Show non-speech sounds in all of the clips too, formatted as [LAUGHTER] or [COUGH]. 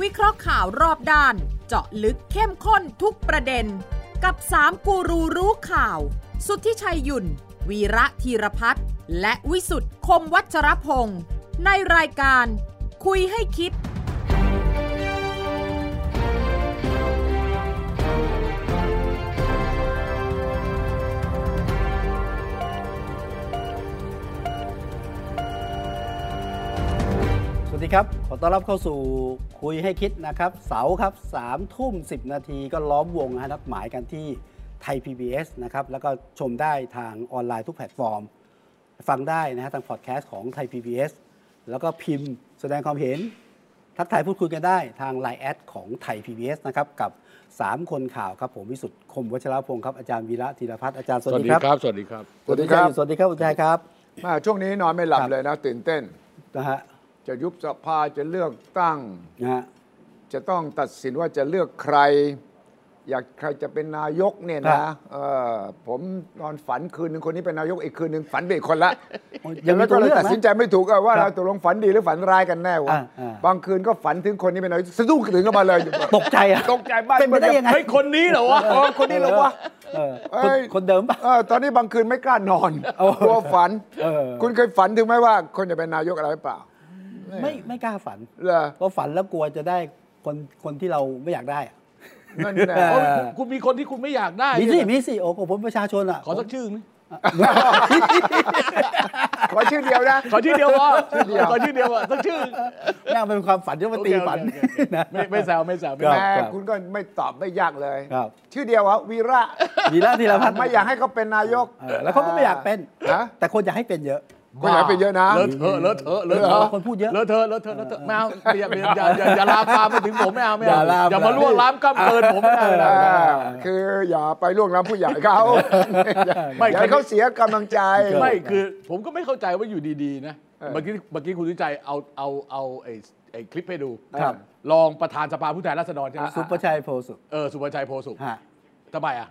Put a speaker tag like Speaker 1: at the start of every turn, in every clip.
Speaker 1: วิเคราะห์ข่าวรอบด้าน เจาะลึกเข้มข้นทุกประเด็น กับ 3 กูรูรู้ข่าว สุทธิชัยหยุ่น วีระธีรพัฒน์และวิสุทธ์คมวัชรพงศ์ในรายการ คุยให้คิด
Speaker 2: สวัสดีครับ ขอต้อนรับเข้าสู่คุยให้คิดนะครับ เสาร์ครับสามทุ่มสินาทีก็ล้อมวงนะฮะนัดหมายกันที่ไทย PBS นะครับ แล้วก็ชมได้ทางออนไลน์ทุกแพลตฟอร์ม ฟังได้นะฮะทางพอดแคสต์ของไทย PBS แล้วก็พิมพ์แสดงความเห็น ทักทายพูดคุยกันได้ทาง Line แอดของไทย PBS นะครับ กับ 3 คนข่าวครับ ผมวิสุทธ์คมวัชรพงศ์ครับ อาจารย์วีระธีรพัฒน์อาจารย์ส
Speaker 3: ส
Speaker 2: วั
Speaker 3: วั
Speaker 2: ส
Speaker 3: ส
Speaker 2: ดี
Speaker 3: ดี
Speaker 2: ครับ
Speaker 3: ครับ สวัสดีครับ
Speaker 4: สวัสดีครับ
Speaker 2: สวัสดีครับอาจารย์ครับ
Speaker 4: มาช่วงนี้นอนไม่หลับเลยนะ ตื่นเต้น
Speaker 2: นะฮะ
Speaker 4: จะยุบสภาจะเลือกตั้ง
Speaker 2: นะฮะ
Speaker 4: จะต้องตัดสินว่าจะเลือกใคร อยากใครจะเป็นนายกเนี่ย
Speaker 2: ครั
Speaker 4: นะ
Speaker 2: บ
Speaker 4: เออผมนอนฝันคืนหนึ่งคนนี้เป็นนายกอีกคืนหนึ่งฝันเป็นอีกคนละ
Speaker 2: โอ้
Speaker 4: แล้ว
Speaker 2: ตั
Speaker 4: ก็
Speaker 2: ว
Speaker 4: เล
Speaker 2: เลื
Speaker 4: ย
Speaker 2: อก
Speaker 4: ตัด
Speaker 2: นะ
Speaker 4: สินใจไม่ถูกอะว่า
Speaker 2: ครับ
Speaker 4: เราตกลงฝันดีหรือฝันร้ายกันแน่วะ
Speaker 2: อ่าอ่า
Speaker 4: บางคืนก็ฝันถึงคนนี้เป็นนายกสะดุ้งตื่นขึ้นมาเลย
Speaker 2: ตกใจอะ
Speaker 4: ตกใจบ้าน
Speaker 2: เป็นไปได้ยังไง
Speaker 3: เฮ้ย คนนี้เหรอวะ
Speaker 4: เออคนนี้เหรอวะ
Speaker 2: เออ
Speaker 4: เอ้
Speaker 2: คน
Speaker 4: ย
Speaker 2: คนเดิมป่ะ
Speaker 4: เออตอนนี้บางคืนไม่กล้านอน
Speaker 2: โอ้
Speaker 4: กลัวฝัน
Speaker 2: เออ
Speaker 4: คุณเคยฝันถึงไหมว่า คนจะเป็นนายกอะไรหรือเปล่า
Speaker 2: ไม่ไม่กล้าฝัน
Speaker 4: เหรอ
Speaker 2: เพราะฝันแล้วกลัวจะได้คนคนที่เราไม่อยากได้อะ
Speaker 4: นั่นแหละ
Speaker 2: เออ
Speaker 3: คุณคุณมีคนที่คุณไม่อยากได้
Speaker 2: มีสิ
Speaker 3: เนี่ย
Speaker 2: มีสิโอ้ของผมประชาชนอ่ะ
Speaker 3: ขอสักชื่อหนึง
Speaker 4: ขอชื่อเดียวนะ
Speaker 3: ขอชื่อเดียววะ
Speaker 4: ชื่อเดียว
Speaker 3: ขอชื่อเดียวอะสักชื่อ
Speaker 2: แม่งเป็นความฝันที่มาตีฝัน
Speaker 3: โอเคโอเคโอเค
Speaker 2: นะ
Speaker 3: ไม่ไม่แซวไม่แซวไม่
Speaker 2: ครั
Speaker 3: แซ
Speaker 2: บ
Speaker 3: ว
Speaker 4: แม่คุณก็ไม่ตอบไม่ยากเลย
Speaker 2: ครับ
Speaker 4: ชื่อเดียววะวีระ
Speaker 2: วีระธีรพัฒน์
Speaker 4: ไม่อยากให้เขาเป็นนายก
Speaker 2: เออแล้วเขาก็ไม่อยากเป็น
Speaker 4: ฮะ
Speaker 2: แต่คนอยากให้เป็นเยอะ
Speaker 4: ก็อยากเป็นเยอะนะ
Speaker 3: เลอะเทอะเลอะเทอะเลอะเท
Speaker 2: เหรอ
Speaker 3: อะ
Speaker 2: คนพูดเยอะ
Speaker 3: เลอะเทอะเลอะเทอะเลอะเทอะไม่เอาอย่าอย่าอย่าอย่าลามปามมาถึงผมไม่เอาไม่
Speaker 2: อย่า
Speaker 3: เอา
Speaker 2: ลาม
Speaker 3: อย่ามาล่วงล้ำก้ามเกินผมไม่ได้ไม่ได้
Speaker 4: เอ
Speaker 3: ไม่ได้
Speaker 4: อคืออย่าไปล่วงล้ำผู้ใหญ่เขา
Speaker 3: ไม่
Speaker 4: อย่าให้เขาเสียกำลังใจ
Speaker 3: ไม่คือผมก็ไม่เข้าใจว่าอยู่ดีๆนะ
Speaker 4: เออ
Speaker 3: เมื่อกี้เมื่อกี้คุณวิจัยเอาเอาเอาไอ้ไอ้คลิปให้ดู
Speaker 2: ครับ
Speaker 3: รองประธานสภาผู้แทนราษฎรใช่ไหม
Speaker 2: ซุปเปอร์ชัยโพสุ
Speaker 3: เออสุวรรณชัยโพสุข
Speaker 2: ฮะ
Speaker 3: ทำไมอ่ะ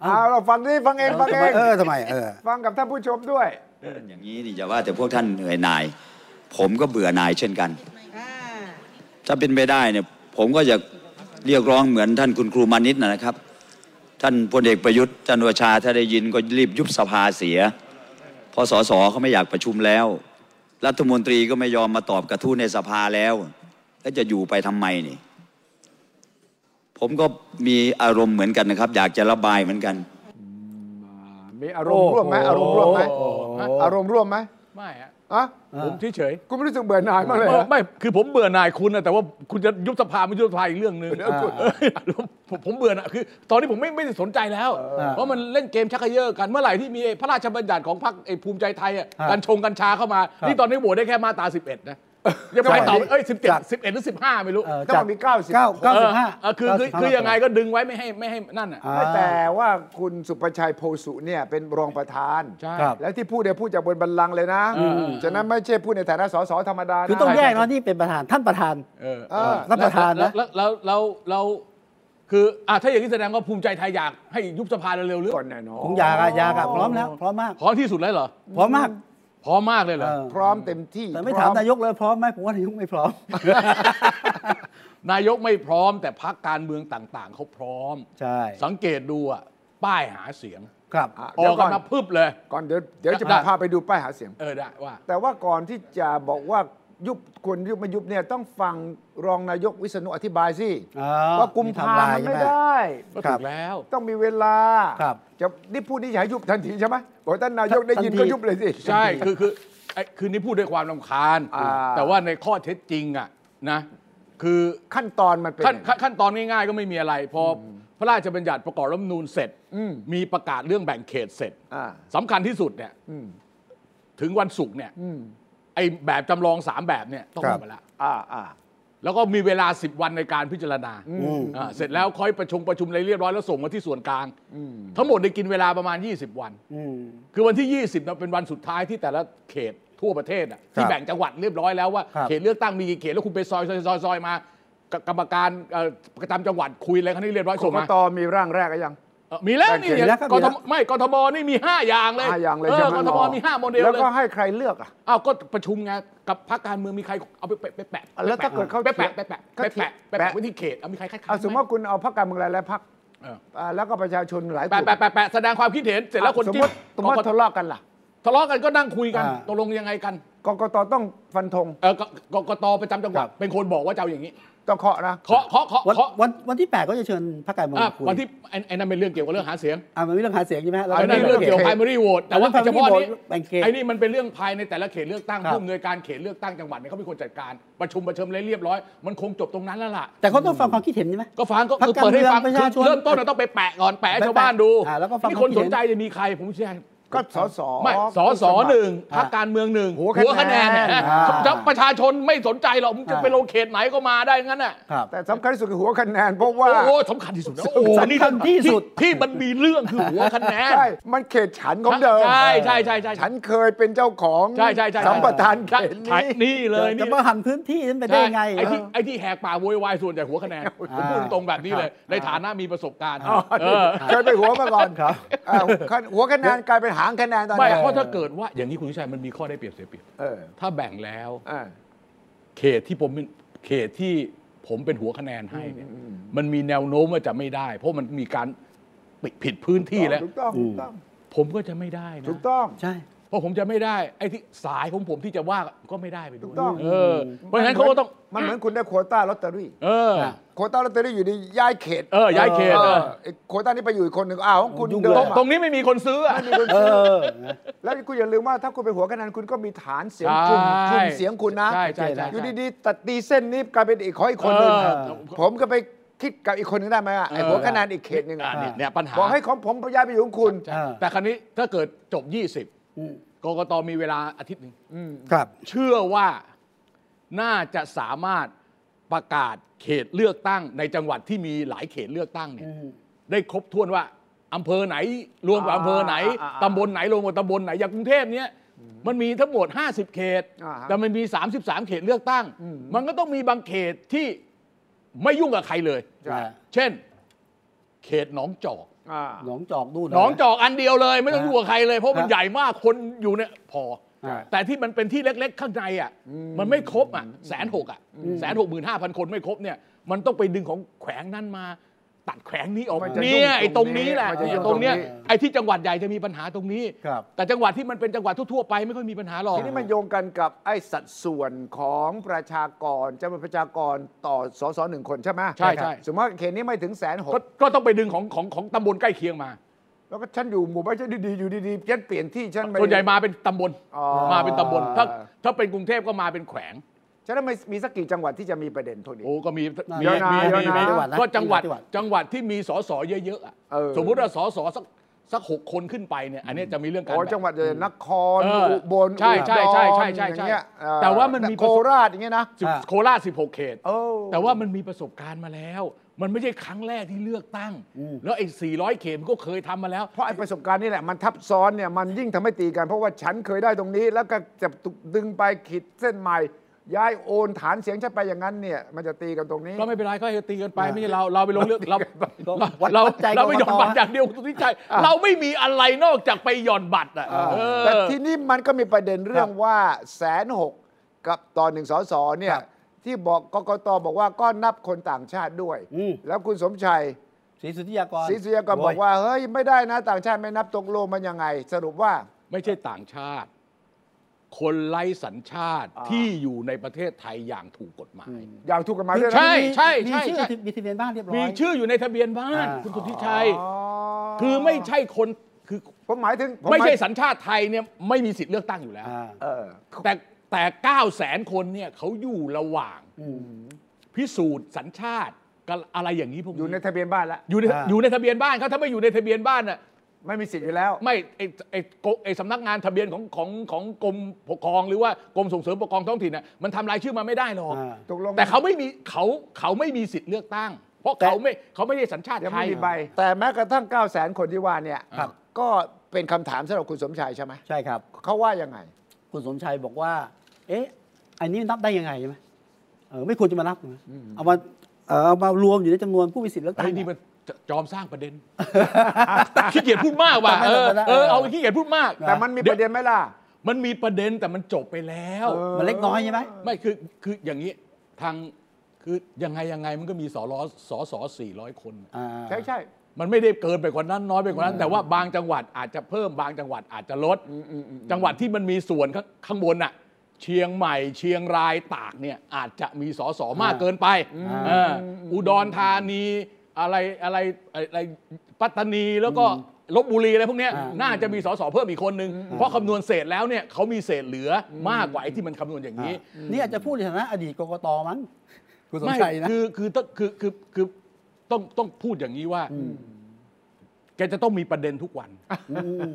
Speaker 4: เอาเราฟังดิฟังเองฟังเอง
Speaker 2: เออทำไมเออ
Speaker 4: ฟังกับท่านผู้ชมด้วย
Speaker 5: อย่างนี้นี่จะว่าแต่พวกท่านเหนื่อยหน่าย ผมก็เบื่อหน่ายเช่นกัน ถ้าเป็นไปได้เนี่ยผมก็จะเรียกร้องเหมือนท่านคุณครูมานิตนะนะครับ ท่านพลเอกประยุทธ์จันทร์โอชาถ้าได้ยินก็รีบยุบสภาเสียเพราะสสเขาไม่อยากประชุมแล้ว รัฐมนตรีก็ไม่ยอมมาตอบกระทู้ในสภาแล้ว แล้วจะอยู่ไปทำไมนี่ ผมก็มีอารมณ์เหมือนกันนะครับ อยากจะระบายเหมือนกัน
Speaker 4: มีอารมณ์ร่วมไหมอารมณ์ร่วมไหม
Speaker 3: โอ้โห
Speaker 4: อารมณ์ร่วมไหม
Speaker 3: ไม่อะ
Speaker 4: อ่ะ
Speaker 3: ผมเฉย
Speaker 4: คุณไม่รู้สึกเบื่อหน่าย
Speaker 3: ๆ
Speaker 4: มากเลยเหรอ
Speaker 3: ไม่คือผมเบื่อหน่ายคุณนะแต่ว่าคุณจะยุบสภาไม่ยุบสภาอีกเรื่องหนึ่ง
Speaker 4: เรื่องคุณ
Speaker 3: เออผมผมเบื่อหน่ายคือ ตอนนี้ผมไม่ไม่ได้สนใจแล้ว เพราะมันเล่นเกมชักเขยอกันเมื่อไหร่ที่มีไอ้พระราชบัญญัติของพรรคไอ้ภูมิใจไทยอะ
Speaker 2: ฮะ
Speaker 3: กัญชงกัญชาเข้ามา นี่ตอนนี้โหวตได้แค่มาตรา11 นะยังไปต่อเอ้ย
Speaker 2: จาก
Speaker 3: 17 11หรือ 15 ไม่รู้
Speaker 2: เออ
Speaker 4: ต้องมีเก้าสิบ
Speaker 2: เก้าเก้าสิบห้า
Speaker 3: เออคือคือคือยังไงก็ดึงไว้ไม่ให้ไม่ให้นั่นอ่ะ
Speaker 2: อ่า
Speaker 4: ไม่แต่ว่าคุณสุประชัยโพสุเนี่ยเป็นรองประธาน
Speaker 3: ใช่
Speaker 2: ครับ
Speaker 4: แล้วที่พูดเนี่ยพูดจากบนบัลลังก์เลยนะ ฉะนั้นไม่ใช่พูดในฐานะสสธรรมดานะ
Speaker 2: คือต้องแยกเนาะนี่เป็นประธานท่านประธาน
Speaker 3: เออ
Speaker 4: เออ
Speaker 2: ท่านประธานนะ
Speaker 3: แล้วแล้วแล้วแล้วแล้วคืออ่ะถ้าอย่างนี้แสดงว่าภูมิใจไทยอยากให้ยุบสภาเร็วๆหรือ
Speaker 4: ก่อนแน่นอน
Speaker 2: ผมอยากอะอยากอะพร้อมแล้ว พร้อมมาก
Speaker 3: พร้อมที่สุดแล้วเหรอ
Speaker 2: พร้อมมาก
Speaker 3: พร้อมมากเลยเหรอ
Speaker 2: เออ
Speaker 4: พร้อมเต็มที่
Speaker 2: แต่ไม่ถา
Speaker 4: พร้อน
Speaker 2: มายกเลยพร้อมไหมผมว่านายกไม่พร้อม
Speaker 3: [LAUGHS] นายกไม่พร้อมแต่พักการเมืองต่างๆเขาพร้อม
Speaker 2: [LAUGHS] ใช่
Speaker 3: สังเกตดูอ่ะป้ายหาเสียง
Speaker 2: ครับ
Speaker 4: อ่ะ
Speaker 3: อ
Speaker 4: เดี๋ย
Speaker 3: อ
Speaker 4: ว
Speaker 3: ก
Speaker 4: ก่
Speaker 3: กั
Speaker 4: อน น
Speaker 3: มาพึบเลย
Speaker 4: ก่อนเดี๋ยวเดี๋ยวจะ
Speaker 3: ได้
Speaker 4: พาไปดูป้ายหาเสียง
Speaker 3: เออได้ว่า
Speaker 4: แต่ว่าก่อนที่จะบอกว่ายุบควรยุบไม่ยุบเนี่ยต้องฟังรองนายกวิษณุอธิบายสิ
Speaker 2: อ๋อ
Speaker 4: ว่ากุมภาพัน
Speaker 2: มี
Speaker 4: ธ์
Speaker 2: ไทม์ไลน์
Speaker 4: ไม่
Speaker 2: ใช่ไหม
Speaker 4: ได้
Speaker 3: ก็
Speaker 2: ครั
Speaker 3: ถู
Speaker 2: บ
Speaker 3: กแล้ว
Speaker 4: ต้องมีเวลา
Speaker 2: ครับ
Speaker 4: จะนี่พูดนี่อยากให้ยุบทันทีใช่ไหมบอกท่านนายกได้ยิน
Speaker 2: ทันที
Speaker 4: ก็ยุบเลยสิ
Speaker 3: ใช่ คือคือไอ้คืนนี้พูดด้วยความรำคาญ
Speaker 4: อ่า
Speaker 3: แต่ว่าในข้อเท็จจริงอ่ะนะคือ
Speaker 4: ขั้นตอนมันเป็น
Speaker 3: ขั้นขั้นขั้นตอนง่ายๆก็ไม่มีอะไร พออพระราชบัญญัติประกอบรัฐธรรมนูญเสร็จ
Speaker 4: อืม
Speaker 3: มีประกาศเรื่องแบ่งเขตเสร็จ
Speaker 4: อ่า
Speaker 3: สำคัญที่สุดเนี่ย
Speaker 4: อืม
Speaker 3: ถึงวันศุกร์เนี่ย
Speaker 4: อืม
Speaker 3: ไอ้แบบจำลองสามแบบเนี่ยต้อง
Speaker 2: ครับ
Speaker 3: มาละ
Speaker 4: อ่าอ่า
Speaker 3: แล้วก็มีเวลา 10 วันในการพิจารณาอ่าเสร็จแล้วค่อยประชุมประชุมอะไรเรียบร้อยแล้วส่งมาที่ส่วนกลาง ทั้งหมดได้กินเวลาประมาณ 20 วัน
Speaker 2: อืม
Speaker 3: คือวันที่ 20นะเป็นวันสุดท้ายที่แต่ละเขตทั่วประเทศอ่ะ
Speaker 2: ค
Speaker 3: ที่
Speaker 2: รับ
Speaker 3: แบ่งจังหวัดเรียบร้อยแล้วว่า
Speaker 2: ครับ
Speaker 3: เขตเลือกตั้งมีกี่เขตแล้วคุณไปซอยซอยซอยซอยมากกรรมการเอ่อประจำจังหวัดคุยอะไรกันให้เรียบร้อย
Speaker 4: ก
Speaker 3: ส่ง
Speaker 4: ก
Speaker 3: มา
Speaker 4: ตมีร่างแรกหรือยัง
Speaker 3: เอ่อมีแล้ว
Speaker 4: แบ่ง
Speaker 3: นี่
Speaker 4: เขต
Speaker 2: มีแล้วครับ
Speaker 3: ก
Speaker 2: มี
Speaker 3: ท
Speaker 2: แล้ว
Speaker 3: มไม่กทมนี่มีห้าอย่างเลย
Speaker 4: ห้าอย่างเลย
Speaker 3: เอ
Speaker 4: ใช่
Speaker 3: อ
Speaker 4: ไหม
Speaker 3: กทมมีห้าโมเดล
Speaker 4: แล้ว
Speaker 3: เลย
Speaker 4: ก็ให้ใครเลือกอ่ะ
Speaker 3: อ้าวก็ประชุมไงกับพรรคการเมืองมีใครเอาไปแปะแปะแปะ
Speaker 4: แล้วถ้าเกิดเขา
Speaker 3: แปะแปะแปะแปะ
Speaker 4: ก็
Speaker 3: แปะ
Speaker 4: เขี
Speaker 3: แปะ
Speaker 4: ย
Speaker 3: แปะแปะ
Speaker 4: นแปะ
Speaker 3: ไว้ที่เขตเอามีใครคัดค้าน
Speaker 4: เอาสมมติว่าคุณเอาพรรคการเมืองหลายๆพรรค
Speaker 3: เออ
Speaker 4: อ่าแล้วก็ประชาชนหลายก
Speaker 3: แปะ
Speaker 4: ลุ่ม
Speaker 3: แปะแปะแปะแสดงความคิดเห็นเสร็จแล้วคน
Speaker 4: สม
Speaker 3: จิ้
Speaker 4: ม
Speaker 3: ม
Speaker 4: ติสมมติ
Speaker 3: กกต
Speaker 4: ทะเลาะกันล่ะ
Speaker 3: ทะเลาะกันก็นั่งคุยกัน
Speaker 2: อ่า
Speaker 3: ตกลงยังไงกัน
Speaker 4: กกตต้องฟันธง
Speaker 3: เออกกกตประจำจังหวั
Speaker 2: ค
Speaker 3: ด
Speaker 2: รับ
Speaker 3: เป็นคนบอกว่าจะเอาอย่างนี้
Speaker 4: ต้องเคาะนะ
Speaker 3: เคาะเคาะเคาะ
Speaker 2: วัน
Speaker 3: เคาะ
Speaker 2: วันวันที่ 8 ก็จะเชิญพรรคการเมือง
Speaker 3: อ่ะ
Speaker 2: มาคุย
Speaker 3: วันที่ไอ้ไอ้นั่นเป็นเรื่องเกี่ยวกับเรื่องหาเสียง
Speaker 2: อ่ะมันมีเรื่องหาเสียงใช่ไหมฮะแล้ว
Speaker 3: อันนี้
Speaker 4: ไม่
Speaker 3: เรื่องเกี่ยว
Speaker 4: เข
Speaker 3: กับ
Speaker 4: ต
Speaker 3: primary vote แต่ว่า
Speaker 2: เรื่อง
Speaker 3: เฉพาะ
Speaker 2: โหวต
Speaker 3: นี้
Speaker 2: แบ่งเขต
Speaker 3: ไอ้นี่มันเป็นเรื่องภายในแต่ละเขตเลือกตั้ง
Speaker 2: ครับ
Speaker 3: ผู้อำนวยการเขตเลือกตั้งจังหวัดเนี่ยเขาเป็นคนจัดการประชุมประเชิมเลยเรียบร้อย มันคงจบตรงนั้นแล้วล่ะ
Speaker 2: แต่เขาต้องฟังความคิดเห็นใช่ไหม
Speaker 3: ก็ฟังก็
Speaker 2: พรรค
Speaker 3: คือเปิดให้ฟัง
Speaker 2: การเมืองประชาชน
Speaker 3: คือเริ่มต้นเราต้องไปแปะก่อนแปะให้
Speaker 2: แปะ
Speaker 3: ชาวบ้านดู
Speaker 2: อ่าแล้วก็ฟัง
Speaker 3: นี่คน
Speaker 2: ความคิดเห็
Speaker 3: สน
Speaker 2: น
Speaker 3: ใจจะมีใครผมเชื่อ
Speaker 4: ก็สส
Speaker 3: ไม่สอสอ
Speaker 4: ผู้มัคร
Speaker 3: หนึ่งพรรคการเมืองหนึ่ง
Speaker 4: หัว
Speaker 3: วคะแนนเนี่ย
Speaker 4: คะแนน
Speaker 3: นะ
Speaker 2: อ่า
Speaker 3: จะประชาชนไม่สนใจหรอกมึงจะ
Speaker 2: อ่า
Speaker 3: ไปลงเขตไหนก็มาได้งั้นน่ะ
Speaker 2: ครับ
Speaker 4: แต่สำคัญที่สุดคือหัวคะแนนเพราะว่า
Speaker 3: โอ้โหสำคัญที่สุดนะโอ้โห
Speaker 2: สำคัญที่สุด
Speaker 3: ที่มันมีเรื่องคือหัวคะแนน
Speaker 4: ใช่มันเขตฉันของเดิม
Speaker 3: ใช่ใช่ใช่ใช่
Speaker 4: ฉันเคยเป็นเจ้าของ
Speaker 3: ใช่ใช่ใช่
Speaker 4: สัมปทานเข
Speaker 3: ใช่
Speaker 4: ต
Speaker 3: ใช่
Speaker 4: นี้
Speaker 3: นี่เลย
Speaker 2: จะ
Speaker 3: นี่
Speaker 2: มาหันพื้นที่นั้นไปได้ยังไง
Speaker 3: ไอ้ที่ไอ้ที่แหกป่าโวยวายส่วนใหญ่หัวคะแนนผมพูดตรงแบบนี้เลย ในฐานะมีประสบการณ์เออ
Speaker 4: เคยไปหัวมาก่อน
Speaker 2: ครับ
Speaker 4: เอ่อหัวคะแนนกลายเป็นหางคะแนนตอน
Speaker 3: ไม่
Speaker 4: นี้
Speaker 3: เพราะถ้าเกิดว่าอย่างนี้คุณวิชัยมันมีข้อได้เปรียบเสียเปรียบ
Speaker 4: เออ
Speaker 3: ถ้าแบ่งแล้ว
Speaker 4: เออ
Speaker 3: เขตที่ผมเป็นเขตที่ผมเป็นหัวคะแนนให้เนี่ยมันมีแนวโน้มว่าจะไม่ได้ เพราะมันมีการปิดผิดพื้นที่แล้ว
Speaker 4: ถูกต้องถูกต้อง
Speaker 3: ผมก็จะไม่ได้นะ
Speaker 4: ถูกต้อง
Speaker 2: ใช่
Speaker 3: เพราะผมจะไม่ได้ไอ้ที่สายของผมที่จะว่าก็ไม่ได้ไปด้
Speaker 4: ถู
Speaker 3: วย
Speaker 4: กต้อง
Speaker 3: เออเพราะฉะนั้นเขาก็ต้อง
Speaker 4: มันเหมือนคุณได้โควต้าลอตเตอรี่
Speaker 3: เออ
Speaker 4: โควต้าลอตเตอรี่อยู่ในย้ายเขต
Speaker 3: เออย้ายเขตเออ
Speaker 4: ไอ้โควต้านี้ไปอยู่อีกคนหนึ่งอ้าวของคุณ
Speaker 2: ยุ่ง
Speaker 4: เดิ
Speaker 2: เล
Speaker 4: น
Speaker 2: ย
Speaker 3: ต
Speaker 4: ม
Speaker 3: รงตรงนี้ไม่มีคนซื้ออะ
Speaker 2: เออนะ
Speaker 4: แล้วคุณอย่าลืมว่าถ้าคุณเป็นหัวคะแนนคุณก็มีฐานเสียง
Speaker 3: ใช่
Speaker 4: กลุ่มกลุ่มเสียงคุณนะ
Speaker 3: ใช่ใช่ใช่
Speaker 4: อยู่ดีๆตัดตีเส้นนี้กลายเป็นอีกขออีกคนหนึ่ง
Speaker 3: เออ
Speaker 4: ผมก็ไปคิดกับอีกคนหนึงได้ไหมอะไอ้หัวคะแนนอีกเขตหนึ่ง
Speaker 3: อ่า
Speaker 4: อะ
Speaker 3: เนี่ยเนี่ยปัญหา
Speaker 4: บอกให้ของผมย้ายไปอยู่ของคุณ
Speaker 3: ใช่
Speaker 2: อ่า
Speaker 3: แต่ครั้นี้ถ้าเกิดจบ
Speaker 2: อืม
Speaker 3: 20กกตมีเวลาอาทิตย์หนึ่ง
Speaker 2: ครับ
Speaker 3: เชื่อว่าน่าจะสามารถประกาศเขตเลือกตั้งในจังหวัดที่มีหลายเขตเลือกตั้งเนี่ยได้ครบถ้วนว่าอำเภอไหนรวมกับ
Speaker 4: อ่า
Speaker 3: อำเภอไหน
Speaker 4: อ่าอ่า
Speaker 3: ตำบลไหนรวมกับตำบลไหนอย่างกรุงเทพเนี่ยมันมีทั้งหมด 50 เขต
Speaker 4: อ่าฮะ
Speaker 3: แต่มันมี 33 เขตเลือกตั้ง มันก็ต้องมีบางเขตที่ไม่ยุ่งกับใครเลย
Speaker 4: ใช่
Speaker 3: เช่น เขตหนองจอก
Speaker 4: อ่า
Speaker 2: หนองจอกดู
Speaker 3: หนองจอกอันเดียวเลยไม่ต้อง
Speaker 2: ฮะ
Speaker 3: ดูกับใครเลยเพราะมัน
Speaker 2: ฮะ
Speaker 3: ใหญ่มากคนอยู่เนี่ยพอ
Speaker 2: ใช่
Speaker 3: แต่ที่มันเป็นที่เล็ก ๆ ข้างในอ่ะมันไม่ครบอ่ะแสนหกอ่ะแสนหกหมื่นห้าพันคนไม่ครบเนี่ยมันต้องไปดึงของแขวงนั้นมา ตัดแขวงนี้ออก
Speaker 4: มันจะยุ่ง
Speaker 3: เนี่ยไอ้ตรงนี้แหละ
Speaker 4: มันจะยุ่ง
Speaker 3: ตรงเนี้ย
Speaker 4: ตรงนี้
Speaker 3: ไอ้ที่จังหวัดใหญ่จะมีปัญหาตรงนี้
Speaker 2: ครับ
Speaker 3: แต่จังหวัดที่มันเป็นจังหวัดทั่วๆไปไม่ค่อยมีปัญหาหรอก
Speaker 4: ทีนี้มันโยงกันกับไอ้สัดส่วนของประชากรจำนวนประชากรต่อสสหนึ่งคนใช่ไหม
Speaker 3: ใช่ใช่
Speaker 4: สมมติว่าเขตนี้ไม่ถึงแสนหก
Speaker 3: ก็ก็ต้องไปดึงของของของตำบลใกล้เคียงมา
Speaker 4: แล้วก็ฉันอยู่หมู่บ้านฉันดีๆอยู่ดีๆฉันเปลี่ยนที่ฉันไม่
Speaker 3: ส่วนใหญ่มาเป็นตำบล
Speaker 4: อ๋อ
Speaker 3: มาเป็นตำบลถ้าถ้าเป็นกรุงเทพก็มาเป็นแขวง
Speaker 4: ฉันไม่มีสักกี่จังหวัดที่จะมีประเด็นพวกนี้
Speaker 3: โอ้ก็มีมี
Speaker 2: เยอะนะ
Speaker 3: มี
Speaker 2: เยอะ
Speaker 3: มี
Speaker 2: นะ
Speaker 3: มี
Speaker 2: จังหวัดนะ
Speaker 3: ก็จังหวัด
Speaker 2: จังหวัด
Speaker 3: จังหวัดที่มีสสเยอะๆอะ
Speaker 4: เออ
Speaker 3: สมมุติว่าสสสักสักหกคนขึ้นไปเนี่ยอันเนี้ยจะมีเรื่องการ
Speaker 4: โอ้
Speaker 3: แบ่
Speaker 4: จังหวัดเลยนคร
Speaker 3: เอออุ
Speaker 4: อุบล
Speaker 3: ใช่ใช่ใช่ใช่ใช่
Speaker 4: อุดรอย่างเงี้ย
Speaker 3: ใช่
Speaker 4: เอ่อ
Speaker 3: แต่ว่ามันมี
Speaker 4: โคราชอย่างเงี้ยนะ
Speaker 3: สิบ
Speaker 2: อ่า
Speaker 3: โคราช16 เขต
Speaker 4: โอ้
Speaker 3: แต่ว่ามันมีประสบการณ์มาแล้ว มันไม่ใช่ครั้งแรกที่เลือกตั้ง แล้วไอ้400 เขตมันก็เคยทำมาแล้ว
Speaker 4: เพราะไอ้ประสบการณ์นี่แหละมันทับซ้อนเนี่ยมันยิ่งทำให้ตีกันเพราะว่าฉันเคยได้ตรงนี้ แล้วก็จะถูกดึงไปขีดเส้นใหม่ ย้ายโอนฐานเสียงฉันไปอย่างนั้นเนี่ย มันจะตีกันตรงนี้
Speaker 3: ก็ไม่เป็นไรก็ให้ตีกันไปไม่ใช่เราเราไปลงเลือกเราเรา
Speaker 2: วัด
Speaker 3: เรา
Speaker 2: วัดใจ
Speaker 3: เราไม่หย่อน
Speaker 2: กกต
Speaker 3: บัตรอย่างเดียวคุณสุทธิชัยเราไม่มีอะไรนอกจากไปหย่อนบัตรอ่ะเออ
Speaker 4: แต่ทีนี้มันก็มีประเด็นเรื่องว่าแสนหกกับตอนหนึ่งสสเนี่
Speaker 2: ค
Speaker 4: ย
Speaker 2: รับ
Speaker 4: ที่บอกกกตบอกว่าก็นับคนต่างชาติด้วย
Speaker 2: อืม
Speaker 4: แล้วคุณสมชัย
Speaker 2: ศรีสุทธิยากร
Speaker 4: ศรีสุริยาก็บอกว่า เฮ้ย ไม่ได้นะ ต่างชาติไม่นับตกลงมันยังไง สรุปว่า
Speaker 3: ไม่ใช่ต่างชาติ คนไร้สัญชาติ
Speaker 4: อ่า
Speaker 3: ที่อยู่ในประเทศไทยอย่างถูกกฎหมาย
Speaker 4: อยากถูกกฎหมายด้วย
Speaker 3: ใช่
Speaker 4: นะ
Speaker 2: มี
Speaker 3: ใช่
Speaker 2: ชื่อ
Speaker 3: ใช่
Speaker 2: มีทะเบียนบ้านเรียบร้อย
Speaker 3: มีชื่ออยู่ในทะเบียนบ้าน
Speaker 2: อ่า
Speaker 3: คุณสุทธิชัย
Speaker 4: อ๋อ
Speaker 3: คือไม่ใช่คนคือ
Speaker 4: ผมหมายถึงผ
Speaker 3: ไม่
Speaker 4: หาย
Speaker 3: ใช่สัญชาติไทยเนี่ยไม่มีสิทธิ์เลือกตั้งอยู่แล้ว
Speaker 2: อ่า
Speaker 4: เออ
Speaker 3: แต่แต่9 0 0แสนคนเนี่ยเขาอยู่ระหว่างพิสูจน์สัญชาติกับอะไรอย่างนี้พวก
Speaker 4: อยู่ใน
Speaker 3: นี้
Speaker 4: ทะเบียนบ้านแล้ว
Speaker 3: อยู่ใน
Speaker 2: อ่า
Speaker 3: อยู่ในทะเบียนบ้านเขาถ้าไม่อยู่ในทะเบียนบ้านน่ะ
Speaker 4: ไม่มีสิทธิ์อยู่แล้ว
Speaker 3: ไม่ไอไอโกไอสำนักงานทะเบียนของของของกรมปกครองหรือว่ากรมส่งเสริมปกครองท้องถิ่นน่ะมันทำรายชื่อมาไม่ได้หรอก
Speaker 2: อ่า
Speaker 4: ตกลง
Speaker 3: แต่เขาไม่มีเขาเขาไม่มีสิทธิ์เลือกตั้ง เพราะ
Speaker 2: แต่
Speaker 3: เขาไม่เขาไม่ได้สัญชาติ
Speaker 4: ยัง
Speaker 3: ไท
Speaker 4: ไม่
Speaker 3: ย
Speaker 4: มีใบ แต่แม้กระทั่ง 9 0 0แสนคนที่ว่าเนี่ย
Speaker 3: ครับ
Speaker 4: ก็เป็นคำถามสำหรับคุณสมชายใช่ไหม
Speaker 2: ใช่ครับ
Speaker 4: เขาว่ายังไง
Speaker 2: คุณสมชัยบอกว่า เอ๊ะ อันนี้นับได้ยังไงใช่ไหมเออไม่ควรจะมานับนะเอามาเออเอามารวมอยู่ในจำนวนผู้มีสิทธิ์เลือกตั้
Speaker 3: ไอ้
Speaker 2: ง
Speaker 3: นี่มัน จะจอมสร้างป
Speaker 2: [LAUGHS]
Speaker 3: ระเด็น ขี้เกียจพูดมากว่ะเออเออเอาขี้เกียจพูดมาก
Speaker 4: แต่มันมีประเด็นไหมล่ะ
Speaker 3: มันมีประเด็นแต่มันจบไปแล้ว
Speaker 2: มันเล็กน้อยใช่ไหม
Speaker 3: ไม่คือคืออย่างนี้ทางคือยังไงยังไงมันก็มีสอรอสอสอสี่ร้อยคน
Speaker 2: อ่า
Speaker 4: ใช่ใช่
Speaker 3: มันไม่ได้เกินไปกว่านั้นน้อยไปกว่านั้น แต่ว่าบางจังหวัดอาจจะเพิ่มบางจังหวัดอาจจะลด จังหวัดที่มันมีส่วนข้างข้างบนน่ะ เชียงใหม่เชียงรายตากเนี่ยอาจจะมีสอสอมากเกินไปเอออุดรธานีอะไรอะไรอะไรปัตตานีแล้วก็ลบบุรีอะไรพวกเนี้ย
Speaker 2: อ่า
Speaker 3: น่าจะมีสอสอเพิ่มอีกคนนึงเพราะคำนวณเศษแล้วเนี่ยเขามีเศษเหลือมากกว่าไอ้ที่มันคำนวณอย่างนี้
Speaker 2: อ่านี่อาจจะพูดในฐานะอดีตกกตมั้งคุณสม
Speaker 3: ไม่
Speaker 2: ชัยนะ
Speaker 3: คือคือต้องคือคือคือต้องต้องพูดอย่างนี้ว่า แกจะต้องมีประเด็นทุกวัน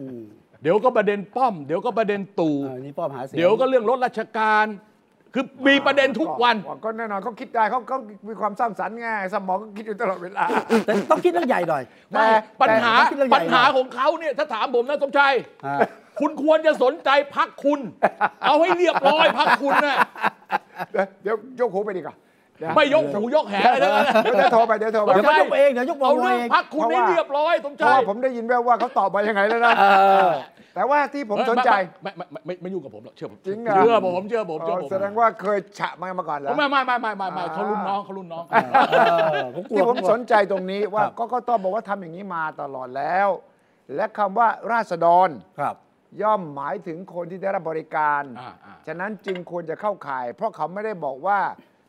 Speaker 2: ม
Speaker 3: เดี๋ยวก็ประเด็นป้อม เดี๋ยวก็ประเด็นตู่
Speaker 2: เออนี่ป้อมหาเสียง
Speaker 3: เดี๋ยวก็เรื่องรถราชการ คือมีประเด็นทุกวัน
Speaker 4: ก็แน่นอนเขาคิดได้เขาเขามีความสร้างสรรค์ไงสมองก็คิดอยู่ตลอดเวลา
Speaker 2: แต่ต้องคิดเรื่องใหญ่หน่อย
Speaker 3: ไม่ปัญหา
Speaker 2: แต่
Speaker 3: ปัญหาของเขาเนี่ยถ้าถามผมนะสมชัย
Speaker 2: อ่า
Speaker 3: คุณควรจะสนใจพักคุณ เอาให้เรียบร้อยพักคุณนะ
Speaker 4: เดี๋ยวยกหูไปดีกว่านะ
Speaker 3: ไม่ยกหูยกแหอะไรทั้งนั้น
Speaker 4: เดี๋ยวจะโทรไปเดี๋ยวโทรไป
Speaker 2: เดี๋ยวเขายกเองเดี๋ยวยกบอ
Speaker 3: เอา
Speaker 2: ล
Speaker 3: เรื่อง
Speaker 2: เอง
Speaker 3: พักคุณให้เรียบร้อยสม
Speaker 4: เพ
Speaker 3: ชั
Speaker 4: ราะ
Speaker 3: ย
Speaker 4: ว่าผมได้ยินแว่วว่าเขาตอบไปยังไงแล้วนะแต่ว่าที่ผม
Speaker 3: เอ้ย
Speaker 4: สนใจ
Speaker 3: ไม่ไม่ไม่ไม่ไม่ไม่ยุ่งกับผมหรอกเชื่อผม
Speaker 4: จริงเหรอ
Speaker 3: เชื่อผมเชื่อผมเชื่อผ
Speaker 4: อ๋อ
Speaker 3: ม
Speaker 4: แสดงว่าเคยฉะมามาก่อนเหรอ
Speaker 3: ไม่ไม่ไม่ไม่ไม่ไม่เขารุ่นน้องเขารุ่นน้อง
Speaker 2: เออผมกลัว
Speaker 4: ที่ผม
Speaker 2: กลัว
Speaker 4: สนใจตรงนี้ว่า
Speaker 2: ครับ
Speaker 4: ก็ก็ต้องบอกว่าทำอย่างนี้มาตลอดแล้ว และคำว่าราษฎร
Speaker 2: ครับ
Speaker 4: ย่อมหมายถึงคนที่ได้รับบริการ
Speaker 3: อ่าอ่า
Speaker 4: ฉะนั้นจึงควรจะเข้าข่าย เพราะเขาไม่ได้บอกว่า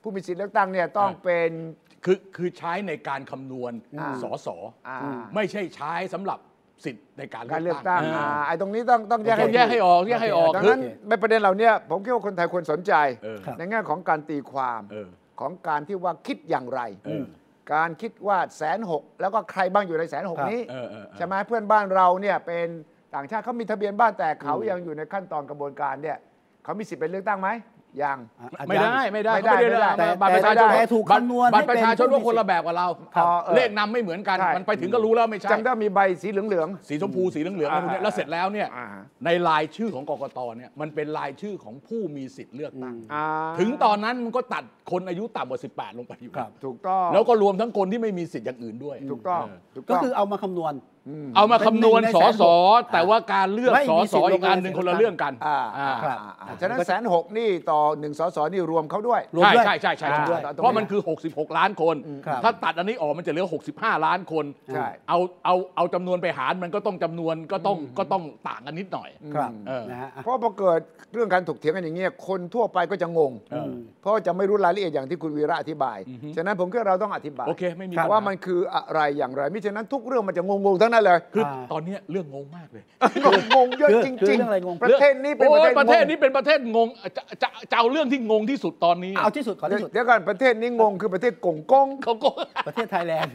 Speaker 4: ผู้มีสิทธิเลือกตั้งเนี่ยต้อง
Speaker 3: อ่า
Speaker 4: เป็น
Speaker 3: คือคือใช้ในการคำนวณ
Speaker 4: อ่า
Speaker 3: สอสออา ไม่ใช่ใช้สำหรับสิทธิ์ในการ
Speaker 4: การ
Speaker 3: เลื
Speaker 4: เลื
Speaker 3: อ
Speaker 4: อก ก
Speaker 3: ตั้
Speaker 4: ตั้
Speaker 3: ง
Speaker 4: ง
Speaker 3: อ่า
Speaker 4: อ่าไอ้ตรงนี้ต้องต้องแยกให้
Speaker 3: แยกให้ออกแยกให้ออก
Speaker 4: ดัง
Speaker 3: คือ
Speaker 4: นั้นในประเด็นเหล่าเนี้ยผมคิดว่าคนไทยควรสนใจ
Speaker 3: เออ
Speaker 4: ในแง่ของการตีความ
Speaker 3: เออ
Speaker 4: ของการที่ว่าคิดอย่างไร
Speaker 3: เออ
Speaker 4: การคิดว่าแสนหกแล้วก็ใครบ้างอยู่ในแสนหก
Speaker 2: ครับ
Speaker 4: นี้
Speaker 3: เออเออเออ
Speaker 4: ใช่ไหมเพื่อนบ้านเราเนี่ยเป็นต่างชาติเขามีทะเบียนบ้านแต่เขายังอยู่ในขั้นตอนกระบวนการเนี่ยเขามีสิทธิ์ไปเลือกตั้งไหมยัง
Speaker 2: อ่ะอาจารย์
Speaker 3: ไม่ได้ไม่ได้
Speaker 4: ไม่ได้
Speaker 3: เขา
Speaker 4: ไม่ได้
Speaker 3: เรียก
Speaker 2: แต่
Speaker 3: บัตรประชาชน
Speaker 2: แต่ถูก
Speaker 3: บัตร
Speaker 2: คำนวณ
Speaker 3: บัตรประชาชน
Speaker 2: ให้เป็น
Speaker 3: ว่าคนละแบบกับเรา
Speaker 4: ครับเออ
Speaker 3: เลขนำไม่เหมือนกัน
Speaker 4: ใช่
Speaker 3: มันไปถึงก็รู้แล้วไม่ใช่
Speaker 4: จำได้มีใบสีเหลือง
Speaker 3: สีชมพูสีเหลืองๆอะไรพวกเนี้ยแล้วเสร็จแล้วเนี่ย
Speaker 4: อ่า
Speaker 3: ในรายชื่อของกกตเนี่ยมันเป็นรายชื่อของผู้มีสิทธิ์เลือกตั้ง
Speaker 4: ๆอ่า
Speaker 3: ถึงตอนนั้นมันก็ตัดคนอายุต่ำกว่า 18 ลงไปอยู่
Speaker 2: ครับ
Speaker 4: ถูกต้อง
Speaker 3: แล้วก็รวมทั้งคนที่ไม่มีสิทธิ์อย่างอื่นด้วย
Speaker 4: ถูกต้อง
Speaker 3: เ
Speaker 4: ถูก
Speaker 2: ก็
Speaker 4: ต้อง
Speaker 2: คือเอามาคำนวณ
Speaker 3: อเอามาคำนวณ
Speaker 2: เป็นหนึ่งใน
Speaker 3: สอ
Speaker 2: แสน
Speaker 3: ส
Speaker 2: ห
Speaker 3: อก แต่ว่าการเลือก
Speaker 2: ไม่
Speaker 3: สอ
Speaker 2: มี
Speaker 3: ส
Speaker 2: สิท
Speaker 3: อ
Speaker 2: ธิ์
Speaker 3: อีกอัน
Speaker 2: ลงคะแนน
Speaker 3: หนึ่งคนละเรื่องกัน
Speaker 4: อ่า
Speaker 3: อ่า
Speaker 2: ครับ
Speaker 4: อ่าฉะนั้นแสนหกนี่ต่อหนึ่งสสนี่รวมเขาด้วย
Speaker 2: รวม
Speaker 3: ใช่
Speaker 2: ด้วย
Speaker 3: ใช่ใช่ใช่
Speaker 2: รวมด้วย
Speaker 3: ใช่เพราะมันคือ 66 ล้านคน
Speaker 2: ครับ
Speaker 3: ถ้าตัดอันนี้ออกมันจะเหลือ 65 ล้านคน
Speaker 4: ใช่
Speaker 3: เอาเอาเอาจำนวนไปหารมันก็ต้องจำนวนก็ต้องก็ต้องต่างกันนิดหน่อย
Speaker 2: ครับ
Speaker 3: เออ
Speaker 2: นะฮะอ่ะ
Speaker 4: เพราะพอเกิดเรื่องการถกเถียงกันอย่างเงี้ยคนทั่วไปก็จะงง
Speaker 3: เออ
Speaker 4: เพราะจะไม่รู้รายละเอียดอย่างที่คุณวีระอธิบาย ฉะนั้นผมคิดว่าเราต้องอธิบาย
Speaker 3: โอเคไม่มีปัญหา
Speaker 4: ว่ามันคืออะไรอย่างไรมิฉะนั้นทุกเรื่องมันจะงงๆทั้งนั้นเลย
Speaker 3: คืออา ตอนเนี้ยเรื่องงงมากเลย
Speaker 4: งงเยอะ
Speaker 2: คือ
Speaker 4: จ
Speaker 2: คือ
Speaker 4: ริง
Speaker 2: เรื่องอะไรงง
Speaker 4: ๆ ประเทศนี้เป็น
Speaker 3: โอ้ย
Speaker 4: ป
Speaker 3: ประ ระ
Speaker 4: เท
Speaker 3: เทศ
Speaker 4: ศงง
Speaker 3: นี้เป็นประเทศงงจะจะจะเอาเรื่องที่งงที่สุดตอนนี้
Speaker 2: เอาที่สุดขอ
Speaker 4: เดี๋ยว
Speaker 2: ที่สุด
Speaker 4: เดี๋ยวก่อนประเทศนี้งงคือประเทศกงกง
Speaker 3: เขาก็ [LAUGHS]
Speaker 2: ประเทศไทยแลนด์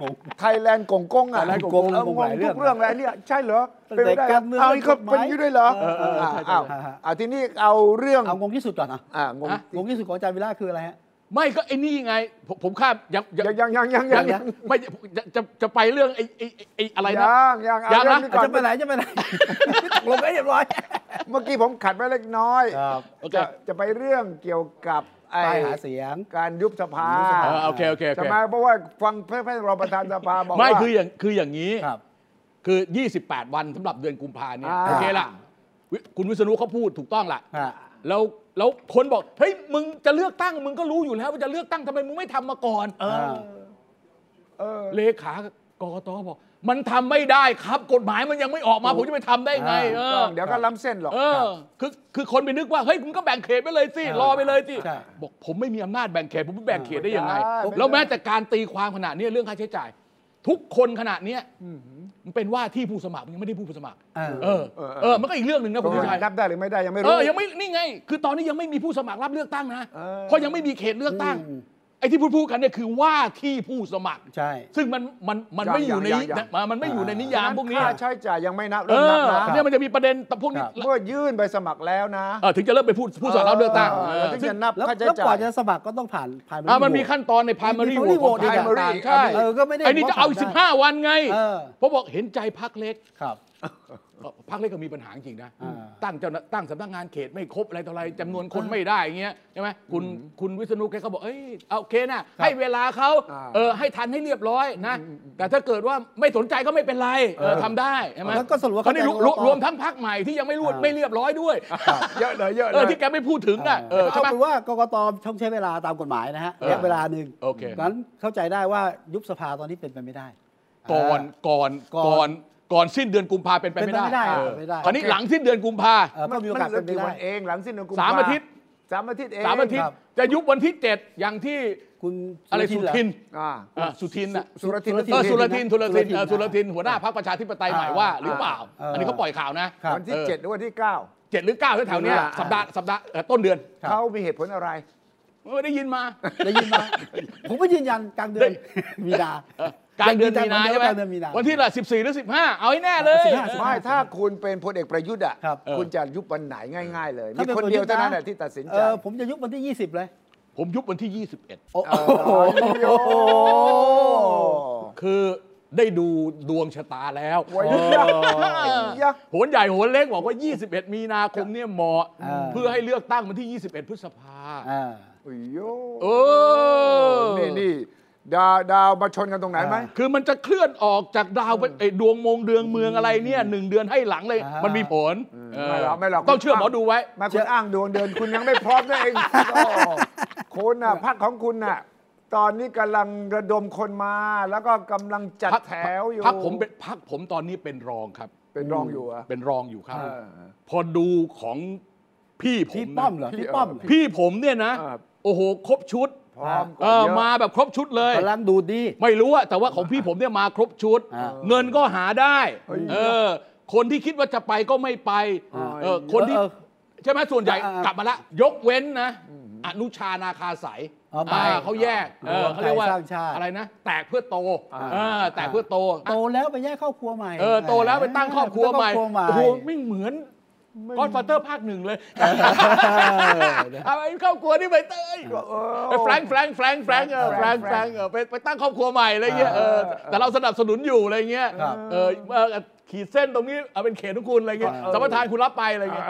Speaker 2: งง
Speaker 4: ไทยแลนด์กงกงอ่ะ
Speaker 2: ไทยแลนด์กงกง
Speaker 4: เออง
Speaker 2: งหลายเรื่อง
Speaker 4: ทุกเรื่องเลยเนี่ยใช่เหรอ
Speaker 2: ตั้งแต่
Speaker 4: เป็นไปได้เห
Speaker 2: กา
Speaker 4: รอ
Speaker 2: รเมือง
Speaker 4: เอาอีกครับ
Speaker 2: กฎหมาย
Speaker 4: เป็นอย่างนี้ด้วยเหรอ
Speaker 2: เออเออเออใช่ใช่
Speaker 4: อ้าวอ่ะทีนี้เอาเรื่อง
Speaker 2: เอางงที่สุดก่อนอ่ะ
Speaker 4: อ่างง
Speaker 3: อ่ะ
Speaker 2: งงที่สุดของอาจารย์วิลาคืออะไรฮะ
Speaker 3: ไม่ก็ไอ้นี่ไงผมผมข้ามยังยัง
Speaker 4: ยังยังยังยัง
Speaker 2: ยั
Speaker 4: ยัง ง
Speaker 3: ไม่จะจะจะไปเรื่องไอ้ไอ้ไอ้ไอ้อะไรนะ
Speaker 4: ยังยังเอา
Speaker 3: ยังนะ
Speaker 4: เรื่องนี้
Speaker 2: อา
Speaker 4: ก่อ
Speaker 2: จาร
Speaker 4: น
Speaker 2: ย์ไปไหนอาจะไปไหน ตกลงกันให้เรียบร้อย
Speaker 4: เมื่อกี้ผมขัดไว้เล็กน้อย
Speaker 2: ครับ
Speaker 3: โอเค
Speaker 4: จะจะไปเรื่องเกี่ยวกับไอ้
Speaker 2: ป้ายหาเสียง
Speaker 4: การยุบสภา
Speaker 3: เออโอเคโอเคโอ
Speaker 4: ใช่
Speaker 3: เค
Speaker 4: ไหมเพราะว่าฟังเพื่อนๆรองประธานสภาบอกว่า
Speaker 3: ไม่คืออย่างคืออย่างนี้
Speaker 2: ครับ
Speaker 3: คือ 28 วันสำหรับเดือนกุมภาเนี่ย
Speaker 4: อ่า
Speaker 3: โอเคละวิคุณวิษณุเขาพูดถูกต้องละ
Speaker 2: อ่ะ
Speaker 3: แล้วแล้วคนบอกเฮ้ยมึงจะเลือกตั้งมึงก็รู้อยู่แล้วว่าจะเลือกตั้งทำไมมึงไม่ทำมาก่อน
Speaker 4: เออ
Speaker 3: เลขากกตบอก มันทำไม่ได้ครับกฎหมายมันยังไม่ออกมาผมจะไปทำได้ไง เออ
Speaker 4: เดี๋ยวก็ล้ำเส้นหรอก
Speaker 3: เออคือคือคนไปนึกว่าเฮ้ยคุณก็แบ่งเขตไปเลยสิรอไปเลยสิ
Speaker 2: ใช่
Speaker 3: บอกผมไม่มีอำนาจแบ่งเขตผมไม่แบ่งเขตได้ยังไง
Speaker 4: ไม่ได้
Speaker 3: แล้วแม้แต่การตีความขนาดเนี้ยเรื่องค่าใช้จ่าย ทุกคนขนาดเนี้ยมันเป็นว่าที่ผู้สมัครมันยังไม่ได้ผู้สมัคร
Speaker 2: เออ
Speaker 3: เออเออมันก็อีกเรื่องหนึ่งนะ
Speaker 4: ตร
Speaker 3: คุณ
Speaker 4: ง
Speaker 3: ผู้
Speaker 4: ไห
Speaker 3: ชาย
Speaker 4: นรับได้หรือไม่ได้ยังไม่
Speaker 3: เอ
Speaker 4: รู้
Speaker 3: อยังไม่นี่ไง คือตอนนี้ยังไม่มีผู้สมัครรับเลือกตั้งนะ
Speaker 4: เออ
Speaker 3: เพราะยังไม่มีเขตเลือกตั้ง
Speaker 2: อืม
Speaker 3: ไอ้ที่พูดพูดกันเนี่ยคือว่าที่ผู้สมัคร
Speaker 2: ใช่
Speaker 3: ซึ่งมันมันมันไม่อยู่ใน
Speaker 4: ยังยังยัง
Speaker 3: มันไม่อยู่ในนิยามพวกนี้
Speaker 4: ค่าใช้จ่ายยังไม่นับ
Speaker 3: เอ
Speaker 4: เริ่มนับ
Speaker 3: อ
Speaker 4: นะ
Speaker 3: เนี่ยมันจะมีประเด็นแต่พวกนี้
Speaker 2: ครับ
Speaker 4: เมื่อยื่นใบสมัครแล้วนะ
Speaker 3: เออถึงจะเริ่มไปพูดผู้สอนรับเลือกตั้ง
Speaker 4: เออ
Speaker 3: เออ
Speaker 4: แล้วถึง
Speaker 3: ซึ่ง
Speaker 4: จะนับ
Speaker 2: แล้ว
Speaker 4: ค่าใช้
Speaker 2: แล้วก
Speaker 4: จ่า
Speaker 2: ว่าย จะสมัครก็ต้องผ่านผ่าน
Speaker 3: อ่ะมันมีขั้นตอนใน
Speaker 2: มี
Speaker 3: primary
Speaker 2: primary
Speaker 3: vote ของ
Speaker 2: vote อีกอ่ะ
Speaker 3: primary ใช่
Speaker 2: เออก็ไม่ได้
Speaker 3: ไอ้นี่จะเอาอีก
Speaker 2: บังคับได้
Speaker 3: 15 วันไง
Speaker 2: เออ
Speaker 3: เพราะบอกเห็นใจพักเล็ก
Speaker 2: ครับ
Speaker 3: เ พรรคเล็กก็มีปัญหาจริงๆนะ
Speaker 2: อ่า
Speaker 3: ตั้งเจ้าหน้าตั้งสำนักงานเขตไม่ครบอะไรต่ออะไรจำนวนคนไม่ได้อย่างเงี้ยใช่ไหมคุณคุณวิษณุแกก็บอกเอ้ยเอาโอเคนะให้เวลาเขา
Speaker 4: อ่า
Speaker 3: เออให้ทันให้เรียบร้อยนะ แต่ถ้าเกิดว่าไม่สนใจก็ไม่เป็นไรเออทำได้ใช่ไหม
Speaker 2: แล้วก็สรุปว่า
Speaker 3: เขาได้รวม
Speaker 2: เขาจะ
Speaker 3: รวมรวม
Speaker 2: เอา
Speaker 3: ทั้งพรรคใหม่ที่ยังไม่รู้
Speaker 2: อ่า
Speaker 3: ไม่เรียบร้อยด้วย
Speaker 4: เยอะเลยเยอะ
Speaker 3: เอ
Speaker 4: เล
Speaker 3: อย ที่แกไม่พูดถึงอ่ะเออ
Speaker 2: เอา
Speaker 3: ใช่ไหม
Speaker 2: เป็นว่ากกตต้องใช้เวลาตามกฎหมายนะฮะ
Speaker 3: เอ
Speaker 2: ระ
Speaker 3: อ
Speaker 2: ยะเวลาหนึ่ง
Speaker 3: โอเค
Speaker 2: นั้นเข้าใจได้ว่ายุบสภาตอนนี้เป็นไปไม่ได้
Speaker 3: ก่อนก่อน
Speaker 2: ก่อน
Speaker 3: ก่อนก่อนสิ้นเดือนกุมภาเป็นไปไม่ได้
Speaker 2: เป็นไปไม่ได้
Speaker 3: เออ
Speaker 2: เป็นไปไม่ได้
Speaker 3: คราวนี้หลังสิ้นเดือนกุมภา
Speaker 2: เอ่อก็มีโอกาส
Speaker 4: เหลื
Speaker 2: เป็
Speaker 4: อน
Speaker 2: ไป
Speaker 4: กี่
Speaker 2: ได้
Speaker 4: วันเองหลังสิ้นเดือนกุมภ
Speaker 3: สามอาทิตย์
Speaker 4: สามอาทิตย์เอง
Speaker 3: สามอาทิต
Speaker 2: ครั
Speaker 3: ย์
Speaker 2: บ
Speaker 3: จะยุบวันที่ 7 อย่างที่
Speaker 2: คุณ
Speaker 3: อะไรสุ
Speaker 2: เห
Speaker 3: ทิน
Speaker 4: อ่า
Speaker 3: อ่ะสุทินน่ะ
Speaker 4: สุรทิน
Speaker 2: สุรทิ
Speaker 3: เออสุรทินสุรทิ
Speaker 2: สุรทิ
Speaker 3: น
Speaker 2: น
Speaker 3: เออสุรทินหัวหน้าพรรคประชาธิปไตยใหม่ว่า หรือเปล่า
Speaker 2: เอออั
Speaker 3: อันนี้เขาปล่อยข่าวนะ
Speaker 2: ค รับ
Speaker 4: วันที่เจ็ดหรือวันที่เก้า
Speaker 3: เจ็ดหรือเก้าแถวๆเนี้ย
Speaker 2: อ่า
Speaker 3: สัปดาห์สัปดาห์เอ่อต้นเดือน
Speaker 2: ครับ
Speaker 4: เขามีเหตุผลอะไร
Speaker 3: เออได้ยินมา
Speaker 2: ได้ยินมาผมก็ยืนยันกลางเดือนมีนา
Speaker 3: กลางเดือนมีนาใช่ไหม
Speaker 2: กลางเดือนมีนา
Speaker 3: วันที่ละ14 หรือ 15 เอาให้แน่เลย
Speaker 2: สิบห้าสิบห้
Speaker 4: ไม่ถ้าคุณเป็นพลเอกประยุทธ์อ่ะ
Speaker 2: ครับเออ
Speaker 4: คุณจะยุบวันไหนง่าย ๆ เลย
Speaker 2: ถ้า
Speaker 4: มี
Speaker 2: ป็
Speaker 4: คนเดียวเท่านั้นแหละ
Speaker 2: ค
Speaker 4: ที่ตัดสิน
Speaker 2: เอ
Speaker 4: ใจ
Speaker 2: อผมจะยุบวันที่ 20 เลย
Speaker 3: ผมยุบวันที่ 21
Speaker 2: โอ้
Speaker 4: โอ้
Speaker 2: โห
Speaker 4: โห
Speaker 3: คือได้ดูดวงชะตาแล้ว
Speaker 4: โอ้ยยะ
Speaker 3: เออย
Speaker 4: ะ
Speaker 3: โหนใหญ่โหนเล็กบอกว่า 21 มีนาคมเนี่ยเหมาะ
Speaker 2: อ่า
Speaker 3: เพื่อให้เลือกตั้งวันที่ 21 พฤษภา
Speaker 2: อ่า
Speaker 4: โอ้โย
Speaker 3: โอ้
Speaker 4: นี่นี่ดาวดาวมาชนกันตรงไหนไหม
Speaker 2: อ่า
Speaker 3: คือมันจะเคลื่อนออกจากดาวไปไอ้ดวงมงเดืองเมืองอะไรเนี่ยหนึ่งเดือนให้หลังเลย
Speaker 2: อ่ามั
Speaker 3: มันมีผลเออ
Speaker 4: ไม่หรอกไม่หรอก
Speaker 3: ต้องเชื่อหมอดูไว้
Speaker 4: มาคุณอ้างดวงเดือนคุณยังไม่พร้ [LAUGHS] อมนั่นเองโอ้คุณน่ะพักของคุณน่ะ ตอนนี้กำลังระดมคนมา แล้วก็กำลังจัด
Speaker 3: พัก
Speaker 4: แถวอยู่
Speaker 3: พักผมเป็นพักผมตอนนี้เป็นรองครับ
Speaker 4: เป็นรองอยู่เหรอะ
Speaker 3: เป็นรองอยู่ครับ
Speaker 4: เออ
Speaker 3: พอดูของพี่ผม
Speaker 2: พี่
Speaker 3: นะ
Speaker 2: ป้อมเหรอ
Speaker 4: พี่
Speaker 2: พี่ป้อมเหรอ
Speaker 3: พี่ผมเนี่ยนะ
Speaker 4: ครับ
Speaker 3: โอ้โห ครบชุด
Speaker 4: พร้อม
Speaker 3: เออมาแบบครบชุดเลย
Speaker 2: กำลังดูดดี
Speaker 3: ไม่รู้อะแต่ว่าของพี่ผมเนี่ยมาครบชุด
Speaker 2: อ่า
Speaker 3: เงินก็หาได้ เออ คนที่คิดว่าจะไปก็ไม่ไป เออ คนที่
Speaker 2: เออ
Speaker 3: ใช่ไหมส่วนใหญ่
Speaker 2: อ่าอ่าก
Speaker 3: ลับมาละยกเว้นนะ อนุชานาคาสาย
Speaker 2: อ๋อไป
Speaker 3: เขาแยกเออ
Speaker 2: รวมไทย
Speaker 3: เขาเรียกว่า
Speaker 2: สร้างชาติ
Speaker 3: อะไรนะ แตกเพื่อโตเออแตกเพื่อโต
Speaker 2: โตแล้วไปแยกครอบครัวใหม่
Speaker 3: เออโตแล้วไปตั้งครอบครัวใหม่
Speaker 2: ตั้งครอบครัวใหม่
Speaker 3: โอ้โหไม่เหมือนกอนฟาเตอร์ภาคหนึ่งเลยอะไรครอบครัวนี่ไปเตย
Speaker 4: เออ
Speaker 3: เออแฟรงค์แฟรงค์แฟรงค์แฟรงค์เออแฟรงค์แฟรงค์เออไปไปตั้งครอบครัวใหม่อะไรเงี้ยเออแต่เราสนับสนุนอยู่อะไรเงี้ย
Speaker 2: ครับ
Speaker 3: เออเออขีดเส้นตรงนี้เอาเป็นเขตของคุณอะไรเงี้ยสัมปทานคุณรับไปอะไรเงี้ย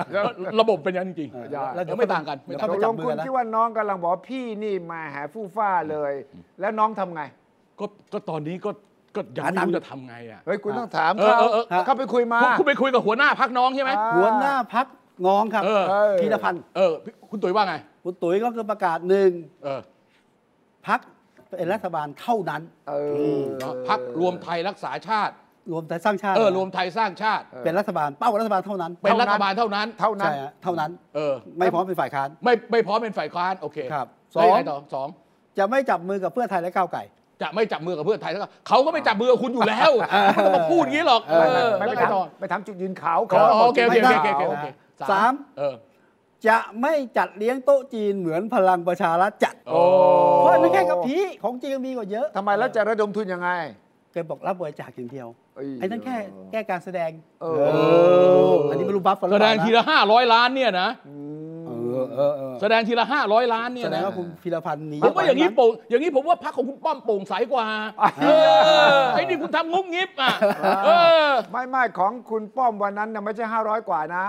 Speaker 3: ระบบเป็นอย่างนั้นจริง
Speaker 2: เออ
Speaker 3: ๆ
Speaker 2: ได้
Speaker 3: แล้วเดี๋ยวไม่ต่างกันไม่ต่าง
Speaker 4: ต
Speaker 3: กัน
Speaker 4: ก
Speaker 2: จั
Speaker 4: ล
Speaker 2: บ
Speaker 4: ง
Speaker 2: มือ
Speaker 4: คุณ
Speaker 2: นะ
Speaker 4: คิดว่าน้องกำลังบอกว่าพี่นี่มาหาฟู่ฟ้าเลย แล้วน้องทำไง
Speaker 3: ก็ก็ตอนนี้ก็ก็ยัง
Speaker 2: หาทาง
Speaker 3: ไม่รู้จะทำไงอ่ะ
Speaker 4: เฮ้ย คุณต้องถาม
Speaker 3: เออ
Speaker 4: เขา
Speaker 3: เออเออ
Speaker 4: เขาไปคุยมา
Speaker 3: คุณคุณไปคุยกับหัวหน้าพักน้องใช่ไหม
Speaker 4: อ่า
Speaker 2: หัวหน้าพักน้องครับ
Speaker 3: เออ
Speaker 2: พีรพันธ์
Speaker 3: เออพี่คุณตุ๋ยว่าไง
Speaker 2: คุณตุ๋ยก็คือประกาศหนึ่ง
Speaker 3: เออ
Speaker 2: พักเป็นรัฐบาลเท่านั้น
Speaker 4: เออ
Speaker 3: เนาะพักรวมไทยรักษาชาติ
Speaker 2: รวมไทยสร้างชาติ
Speaker 3: เออรวมไทยสร้างชาติ
Speaker 2: เป็นรัฐบาลเป้ารัฐบาลเท่านั้น
Speaker 3: เป็นรัฐบาลเท่านั้น
Speaker 4: เท่านั้น
Speaker 2: ใช่ฮะเท่านั้น
Speaker 3: เออ
Speaker 2: ไม่พร้อมเป็นฝ่ายค้าน
Speaker 3: ไม่ไม่พร้อมเป็นฝ่ายค้านโอเค
Speaker 2: ครับ
Speaker 3: สอง
Speaker 2: สอง
Speaker 3: ต่อสอง
Speaker 2: จะไม่จับมือกับเพื่อไทยและก้าวไก่
Speaker 3: จะไม่จับมือกับเพื่อนไทยแล้วก็เขาก็ไม่จับมือกับคุณอยู่แล้วไม่ต้องมาพูดอย่างนี้หรอกเอ
Speaker 4: ไม่
Speaker 3: อ
Speaker 4: ไม่ไม่
Speaker 3: แล้ว
Speaker 4: ไป
Speaker 3: ไง
Speaker 4: ถาม
Speaker 3: ต่อ
Speaker 4: ไปถามจุดยืนเขา
Speaker 3: อ๋
Speaker 4: เขา
Speaker 3: อ
Speaker 4: ก็บ
Speaker 3: โอก เคโอ
Speaker 4: จุ
Speaker 3: เค
Speaker 4: ดยืน
Speaker 3: โอเคโอเค
Speaker 4: ขา
Speaker 3: โอเค
Speaker 2: สาม
Speaker 3: เออ
Speaker 2: จะไม่จัดเลี้ยงโต๊ะจีนเหมือนพลังประชารัฐจัด
Speaker 3: โอ้
Speaker 2: เพราะนั่นแค่กะพีของจริงมีกว่าเยอะ
Speaker 4: ทำไมแล้วจะระดมทุนยังไง
Speaker 2: เคยบอกรับบริจาคอย่างเดียว
Speaker 4: เอ้ย
Speaker 2: ไอ้นั่นแค่แก้การแสดง
Speaker 4: เออ
Speaker 2: เอออันนี้ไม่รู้บัฟกันห
Speaker 3: แส
Speaker 2: รือเป
Speaker 3: ด
Speaker 2: ล่าง
Speaker 3: ทีละห้าร้อยล้านเนี่ยนะ
Speaker 2: เออเออเออ
Speaker 3: แสดงทีละห้าร้อยล้านเนี่
Speaker 2: แส
Speaker 3: ย
Speaker 2: ดง
Speaker 3: นะ
Speaker 2: ว่าคุณพีรพันธ์หนี
Speaker 3: ผมว่าอย่างนี้
Speaker 2: ไป
Speaker 3: โปร่งอย่างนี้ผมว่าพรรคของคุณป้อมโปร่งใสกว่าเออไอ้นี่คุณทำงุบงิบอ่ะเออ
Speaker 4: ไม่ไม่ของคุณป้อมวันนั้นนะไม่ใช่ 500 กว่านะ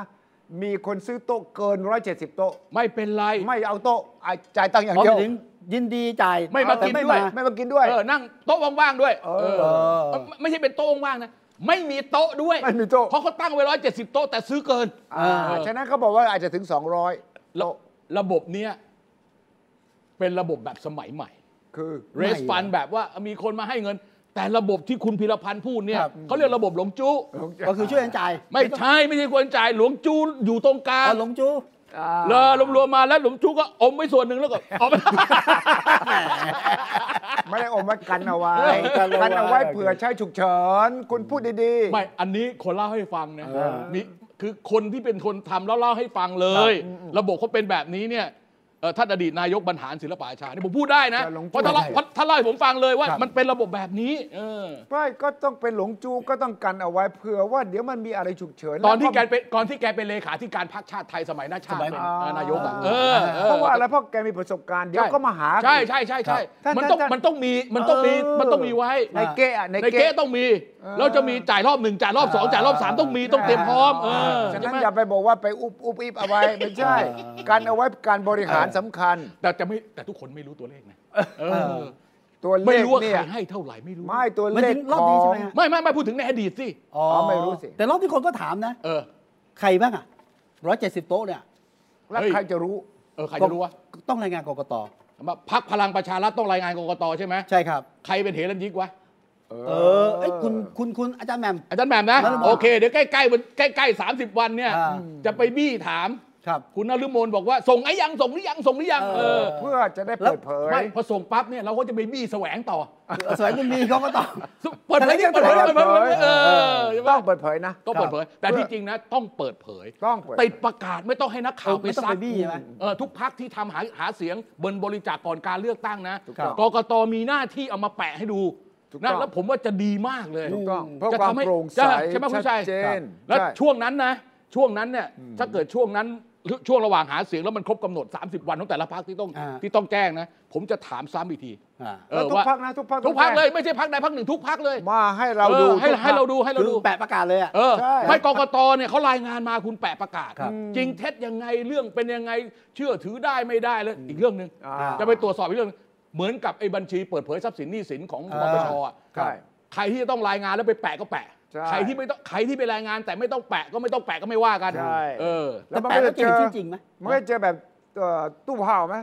Speaker 4: มีคนซื้อโต๊ะเกิน 170 โต๊ะ
Speaker 3: ไม่เป็นไร
Speaker 4: ไม่เอาโต๊ะอ่ะจ่ายตังค์อย่าง
Speaker 2: พร้อม
Speaker 4: เดียว
Speaker 2: ถึงยินดีจ่าย
Speaker 3: ไม่มา
Speaker 2: แต่
Speaker 3: กินด้วย
Speaker 4: ไม่มากินด้วย
Speaker 3: เออนั่งโต๊ะว่างๆด้วย
Speaker 4: เออ
Speaker 3: เออไม่ไม่ใช่เป็นโต๊ะว่างๆนะไม่มีโต๊ะด้วย
Speaker 4: ไม่มีโต๊ะ
Speaker 3: เพราะเขาตั้งไว้ร้อยเจ็ดสิบโต๊ะแต่ซื้อเกิน
Speaker 4: อ่า
Speaker 3: เออ
Speaker 4: ฉะนั้นเขาบอกว่าอาจจะถึง 200
Speaker 3: ระ
Speaker 4: โต๊ะ
Speaker 3: ระบบเนี้ยเป็นระบบแบบสมัยใหม่
Speaker 4: คือ
Speaker 3: เรสฟันแบบว่ามีคนมาให้เงิน แต่ระบบที่คุณพิรพันธ์พูดเนี่ย
Speaker 2: ครับ
Speaker 3: เขาเรียกระบบหลงจู้
Speaker 2: ก็คือช่วยกันจ่าย
Speaker 3: ไม่ใช่ไม่ใช่ควรจ่ายหลวงจู้อยู่ตรงกลาง
Speaker 2: เอาหลงจู้
Speaker 3: เลยรวมๆมาแล้วหลวงจู้ก็อมไว้ส่วนหนึ่งแล้วก็ [LAUGHS] ออกไป
Speaker 4: ไม่ได้อมไว้กันเอาไว้
Speaker 3: [LAUGHS]
Speaker 2: กันเอาไว้
Speaker 4: กันเอาไว้เผื่อใช้ฉุกเฉิน คุณพูดดีๆ
Speaker 3: ไม่ อันนี้คนเล่าให้ฟังนะมีคือคนที่เป็นคนทำแล้วเล่าให้ฟังเลยระบบเขาเป็นแบบนี้เนี่ยเอ่อท่านอดีตนายกบรรหารศิลปอาชาเนี่ยผมพูดได้นะ
Speaker 4: แต่หลวง
Speaker 3: เพราะถ้าเล่า
Speaker 4: ใช่
Speaker 3: เพราะถ้าเล่าให้ผมฟังเลยว่า มันเป็นระบบแบบนี้ เออ
Speaker 4: ไม่ก็ต้องเป็นหลงจูก็ต้องกันเอาไว้เผื่อว่าเดี๋ยวมันมีอะไรฉุกเฉิน
Speaker 3: ตอนที่แก
Speaker 4: แล้ว
Speaker 3: เป็นก่อนที่แกเป็นเลขาธิการพรรคชาติไทยสมัยหน้าชาติ
Speaker 2: สมัย
Speaker 3: เป็นเอ่อนายกอะเออออ
Speaker 4: เพราะว่าอะไรเพราะแกมีประสบการณ์เดี๋ยวก็มาหา
Speaker 3: ใช่ใช่ใช่ใช่
Speaker 4: ครับ
Speaker 3: มันต้อง
Speaker 4: ท่านท่าน
Speaker 3: มันต้องมีมันต้องมี
Speaker 4: เออ
Speaker 3: มันต้องมีไว้
Speaker 4: ในเกะอะใน
Speaker 3: ใน
Speaker 4: เกะ
Speaker 3: เก๊ต้องมี แล้วจะมีจ่ายรอบหนึ่งจ่ายรอบสองจ่ายรอบสามต้องมีต้องเตรียมพร้อมเออ
Speaker 4: ฉะ
Speaker 3: ใช่
Speaker 4: นั้น
Speaker 3: ไหม
Speaker 4: อย่าไปบอกว่าไปอุบอุบอิบเอาไว้ ไม่ใช่ การเอาไว้การบริหารสำคัญ
Speaker 3: แต่จะไม่แต่ทุกคนไม่รู้ตัวเลขนะเออ
Speaker 4: ตัวเล
Speaker 3: ไม่
Speaker 4: ข
Speaker 3: รู้ว่า
Speaker 4: เนี่
Speaker 3: ใค
Speaker 4: ย
Speaker 3: รให้เท่าไหร่ไม่รู้
Speaker 4: ไม่ตัว
Speaker 2: มัน
Speaker 4: เลข
Speaker 2: ถึงรอบ
Speaker 4: ขอ
Speaker 2: นี้ใช่
Speaker 4: ง
Speaker 2: ไหมฮะ
Speaker 3: ไม่ไม่ไม่พูดถึงในอดีตสิ
Speaker 2: อ๋อ
Speaker 4: อ๋อไม่รู้สิ
Speaker 2: แต่รอบที่คนก็ถามนะ
Speaker 3: เออ
Speaker 2: ใครบ้างอ่ะร้อยเจ็ดสิบโต๊ะเนี่ย
Speaker 4: แล้ว
Speaker 3: เฮ้ย
Speaker 4: ใครจะรู้
Speaker 3: เออใครจะรู้วะ
Speaker 2: ต้องรายงานกกต
Speaker 3: ว่าพักพลังประชารัฐต้องรายงานกกตใช่ไหม
Speaker 2: ใช่ครับ
Speaker 3: ใครเป็นเหรันยิกวะ
Speaker 2: เออเอ้ยคุณคุณคุณอาจารย์แหม่ม
Speaker 3: อาจารย์แหม่มนะ
Speaker 2: นฤมล
Speaker 3: โอเคเดี๋ยวใกล้ๆวันใกล้ๆสามสิบวันเนี่ย
Speaker 2: อ่า
Speaker 3: จะไปบี้ถาม
Speaker 2: ครับ
Speaker 3: คุณนฤมลบอกว่าส่งไอ้ยังส่งหรือยังส่งหรือยังเออ
Speaker 4: เพื่อจะได้
Speaker 2: แล้ว
Speaker 4: เปิดเผย
Speaker 3: ไม่พอส่งปั๊บเนี่ยเราก็จะไปบี้แสวงต่อ
Speaker 2: สวยคุณมีเขาก็ตอบ
Speaker 3: เปิดเผยที่เปิดเผยเปิดเผยเออใช่
Speaker 4: ต้
Speaker 3: ปะ
Speaker 4: องเปิดเผยนะ
Speaker 3: ต้องเปิดเผย แต่ที่จริงนะ ต้องเปิดเผย
Speaker 4: ต้องเปิด
Speaker 3: ติดประกาศไม่ต้องให้นักข่าวไป
Speaker 2: ไม่ต้อง
Speaker 3: ซั
Speaker 2: ไป
Speaker 3: ก
Speaker 2: บี้ใช่ไหม
Speaker 3: เออทุกพักที่ทำหาหาเสียงบนบริจาคก่อนการเลือกตั้งนะ
Speaker 2: ถูกต้อง
Speaker 3: กกตมีหน้าที่เอามาแปะให้ดู
Speaker 4: ถูกต้
Speaker 3: นะ
Speaker 4: อง
Speaker 3: แล้วผมว่าจะดีมากเลย
Speaker 4: ถูกต้อง
Speaker 2: อืม
Speaker 4: เพื่อ
Speaker 3: จะ
Speaker 4: ความ
Speaker 3: ทำให้
Speaker 4: โปร่งใส
Speaker 3: ใช่ใช่ไหมคุณชัย
Speaker 4: ดเจน
Speaker 3: แล้ว
Speaker 4: ใช่
Speaker 3: ช่วงนั้นนะช่วงนั้นเนี่ยถ้าเกิดช่วงนั้นช่วงระหว่างหาเสียงแล้วมันครบกำหนด 30 วันของแต่ละพักที่ต้อง
Speaker 2: อ่า
Speaker 3: ที่ต้องแจ้งนะ ผมจะถามซ้ำอีกที
Speaker 2: อ่า
Speaker 3: เอ
Speaker 4: แล้ว
Speaker 3: อ
Speaker 4: ทุก
Speaker 3: ว่า
Speaker 4: พักนะทุกพัก
Speaker 3: ทุกพักเลยไม่ใช่พักใดพักหนึ่งทุกพักเลย
Speaker 4: มาให้เราดู
Speaker 3: ออให้
Speaker 4: ทุกพรรค
Speaker 3: ให้เราดูให้เรา
Speaker 2: คือ
Speaker 3: ดู
Speaker 2: แปะประกาศเลยอ่ะ
Speaker 3: เออ
Speaker 4: ใช่
Speaker 3: ไม่กกตเนี่ยเขารายงานมาคุณแปะประกาศ
Speaker 2: ครับ
Speaker 3: จริงเท็จยังไงเรื่องเป็นยังไงเชื่อถือได้ไม่ได้เลยอีกเรื่องหนึ่ง
Speaker 4: อ่า
Speaker 3: จะไปตรวจสอบอีกเรื่องหนึ่งเหมือนกับไอ้บัญชีเปิดเผยทรัพย์สินหนี้สินของปปชอ่ะ
Speaker 4: ใช่
Speaker 3: ใครที่จะต้องรายงานแล้วไปแปะก็แปะ
Speaker 4: ใช่
Speaker 3: ใครที่ไม่ต้องใครที่ไปรายงาน แต่ไม่ต้องแปะก็ไม่ต้องแปะก็ไม่ว่ากัน
Speaker 4: ใช่
Speaker 3: เออ
Speaker 2: แต่แปะแล้วจะเห็นชื่อจริงไหม
Speaker 4: มันก็เจอแบบเอ่อตู้ห่าวไหม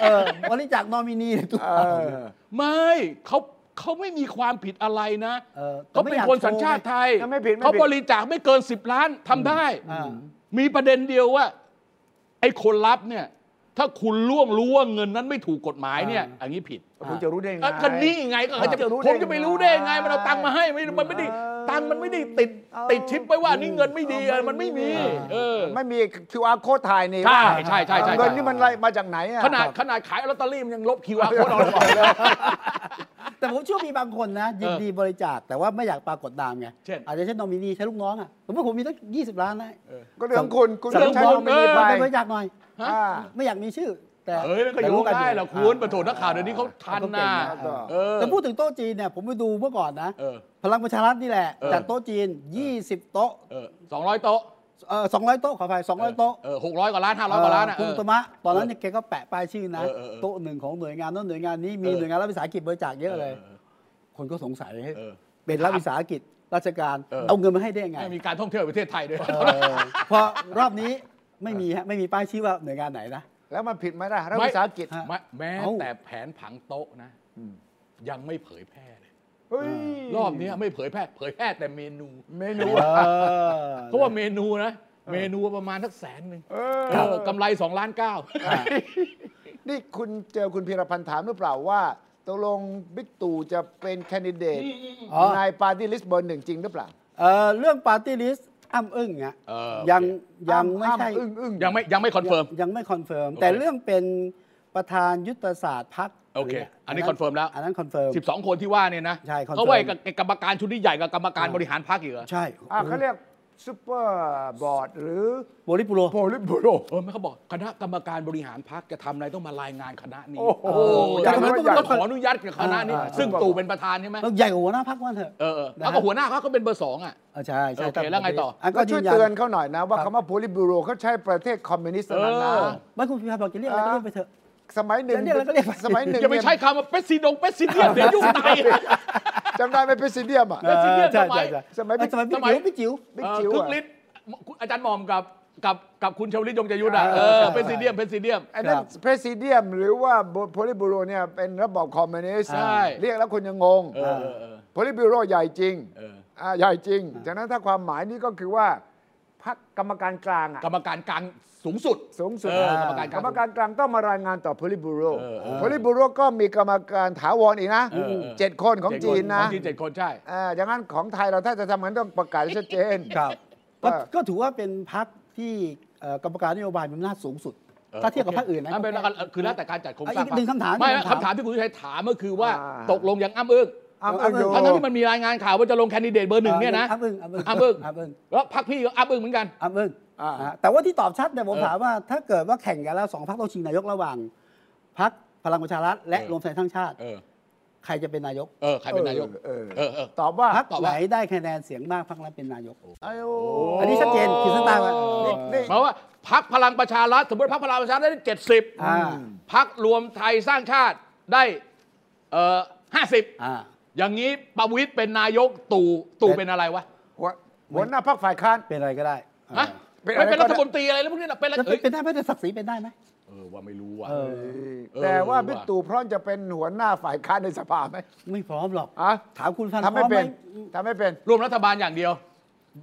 Speaker 2: เออบริจาคนอมินีทุก
Speaker 4: เอ
Speaker 2: คน
Speaker 4: อ
Speaker 3: ไม่เขาเขาไม่มีความผิดอะไรนะ
Speaker 2: เออแต่
Speaker 3: เขา
Speaker 2: ไม่
Speaker 3: เป็น
Speaker 2: อยก
Speaker 3: คน
Speaker 2: โชว์
Speaker 3: สัญชาติไทย
Speaker 4: ไม่ผิดไม่ผิด
Speaker 3: เขาบริจาคไม่เกิน 10 ล้านทำได้
Speaker 2: อ่า
Speaker 3: มีประเด็นเดียวว่า ไอ้คนรับเนี่ย ถ้าคุณล่วงรู้ว่าเงินนั้นไม่ถูกกฎหมายเนี่ย
Speaker 2: อ่า
Speaker 3: อันนี้ผิด
Speaker 4: คุณจะรู้ได้ยังไง
Speaker 3: อ่ะก็นี่ไงก็เขาจะ
Speaker 4: จะรู้ได้
Speaker 3: ผมจะไปรู้ได้ไง
Speaker 4: ไง
Speaker 3: มันเอาตังค์มาให้ไม่มันไม่ได้
Speaker 4: เออ
Speaker 3: ตังค์มันไม่ได้ติด
Speaker 4: เออ
Speaker 3: ติดชิปไว้ว่านี่เงินไม่ดีอะไรมันไม่มี เออ
Speaker 4: ไม่มี QR โค้ดถ่ายนี่
Speaker 3: ใช่
Speaker 4: ว่า
Speaker 3: ใช่ใช่ใช่
Speaker 4: เงินนี่มันไรมาจากไหนอะ
Speaker 3: ขนาดขนาดขายลอตเตอรี่มันยังลบคิวอาร์โค้ดออกเลย
Speaker 2: แต่ผมเชื่อมีบางคนนะ ยินดีบริจาคแต่ว่าไม่อยากปรากฏนามไง
Speaker 3: เช่น
Speaker 2: อาจจะเช่นนอมินีใช้ลูกน้องอ่ะสมมติผมมีตั้ง20 ล้านนะ
Speaker 4: ก็เรื่องคุณ คุณ
Speaker 3: เรื่อง
Speaker 4: ใช้
Speaker 3: คุณ
Speaker 4: นไม่ดีไป
Speaker 2: ไปบริจาคหน่อย
Speaker 3: ฮะ
Speaker 4: อ่า
Speaker 2: ไม่อยากมีชื่อ แต่
Speaker 3: เฮ้ยมันก็โยงได้เหรอคุณประโถนักข่าวเดี๋ยวนี้เขาทันนะ
Speaker 4: เขาเก่งนะ
Speaker 3: เออ
Speaker 2: แต่พูดถึงโต๊ะจีนเนี่ยผมไปดูเมื่อก่อนนะ
Speaker 3: เออ
Speaker 2: พลังประชารัฐนี่แหละ
Speaker 3: เออ
Speaker 2: จัดโต๊ะจีน 20 โต๊ะ
Speaker 3: เออสองร้อยโต๊ะ
Speaker 2: เออ200 โต๊ะขออภัย200 โต๊ะ
Speaker 3: เออหกร้อยกว่าล้านห้าร้อยกว่าล้านนะ
Speaker 2: เคุณ
Speaker 3: เออ
Speaker 2: อุตมะตอนนั้นเนี่ยแกก็แปะป้ายชื่อนะ
Speaker 3: เออเออเออ
Speaker 2: โต๊ะหนึ่งของหน่วยงานโนั้นหน่วยงานนี้มี
Speaker 3: เออ
Speaker 2: หน่วยงานรัฐวิสาหกิจบริจาคเยอะเลย
Speaker 3: ออ
Speaker 2: คนก็สงสัยเฮ้ย
Speaker 3: เออ
Speaker 2: เป็นรัฐวิสาหกิจราชการ
Speaker 3: เออ
Speaker 2: เอาเงินมาให้ได้ยังไง
Speaker 3: ไม่มีการท่องเที่ยวประเทศไทยด้วย
Speaker 2: เออเพราะรอบนี้ไม่มีฮะไม่มีป้ายชื่อว่าหน่วยงานไหนนะ
Speaker 4: แล้วมันผิดไหมล่ะรัฐ
Speaker 3: ไม่
Speaker 4: วิสาหกิจ
Speaker 2: ฮะ
Speaker 3: แม้แม้
Speaker 2: เอ้า
Speaker 3: แต่แผนผังโต๊ะนะ ยังไม่เผยแพร่เลย
Speaker 4: เฮ้ย
Speaker 3: รอบนี้ไม่เผยแพร่เผยแพร่แต่เมนู
Speaker 4: เมนู
Speaker 2: เออ
Speaker 3: เขาว่าเมนูนะ เมนูประมาณสักแสนหนึ่ง
Speaker 4: เออ
Speaker 3: เออกำไรสองล้านเก้า
Speaker 4: นี่คุณเจอคุณพีรพันธ์ถามหรือเปล่าว่าตกลงบิ๊กตู่จะเป็นแคนดิเดต
Speaker 2: อ๋อ
Speaker 4: ในปาร์ตี้ลิสต์เบอร์หนึ่งจริงหรือเปล่า
Speaker 2: เออเรื่องปาร์ตี้ลิสต์อ้ำอึ้งอะ
Speaker 3: เออ
Speaker 2: ยังยังไม่
Speaker 4: อ้ำ
Speaker 2: ใช่
Speaker 4: อ้ำอึ้งอึ้ง
Speaker 3: ยังไม่ยังไม่คอนเฟิร์ม
Speaker 2: ยังยังไม่คอนเฟิร์ม
Speaker 3: โอเค
Speaker 2: แต่เรื่องเป็นประธานยุทธศาสตร์พัก
Speaker 3: โอเคอันนี้คอนเฟิร์มแล้ว
Speaker 2: อันนั้นคอนเฟิร์ม
Speaker 3: 12 คนที่ว่าเนี่ยนะ
Speaker 2: ใช่คอนเฟิร์ม
Speaker 3: เขาไว้กับไอ้กรรมการชุดที่ใหญ่กับกรรมการบริหารพรรคอีกเหรอ
Speaker 2: ใช่
Speaker 4: อ่ะเขาเรียกซูเปอร์บอร์ดหรือ
Speaker 2: โบลิปุโร
Speaker 4: โพลิบูโร
Speaker 3: เออไม่เขาบอกคณะกรรมการบริหารพรรคจะทำอะไรต้องมารายงานคณะนี้
Speaker 4: โอ้โห
Speaker 3: อยาก
Speaker 2: อ
Speaker 3: รู้
Speaker 2: ยากรู้
Speaker 3: ว่าต้องขออนุญาตกับคณะนี้
Speaker 4: อ่าอ่า
Speaker 3: ซึ่งตู่เป็นประธานใช่ไหม
Speaker 2: แล้วใหญ่กว่าหัวหน้าพักวันเถอะ
Speaker 3: เออเออ
Speaker 2: นะฮะ
Speaker 3: แล้วก็หัวหน้าเขาก็เป็นเบอร์สองอ่ะ
Speaker 2: เออใช่ใช่
Speaker 3: โอเคแล้วไงต่อ
Speaker 2: น
Speaker 4: ก็
Speaker 2: ก็
Speaker 4: ช่วย
Speaker 2: นยัน
Speaker 4: เตือนเขาหน่อยนะ ว่า
Speaker 2: ครับ
Speaker 4: คำว่าโพลิบูโรเขาใช้ประเทศคอมมิวนิสต์เท่านั้นนะ
Speaker 3: เออ
Speaker 2: ไม่คุณพิพาบอกจะเรียกอะไรก็เรียกไปเถอะ
Speaker 4: สมัยหนึ่ง
Speaker 2: แล้วเรียกอะไรก็เรียกไป
Speaker 4: สมัยหนึ่ง
Speaker 3: อย่าไปใช้คำว่าเป็ดซีดงเป็ดซีเดียมเดี๋ยวยุ่งตาย
Speaker 4: จำได้ไหมเป็นซีเดียมอ่ะ
Speaker 3: แล้วซีเรียส
Speaker 2: ใช่
Speaker 3: ทำไม
Speaker 2: ใช่ใช่
Speaker 4: สมัย
Speaker 2: เออสมัย
Speaker 3: สมัย
Speaker 2: พี่จิ๋ว
Speaker 4: บิ๊ก
Speaker 3: เอ่อ
Speaker 4: จิ๋ว
Speaker 3: คึก
Speaker 4: อะ
Speaker 3: ฤทธิ์อาจารย์หม่อมกับกับกับคุณชวลิตยงใจยุทธอ่ะ
Speaker 2: เอ
Speaker 3: เอ
Speaker 2: อ
Speaker 3: อ
Speaker 2: ใช่
Speaker 3: เป็นซีเดียมเป็นซีเดียม
Speaker 4: ไอ้นั่น
Speaker 2: ครับ
Speaker 4: เพรสิเดียมหรือว่าโพลิบูโรเนี่ยเป็นระบอบคอมมิวนิสต์
Speaker 3: ใช่
Speaker 4: เรียกแล้วคุณยังงง
Speaker 3: เออเออเออ
Speaker 4: โพลิบูโรใหญ่จริง
Speaker 3: เออ
Speaker 4: อ่าใหญ่จริง ฉะนั้นถ้าความหมายนี้ก็คือว่าพักกรรมการกลางอ่ะ
Speaker 3: กรรมการกลางสูงสุด
Speaker 4: สูงสุด
Speaker 3: เออกรรมการกลา
Speaker 4: ก
Speaker 3: ง
Speaker 4: รรมการกลางต้องมารายงานต่อโพลิบูโร
Speaker 3: เออเออ
Speaker 4: โพลิบูโรก็มีกรรมการถาวรอีกนะ
Speaker 3: เออเออเออ
Speaker 4: เจ็ดคนของ
Speaker 3: เจ็ดค
Speaker 4: จีน
Speaker 3: ข
Speaker 4: นะ
Speaker 3: องจีนเจ็ดคนใช่
Speaker 4: อ่าอย่างนั้นของไทยเราถ้าจะทำงั้นต้องประกาศให้ชัดเจน
Speaker 2: ครับ
Speaker 4: ว่า
Speaker 2: ก็ก็ถือว่าเป็นพักที่เอ่อกรรมการนโยบายมีอำนาจสูงสุด
Speaker 3: เออ
Speaker 2: ถ้าเทียบกับพรรคอื่นนะ
Speaker 3: อันเป็นแล้วกันคือแล้วแต่การจัดโครงสร้าง
Speaker 2: อีกหนึ่งคำถาม
Speaker 3: ไม่
Speaker 2: หนึ่งคำถาม
Speaker 3: คำถามที่คุณชัยถามก็คือว่า
Speaker 4: อ่า
Speaker 3: ตกลงยังอ้ำเอิ้ง
Speaker 4: อ้ำอังโย
Speaker 3: ทั้งๆที่มันมีรายงานข่าวว่าจะลงแคนดิเดตเบอร์หนึ่งเนี่ยนะ
Speaker 2: อับอึ้งอับอึ้ง
Speaker 3: อ้ำเอิ้ง
Speaker 2: อับอึ้ง
Speaker 3: แล้วพรรคพี่ก็อ้ำเอิ้งเหมือนกัน
Speaker 2: อับอึ้ง
Speaker 4: อ่า
Speaker 2: ฮะแต่ว่าที่ตอบชัดเนี่ยผม
Speaker 3: เออ
Speaker 2: ถามว่าถ้าเกิดว่าแข่งกันแล้วสองพักต้องชิงนายกระหว่างพักพลังประชารัฐและ
Speaker 3: เออ
Speaker 2: รวมไทยทั้างชาติ
Speaker 3: เออ
Speaker 2: ใครจะเป็นนายก
Speaker 3: เออใครเป็นนายก
Speaker 4: เออ
Speaker 3: เออเออ
Speaker 4: ตอบว่า
Speaker 2: พรรค
Speaker 3: ตอบ
Speaker 2: ไหน
Speaker 3: ว่า
Speaker 2: ได้คะแนนเสียงมากพรรคนั้นเป็นนายก
Speaker 4: ไอ้โ
Speaker 2: อันนี้ชัดเจนขีดเส้นใต้ไว้
Speaker 4: นี่
Speaker 3: หมายว่าพักพลังประชารัฐสมมติพักพลังประชารัฐได้เจ็ดสิบ
Speaker 2: อ่า
Speaker 3: พักรวมไทยสร้างชาติได้เอ่อห้าสิบ
Speaker 2: อ่า
Speaker 3: อย่างนี้ประวิตยเป็นนายกตู่ตู่เป็นอะไรวะ
Speaker 4: หัวหัวหน้าพักฝ่ายค้าน
Speaker 2: เป็นอะไรก็ได้
Speaker 3: ฮะ
Speaker 4: เป็นอะไร
Speaker 3: ไม่เป็น
Speaker 4: ก็
Speaker 3: รั
Speaker 4: ได้
Speaker 3: ฐมนตรีอะไรแล้วพวกนี้น่ะเป็นอะไร
Speaker 2: จะ
Speaker 3: เอ้ย
Speaker 2: เป็นได้ไหมจะศักดิ์ศรีเป็นได้ไหม
Speaker 3: เออว่าไม่รู้ว่ะ
Speaker 2: เออ
Speaker 3: เออ
Speaker 4: แต่ว่า
Speaker 3: เออว่ะ
Speaker 4: บิ๊กตู่พร้อมจะเป็นหัวหน้าฝ่ายค้านในสภาไหม
Speaker 2: ไม่พร้อมหรอก
Speaker 4: อะ
Speaker 2: ถามคุณพันธุ์
Speaker 4: ทำไม่
Speaker 2: พร้อมไหม
Speaker 4: เป็นทำไม่เป็น
Speaker 3: ร่วมรัฐบาลอย่างเดียว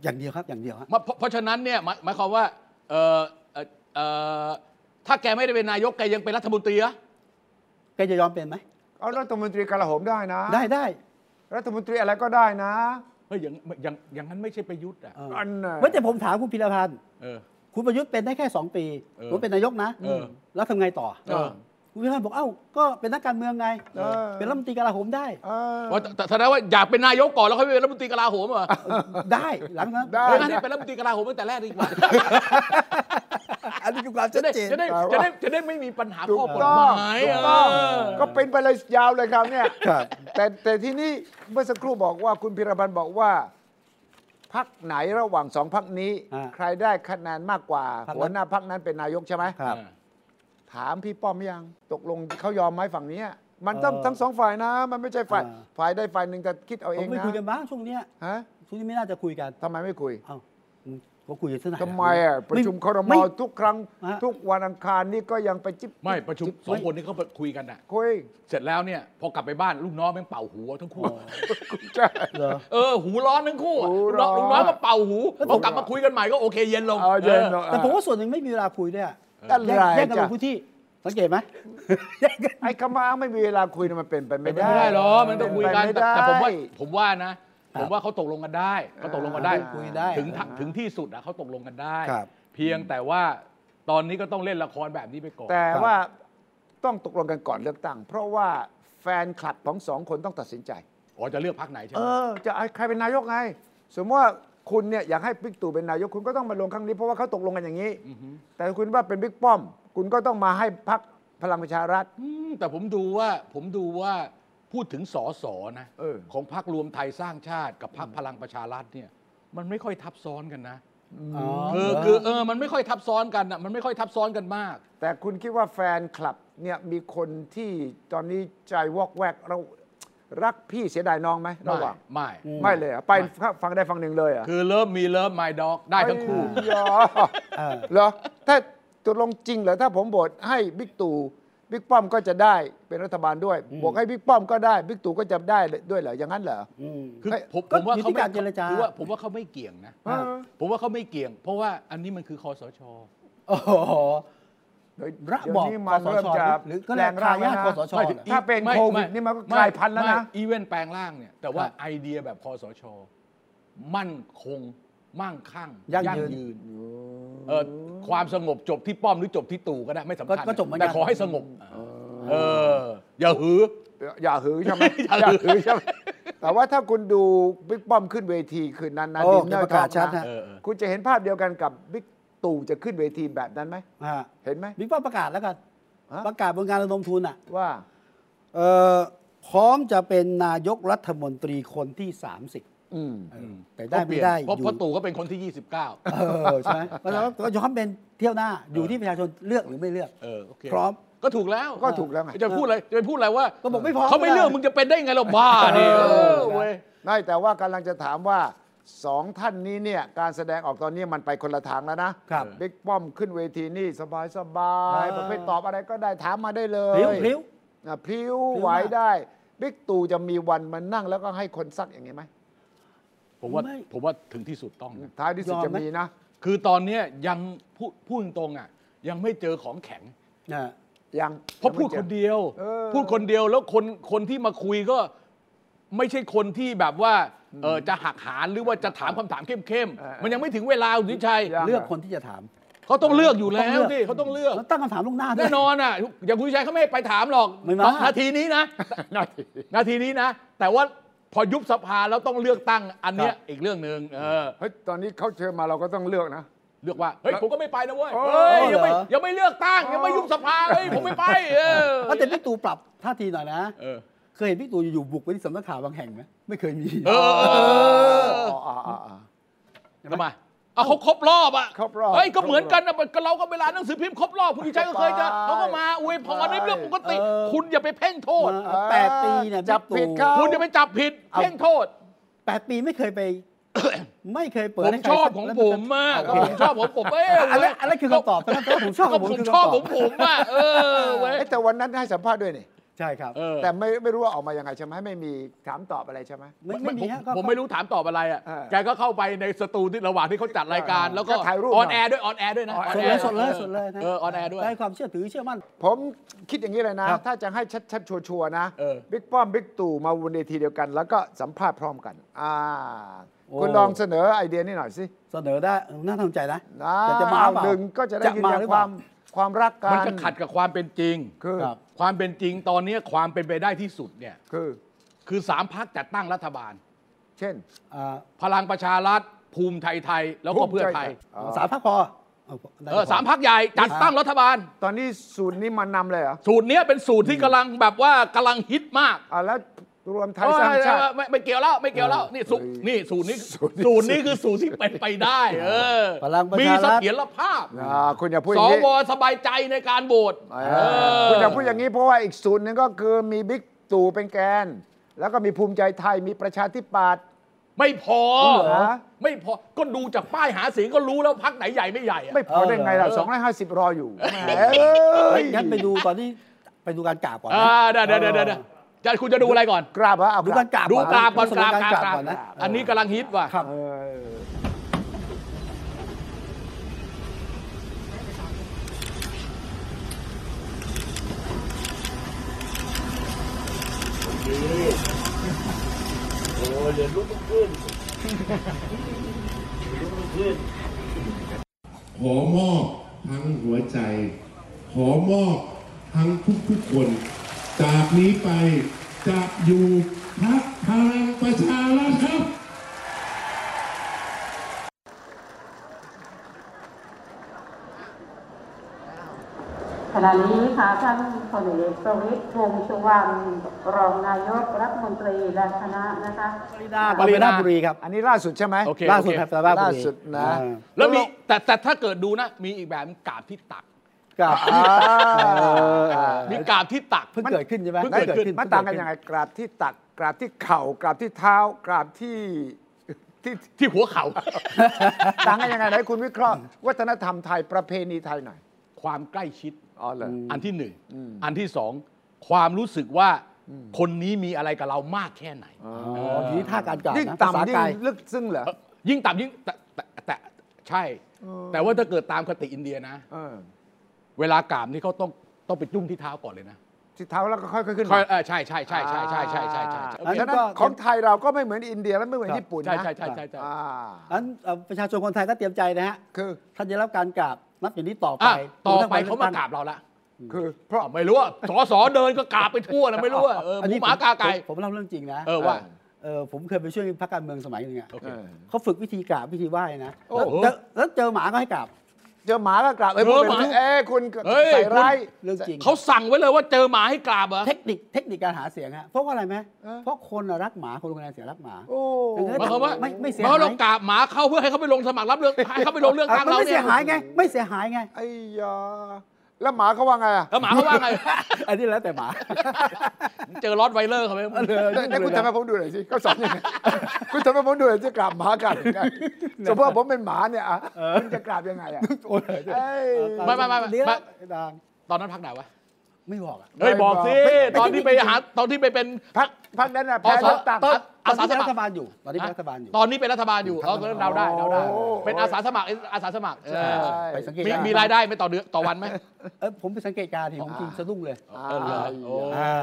Speaker 2: อย่างเดียวครับอย่างเดียวฮะ
Speaker 3: มาเพราะเพราะฉะนั้นเนี่ยหมายหมายความว่าเออเอ่อเออถ้าแกไม่ได้เป็นนายกแกยังเป็นรัฐมนตรีเหรอะ
Speaker 2: แกจะยอมเป็นไหม
Speaker 4: เอารัฐมนตรีกลาโหมได้นะ
Speaker 2: ได้ได้
Speaker 4: รัฐมนตรีอะไรก็ได้นะ
Speaker 3: เฮ้ยอย่างอย่างอย่างนั้นไม่ใช่ประยุทธ์อ่ะ
Speaker 2: เออ
Speaker 4: อันน่ะ
Speaker 2: เมื่อแต่ผมถามคุณพิรพันธ์
Speaker 3: เออ
Speaker 2: คุณประยุทธ์เป็นได้แค่ 2 ปี
Speaker 3: เออ
Speaker 2: ผมเป็นนายกนะ
Speaker 3: เออ
Speaker 2: แล้วทำไงต่อ
Speaker 3: เออ
Speaker 2: คุณพิรพันธ์บอกเอ้าก็เป็นนักการเมืองไง
Speaker 4: เออ
Speaker 2: เป็นรัฐมนตรีกลาโหมได้
Speaker 4: เออ
Speaker 3: ว่าแต่แต่แสดงว่าอยากเป็นนายกก่อนแล้วค่อยไปเป็นรัฐมนตรีกลาโหมเหรอ
Speaker 2: [LAUGHS] ได้หลังจากนั้น
Speaker 4: ได้
Speaker 3: เพราะงั้นให้เป็นรัฐมนตรีกลาโหมตั้งแต่แรกดีกว่า
Speaker 2: อันนี้คือความชั
Speaker 3: จะ
Speaker 2: ด
Speaker 3: ได้
Speaker 2: เจน
Speaker 3: จะได้จะได้จะได้ไม่มีปัญหา
Speaker 4: ถู
Speaker 3: ข้อก กฎ
Speaker 4: ต้อ
Speaker 3: ห
Speaker 4: ง
Speaker 3: มาย
Speaker 4: ถูกต้อง
Speaker 3: เออ
Speaker 4: ก็เป็นไปเลยยาวเลยครับเนี่ย
Speaker 2: ครับ
Speaker 4: แต่แต่ที่นี่เมื่อสักครู่บอกว่าคุณพิรพันธ์บอกว่าพักไหนระหว่างสองพักนี้
Speaker 2: อ่า
Speaker 4: ใครได้คะแนนมากกว่า
Speaker 2: พรรคนั้น
Speaker 4: หัวหน้าพักนั้นเป็นนายกใช่ไหม
Speaker 2: ครับ
Speaker 4: ถามพี่ป้อมยังตกลงเขายอมไหมฝั่งเนี้ยมันต้อง
Speaker 2: เออ
Speaker 4: ทั้งสองฝ่ายนะ มันไม่ใช่ฝ่าย
Speaker 2: อ่า
Speaker 4: ฝ่ายใดฝ่ายหนึ่งแต่คิดเอาเอ
Speaker 2: ผม
Speaker 4: ง
Speaker 2: ไม่
Speaker 4: นะ
Speaker 2: คุยกันบ้างช่วงเนี้ย
Speaker 4: ฮะ
Speaker 2: ช่วงนี้ไม่น่าจะคุยกัน
Speaker 4: ทำไมไม่คุย
Speaker 2: เอ้าก็คุยกันที่ไหน
Speaker 4: ทำไมอ่ะประชุมคร
Speaker 2: ไ
Speaker 4: มทุกครั้ง
Speaker 2: ฮะ
Speaker 4: ทุกวันอังคารนี่ก็ยังไปจิบ
Speaker 3: ไม่ประชุม
Speaker 4: จิ๊บ
Speaker 3: สองคนนี้เขาไปคุยกันอ่ะ
Speaker 4: คุย
Speaker 3: เสร็จแล้วเนี่ยพอกลับไปบ้านลูกน้องแม่งเป่าหูเอาทั้งคู่
Speaker 4: ใช่
Speaker 2: เหรอ
Speaker 3: เออหูร้อนทั้งคู่อะ
Speaker 4: หู
Speaker 3: ลูกน้อน ง
Speaker 4: ร้อ
Speaker 3: ลูกน้องก็เป่าหูพอกลับมาคุยกันใหม่ก็โอเคเย็นลง
Speaker 4: เอาเย็น
Speaker 3: เออ
Speaker 2: แต่ผมว่าส่วนหนึ่งไม่มีเวลาคุยด้วยอะ
Speaker 4: ด้าน
Speaker 2: แยก
Speaker 4: ไร
Speaker 2: แยกกันล
Speaker 4: จ้ะ
Speaker 2: งพื้นที่ สังเกตไหม
Speaker 4: ไอ้คำว่าไม่มีเวลาคุยเนี่ยมันเป็นไปไม่
Speaker 3: ไม่
Speaker 4: ได้
Speaker 3: ได้หรอกมันต้องคุยกัน
Speaker 4: เป็
Speaker 3: แต่
Speaker 4: ไปไได้
Speaker 3: แต่ผมว่าผมว่านะ
Speaker 2: ครับ
Speaker 3: ผมว่าเขาตกลงกันได้เขาตกลงกันได้
Speaker 2: อ่าคุยได้
Speaker 3: ถึงทะถึงที่สุดอะเขาตกลงกันได้
Speaker 2: ครับ
Speaker 3: เพียงแต่ว่าตอนนี้ก็ต้องเล่นละครแบบนี้ไปก่อน
Speaker 4: แต่ว่าต้องตกลงกันก่อนเลือกตั้ง เพราะว่าแฟนคลับของสองคนต้องตัดสินใจ
Speaker 3: อ๋อจะเลือกพักไหนใช่ไห
Speaker 4: เอ
Speaker 3: ม
Speaker 4: อ จะเอาใครเป็นนายกไง สมมติว่าคุณเนี่ยอยากให้บิ๊กตู่เป็นนายกคุณก็ต้องมาลงครั้งนี้เพราะว่าเขาตกลงกันอย่างนี้ แต่คุณว่าเป็นบิ๊กป้อม คุณก็ต้องมาให้พักพลังประชารัฐ
Speaker 3: มแต่ผมดูว่าผมดูว่าพูดถึงสอสอนะ
Speaker 4: เออ
Speaker 3: ของพักรวมไทยสร้างชาติกับพักพลังประชารัฐเนี่ย มันไม่ค่อยทับซ้อนกันนะคือคือเออมันไม่ค่อยทับซ้อนกันอะมันไม่ค่อยทับซ้อนกันมาก
Speaker 4: แต่คุณคิดว่าแฟนคลับเนี่ยมีคนที่ตอนนี้ใจวอกแวกเรารักพี่เสียดายน้องไหมระหว่าง
Speaker 3: ไม่
Speaker 2: อืม
Speaker 4: ไม่เลยเหรอไป
Speaker 3: ไม่
Speaker 4: ฟังได้ฟังหนึ่งเลยเหรอ่ะ
Speaker 3: คือเลิฟมีเลิฟไมด็อกได้ทั้งคู่
Speaker 4: ยอ
Speaker 2: เออ
Speaker 4: เหรอถ้าตกลงจริงเหรอถ้าผมโบทให้บิ๊กตู่บิ๊กป้อมก็จะได้เป็นรัฐบาลด้วยบวกให้บิ๊กป้อมก็ได้บิ๊กตู่ก็จะได้ด้วยเหรออย่างนั้นเหรอ
Speaker 2: อืม
Speaker 3: คือ
Speaker 4: เอ้ย
Speaker 3: ผม
Speaker 2: ก็
Speaker 3: ผมว่า
Speaker 2: อยู่
Speaker 3: เขา
Speaker 2: ที่
Speaker 3: ไม่
Speaker 2: การเจรจา
Speaker 3: ผมว่าผมว่าเขาไม่เกี่ยงนะ
Speaker 4: เออ
Speaker 3: ผมว่าเขาไม่เกี่ยง เพราะว่าอันนี้มันคือคอสช
Speaker 2: โอ้โห ระบอบ
Speaker 4: เดี๋ยวนี้มัน
Speaker 2: คสช
Speaker 4: เริ่มจะ
Speaker 2: หรือก็แรง
Speaker 4: ร่าง
Speaker 2: ทายาท
Speaker 4: นะ
Speaker 2: คสช
Speaker 4: ไม่ถึงถ้าเป็น
Speaker 3: ไม่
Speaker 4: โควิด
Speaker 3: ไม่
Speaker 4: นี่มันก็
Speaker 3: ไม่
Speaker 4: กลายพันธุ์แล้วนะ
Speaker 3: ไม่อีเวนต์แปลงร่างเนี่ย แต่ว่า
Speaker 2: ครับ
Speaker 3: ไอเดียแบบคอสช มั่นคง มั่งคั่ง
Speaker 2: ยั่งยืน
Speaker 3: นเออความสงบจบที่ป้อมหรือจบที่ตู่ก็ได้ไม่สำคัญ
Speaker 2: ก็ก็จบเหมือนกัน
Speaker 3: แต่ขอให้สงบเออ อย่าหือ
Speaker 4: อย่าหือใช่ไหม
Speaker 3: อย่าหือ
Speaker 4: ใช่ไหมแต่ว่าถ้าคุณดูบิ๊กป้อมขึ้นเวทีคืนนั้นนะ
Speaker 2: โอ้
Speaker 4: ดินเนอ
Speaker 2: แกประ
Speaker 4: ร์
Speaker 2: กาศชัด
Speaker 4: นะ
Speaker 2: นะ
Speaker 3: เออเออ
Speaker 4: คุณจะเห็นภาพเดียวกันกับบิ๊กตู่จะขึ้นเวทีแบบนั้นไหม
Speaker 2: อ่า
Speaker 4: เห็นไหม
Speaker 2: บิ๊กป้อมประกาศแล้วกัน
Speaker 4: ฮะ
Speaker 2: ประกาศบนการระดมทุนอ่ะ
Speaker 4: ว่า
Speaker 2: เอ่อพร้อมจะเป็นนายกรัฐมนตรีคนที่ 30
Speaker 4: อืม
Speaker 2: เออแต่ได้ไม่ได้อ
Speaker 3: เพราะเพ
Speaker 2: ยู่
Speaker 3: ราะตู่ก็เป็นคนที่ 29
Speaker 2: เออใช่ไหมเพราะฉะนั้นก็ย้อมเป็นเที่ยวหน้าอยู่ที่ประชาชนเลือกหรือไม่เลือก
Speaker 3: เออโอเค
Speaker 2: พร้อม
Speaker 3: ก็ถูกแล้ว
Speaker 4: ก็ถูกแล้วไง
Speaker 3: จะพูดอะไรจะไปพูดอะไรว่า
Speaker 2: ก็บอกไม่พร้อม
Speaker 3: เขาไม่เลือก
Speaker 2: ไม่ได้
Speaker 3: มึงจะเป็นได้ไงเราบ้าดิเออเว้ย
Speaker 4: ไม่แต่ว่ากำลังจะถามว่าสองท่านนี้เนี่ยการแสดงออกตอนนี้มันไปคนละทางแล้วนะครับ บิ๊กป้อมขึ้นเวทีนี่สบายสบายๆ
Speaker 2: อ่า
Speaker 4: ประเภทตอบอะไรก็ได้ถามมาได้เล
Speaker 2: พ
Speaker 4: ย
Speaker 2: ลิ้วพลิ้ว
Speaker 4: อ่ะพลิ้ว
Speaker 2: พลิ้ว
Speaker 4: ไหว
Speaker 2: มาก
Speaker 4: ได้บิ๊กตู่จะมีวันมานั่งแล้วก็ให้คนซักอย่างนี้ไหม
Speaker 3: ผมว่า
Speaker 2: ไม่
Speaker 3: ผมว่าถึงที่สุดต้องนะ
Speaker 4: ท้ายที่สุด
Speaker 2: ยอม
Speaker 4: จะ
Speaker 2: ไหม
Speaker 4: มีนะ
Speaker 3: คือตอนเนี้ยยังพูดพูดตรงๆอ่ะ ยังไม่เจอของแข็ง
Speaker 2: อ่า
Speaker 4: ยัง
Speaker 3: เพราะพูดคนเดียว
Speaker 4: เออ
Speaker 3: พูดคนเดียวแล้วคนคนที่มาคุยก็ไม่ใช่คนที่แบบว่าเออจะหักหานหรือว่าจะถามคำถามเข้ม
Speaker 4: เออ
Speaker 3: ๆมันยังไม่ถึงเวลาคุณวิชัย
Speaker 4: ยัง
Speaker 2: เลือกคนที่จะถาม
Speaker 3: เขาต้องเลือกอยู่แล้
Speaker 2: ต้ง
Speaker 3: ว
Speaker 2: ลืก
Speaker 3: สิเขาต้องเลือก
Speaker 2: แล้วตั้งคำถามล่วงหน้าด้วย
Speaker 3: แน่นอนอ่ะอย่างคุณวิชัยเขาไม่ให้ไปถามหรอก
Speaker 2: ไม่มา
Speaker 3: นาที [LAUGHS] นี้นะ
Speaker 4: นาที
Speaker 3: นาทีนี้นะ แต่ว่าพอยุบสภาแล้วต้องเลือกตั้งอันเนี้ยอีกเรื่องหนึ่งเออ
Speaker 4: เฮ้ย ตอนนี้เขาเชิญมาเราก็ต้องเลือกนะ
Speaker 3: เลือกว่าเฮ้ยผมก็ไม่ไปนะเว้ย
Speaker 4: โอ้
Speaker 3: เฮ้ยยังไม่
Speaker 2: เหรอ
Speaker 3: ยังไม่เลือกตั้งยังไม่ยุบสภาเฮ้ยผมไม่ไปเออ
Speaker 2: เอาแต่พี่ตู่ปรับท่าทีหน่อยนะ
Speaker 3: เออ
Speaker 2: เคยเห็นบิ๊กตู่อยู่ๆบุกไปที่สำนักข่าวบางแห่งไหมไม่เคยมี
Speaker 3: เออเออเออ
Speaker 4: อ๋ออ๋ออ๋อ
Speaker 3: ทำไมเอาเขาครบรอบอ่ะ
Speaker 4: ครบรอบ
Speaker 3: เฮ้ยก็เหมือนกันนะก็เราก็เวลาหนังสือพิมพ์ครบรอบคุณวิชัยก็เคยเจอ
Speaker 4: ไป
Speaker 3: เขาก็มาอวยพรในเรื่องปกติ
Speaker 2: เออ
Speaker 3: คุณอย่าไปเพ่งโทษ
Speaker 2: มาแปดปีเนี่ย
Speaker 4: จับผิด
Speaker 2: บิ๊ก
Speaker 4: ครั
Speaker 2: ตู่
Speaker 4: บ
Speaker 3: คุณอย่าไปจับผิดเพ่งโทษ
Speaker 2: แปดปีไม่เคยไป ไม่เคยเปิด
Speaker 3: ผม
Speaker 2: ให้ใคร
Speaker 3: ชอบ
Speaker 2: สัก
Speaker 3: ของ
Speaker 2: แล้ว
Speaker 3: ผมมากผมชอบของผมเอ้ย
Speaker 2: อันนั้นอันนั้นคือคำตอบนะครับผมชอบข
Speaker 3: ก็
Speaker 2: องผ
Speaker 3: ผ
Speaker 2: ม
Speaker 3: ม
Speaker 2: คือ
Speaker 3: ชอบ
Speaker 2: คำต
Speaker 3: ข
Speaker 2: อ
Speaker 3: อบ งผมอ่ะเออเว้ย
Speaker 4: เอ้ยแต่วันนั้นให้สัมภาษณ์ด้วยนี่
Speaker 2: ใช่ครับ
Speaker 3: เออ
Speaker 4: แต่ไม่ไม่รู้ว่าออกมายังไงใช่ไหมไม่มีถามตอบอะไรใช่ไหม
Speaker 2: ไม่ไม่มีฮะก็
Speaker 3: ผมไม่รู้ถามตอบอะไรอ่ะ
Speaker 4: เออ
Speaker 3: แกก็เข้าไปในสตูที่ระหว่างที่เขาจัดรายการ แล้วก็
Speaker 4: ก็ถ่ายรูป
Speaker 3: ออน
Speaker 4: หน่อย
Speaker 3: แอร์ด้วยออนแอร์ด้วยนะ on
Speaker 2: สด
Speaker 3: air
Speaker 2: เลยสดเลยสดเลยนะ
Speaker 3: เออออนแอร์ด้วย
Speaker 2: ได้ความเชื่อถือเชื่อมั่น
Speaker 4: ผมคิดอย่างนี้เลยนะ
Speaker 2: ครับ
Speaker 4: ถ้าจะให้ชัดๆชัวร์ๆนะ
Speaker 3: เออ
Speaker 4: บิ๊กป้อมบิ๊กตู่มาวนเวทีเดียวกัน แล้วก็สัมภาษณ์พร้อมกัน อ่า
Speaker 2: โอ้
Speaker 4: คุณลองเสนอไอเดียนี้หน่อยสิ
Speaker 2: เสนอได้น่าทำใจนะ
Speaker 4: นะ
Speaker 2: แต่จะมาเปล่า
Speaker 4: หนึ่งก็จะได้ยืนยัน
Speaker 2: หรือ
Speaker 4: ค
Speaker 2: เปล่
Speaker 4: วามความรักกัน
Speaker 3: มันจะขัดกับความเป็นจริง
Speaker 4: คือ
Speaker 2: ครับ
Speaker 3: ความเป็นจริงตอนนี้ความเป็นไปได้ที่สุดเนี่ย
Speaker 4: คือ
Speaker 3: คือสามพักจัดตั้งรัฐบาล
Speaker 4: เช่น
Speaker 2: อ่า
Speaker 3: พลังประชารัฐภูมิไทยไทยแล้วก็เพื่อไทย
Speaker 4: อ๋อ
Speaker 2: สามพักพอเอาได้
Speaker 3: เออสามพักใหญ่จัดตั้งรัฐบาล
Speaker 4: ตอนนี้สูตรนี้มันนำเลยเหรอ
Speaker 3: สูตรเนี้ยเป็นสูตรที่กำลังแบบว่ากำลังฮิตมาก
Speaker 4: อ่าแล้วรวมไทยสร้างชาติ
Speaker 3: เออไม่ไม่เกี่ยวแล้วไม่เกี่ยวแล้วนี่สู
Speaker 4: เฮ้ย
Speaker 3: นี่สูตรนี้
Speaker 4: สูตรนี้
Speaker 3: สูตรนี้คือสูตรที่เป็นไปได้ เออ
Speaker 2: พลังประ
Speaker 3: มี
Speaker 2: ชา
Speaker 3: เส
Speaker 2: รัฐ
Speaker 3: ถียรภาพ
Speaker 4: อ่าคุณอย่าพูดอ
Speaker 3: ส
Speaker 4: ย่างนี้
Speaker 3: วสบายใจในการโหวต
Speaker 4: อ่า
Speaker 3: เออ
Speaker 4: คุณอย่าพูดอย่างนี้เพราะว่าอีกสูตรหนึ่งก็คือมีบิ๊กตู่เป็นแกน แล้วก็มีภูมิใจไทยมีประชาธิปัตย์
Speaker 3: ไม่พอ
Speaker 4: เหรอ
Speaker 3: ไม่พอก็ดูจากป้ายหาเสียงก็รู้แล้วพักไหนใหญ่ไม่ใหญ่อะ
Speaker 4: ไม่พอได้ไงล่ะ250 รออยู่แหม
Speaker 2: เฮ้
Speaker 4: เอ้
Speaker 2: ย
Speaker 4: ย
Speaker 2: งั้นไปดูตอนนี้ไปดูการกราบก่อนนะ
Speaker 3: อ่าเดี๋ยวเดี๋ยวเดี๋ยวเดี๋ยวเดี๋ยวอาจารย์คุณจะดูอะไรก่อน
Speaker 4: กราบเหรอเอา
Speaker 2: ดูการ
Speaker 4: การ บ
Speaker 2: กราบ
Speaker 3: ดูกราบก่อน
Speaker 2: เส
Speaker 3: กราบ
Speaker 2: การ
Speaker 3: กราบ
Speaker 2: กราบ
Speaker 3: กราบ
Speaker 2: ก่อนนะ
Speaker 3: อันนี้กำลังฮิตว่ะ
Speaker 2: ครับ
Speaker 4: เออ
Speaker 6: ขอมอบทั้งหัวใจ ขอมอบทั้งทุกทุกๆคน จากนี้ไปจะอยู่พักพลังประชารัฐครับ
Speaker 7: ขณะนี้ค่ะท่านพลเอกประวิตรวงษ์สุวรรณรองนายกรัฐมนตรีและคณะนะคะ
Speaker 2: ปรินาบุรีครับ
Speaker 4: อันนี้ล่าสุดใช่ไหม
Speaker 3: โอเค
Speaker 2: ล่า
Speaker 3: โอ
Speaker 2: สุด
Speaker 3: เค
Speaker 2: ครับปรินาบุรี
Speaker 4: ล่าสุดนะ
Speaker 2: อ่า
Speaker 3: แล้วมีแต่แต่ถ้าเกิดดูนะ มีอีกแบบกราบที่ตัก
Speaker 2: กราบ
Speaker 4: อ่า
Speaker 2: เออ
Speaker 3: มีกราบที่ตัก
Speaker 2: เพิ่งเกิดขึ้นใช่ไหม
Speaker 3: เพิ่ง
Speaker 2: เพิ่ง
Speaker 3: เกิ
Speaker 2: เกิด
Speaker 3: ดขึ้
Speaker 2: ขึ้
Speaker 3: น
Speaker 2: น
Speaker 4: มันต่างกันยังไงกราบที่ตักกราบที่เข่ากราบที่เท้ากราบที่ที่
Speaker 3: ที่หัวเข่า
Speaker 4: ต่างกันยังไงไหนคุณวิเคราะห์วัฒนธรรมไทยประเพณีไทยหน่อย
Speaker 3: ความใกล้ชิด
Speaker 4: อ๋อเหรออ
Speaker 3: อันที่หนึ่ง อันที่สองความรู้สึกว่าคนนี้มีอะไรกับเรามากแค่ไหน
Speaker 2: อ๋อทีนี้ท่าการกราบ
Speaker 4: ยิ่ง
Speaker 2: นะภาษา
Speaker 4: ต่ำยิ่
Speaker 2: ไกล
Speaker 4: งลึกซึ้งเหรอ
Speaker 3: ยิ่งต่ำยิ่งแต่แต่แต่ใช่ แต่ว่าถ้าเกิดตามคติอินเดียนะ
Speaker 4: เออ
Speaker 3: เวลากราบนี่เขาต้องต้องไปจุ้มที่เท้าก่อนเลยนะ
Speaker 4: ที่เท้าแล้วก็ค่อยๆขึ้น
Speaker 3: ค่อยเออใช่ใช่ใช่ใช่ใช่ใช่ใช่ใช่ใช่
Speaker 4: อ่า
Speaker 3: โอ
Speaker 4: อัน
Speaker 3: เค
Speaker 4: นั้นของไทยเราก็ไม่เหมือนอินเดียและไม่เหมือน
Speaker 2: ครับ
Speaker 4: ญี่ปุ่น
Speaker 3: ใช่
Speaker 4: นะ
Speaker 3: ใช่ใช่ใช่ใช่
Speaker 4: อ่า
Speaker 2: อันเอ่อประชาชนคนไทยก็เตรียมใจนะฮะ
Speaker 4: คือ
Speaker 2: ท่านจะรับการกราบนับอย่างนี้ต่อไป
Speaker 3: อ่ะต่อ
Speaker 2: จนถึง
Speaker 3: ไป
Speaker 2: วันลื
Speaker 3: เขา
Speaker 2: อก
Speaker 3: มา
Speaker 2: ตั้ง
Speaker 3: กราบเราละ
Speaker 4: คือเพราะ
Speaker 3: อ้าวไม่รู้ว่าสอสอเดินก็กราบไปทั่วนะไม่รู้ว่าเออหมูหมากาไก่
Speaker 2: ผมผมเล่าเรื่องจริงนะ
Speaker 3: เออว่า
Speaker 2: เออผมเคยไปช่วยพรรคการเมืองสมัยหนึ่งอ่ะ
Speaker 3: โอเค
Speaker 2: เขาฝึกวิธีกราบวิธีไหว้นะ
Speaker 3: โอ้โห
Speaker 2: แล้วเจอแล้วเจอหมาก็ให้กราบ
Speaker 4: เจอหมาก็กราบเอ้ย
Speaker 3: เออ
Speaker 4: พูด
Speaker 3: ห
Speaker 4: เป็น
Speaker 3: มา
Speaker 4: ทุกเอ้ยคุณ
Speaker 3: เฮ้ย
Speaker 4: ใส่ร้าย
Speaker 2: เรื่องจริง
Speaker 3: เขาสั่งไว้เลยว่าเจอหมาให้กราบเหรอ
Speaker 2: เทคนิคเทคนิคการหาเสียงฮะเพราะว่าอะไรไหม
Speaker 4: เออ
Speaker 2: เพราะคนน่ะรักหมาคนลงคะแนนเสียงรักหมา
Speaker 4: โอ้
Speaker 3: หมายความว่า
Speaker 2: ไม่ไม่เสีย
Speaker 3: เพ
Speaker 2: หาย
Speaker 3: ราะเรากราบหมาเข้าเพื่อให้เขาไปลงสมัครรับเลือกให้เขาไปลงเลือก
Speaker 2: อ่ะ
Speaker 3: ตั้ง
Speaker 2: มัน
Speaker 3: เรา
Speaker 2: ไม่
Speaker 3: เนี่
Speaker 2: เสี
Speaker 3: ย
Speaker 2: ยหายไงไม่เสียหายไง
Speaker 4: ไอ้ยาแล้วหมาเขาว่าไงอ่ะ
Speaker 3: แล้วหมาเขาว่าไง
Speaker 2: อันนี้แล้วแต่หมา
Speaker 3: เจอรอดไวเลอร์เขาไหม
Speaker 2: เออ
Speaker 4: ได้ได้คุณทำให้ผมดูหน่อยสิเขาสอน
Speaker 3: [LAUGHS]
Speaker 4: ยังไง คุณทำให้ผมดูหน่อยสิกราบหมากันยังไงสมมติว่าผมเป็นหมาเนี่ยอ่ะคุณจะกราบยังไงอ่ะ
Speaker 2: โอ้ย
Speaker 4: เอ้ย
Speaker 3: ไม่ไม่ไม่ไม่
Speaker 2: เลี้ยง
Speaker 3: ไม่
Speaker 2: ดัง
Speaker 3: ตอนนั้นพักไหนวะ
Speaker 2: ไม่บอกอ่ะ
Speaker 3: เฮ้ยบอกสิ
Speaker 4: ไม่ไม่
Speaker 3: ตอนที่ไปหาตอนที่ไปเป็น
Speaker 4: พักพักนั้นอ่ะ
Speaker 3: อ๋อ
Speaker 4: แพ้
Speaker 3: สอ
Speaker 4: เลือกตั้ง
Speaker 2: ตอนตอน
Speaker 3: อาสา
Speaker 2: นี้
Speaker 3: ส
Speaker 2: เป็น
Speaker 3: มัคร
Speaker 2: รัฐบาลอยู่ตอนนี้เป็นรัฐบาลอยู่
Speaker 3: ตอนนี้เป็นรัฐบาลอยู่เราก็เดาได้เดาได้ เป็นอาสาสมัครอาสาสมัครเออ
Speaker 2: ไปสังเกต
Speaker 3: มี
Speaker 2: กณ์
Speaker 3: มีรายได้ไหมต่อเดือนต่อวันไหม
Speaker 2: เออผมไปสังเกตการณ์เห็นจริงสะดุ้งเลย
Speaker 4: อ่า
Speaker 3: เออเหรอโอ้
Speaker 2: อ่า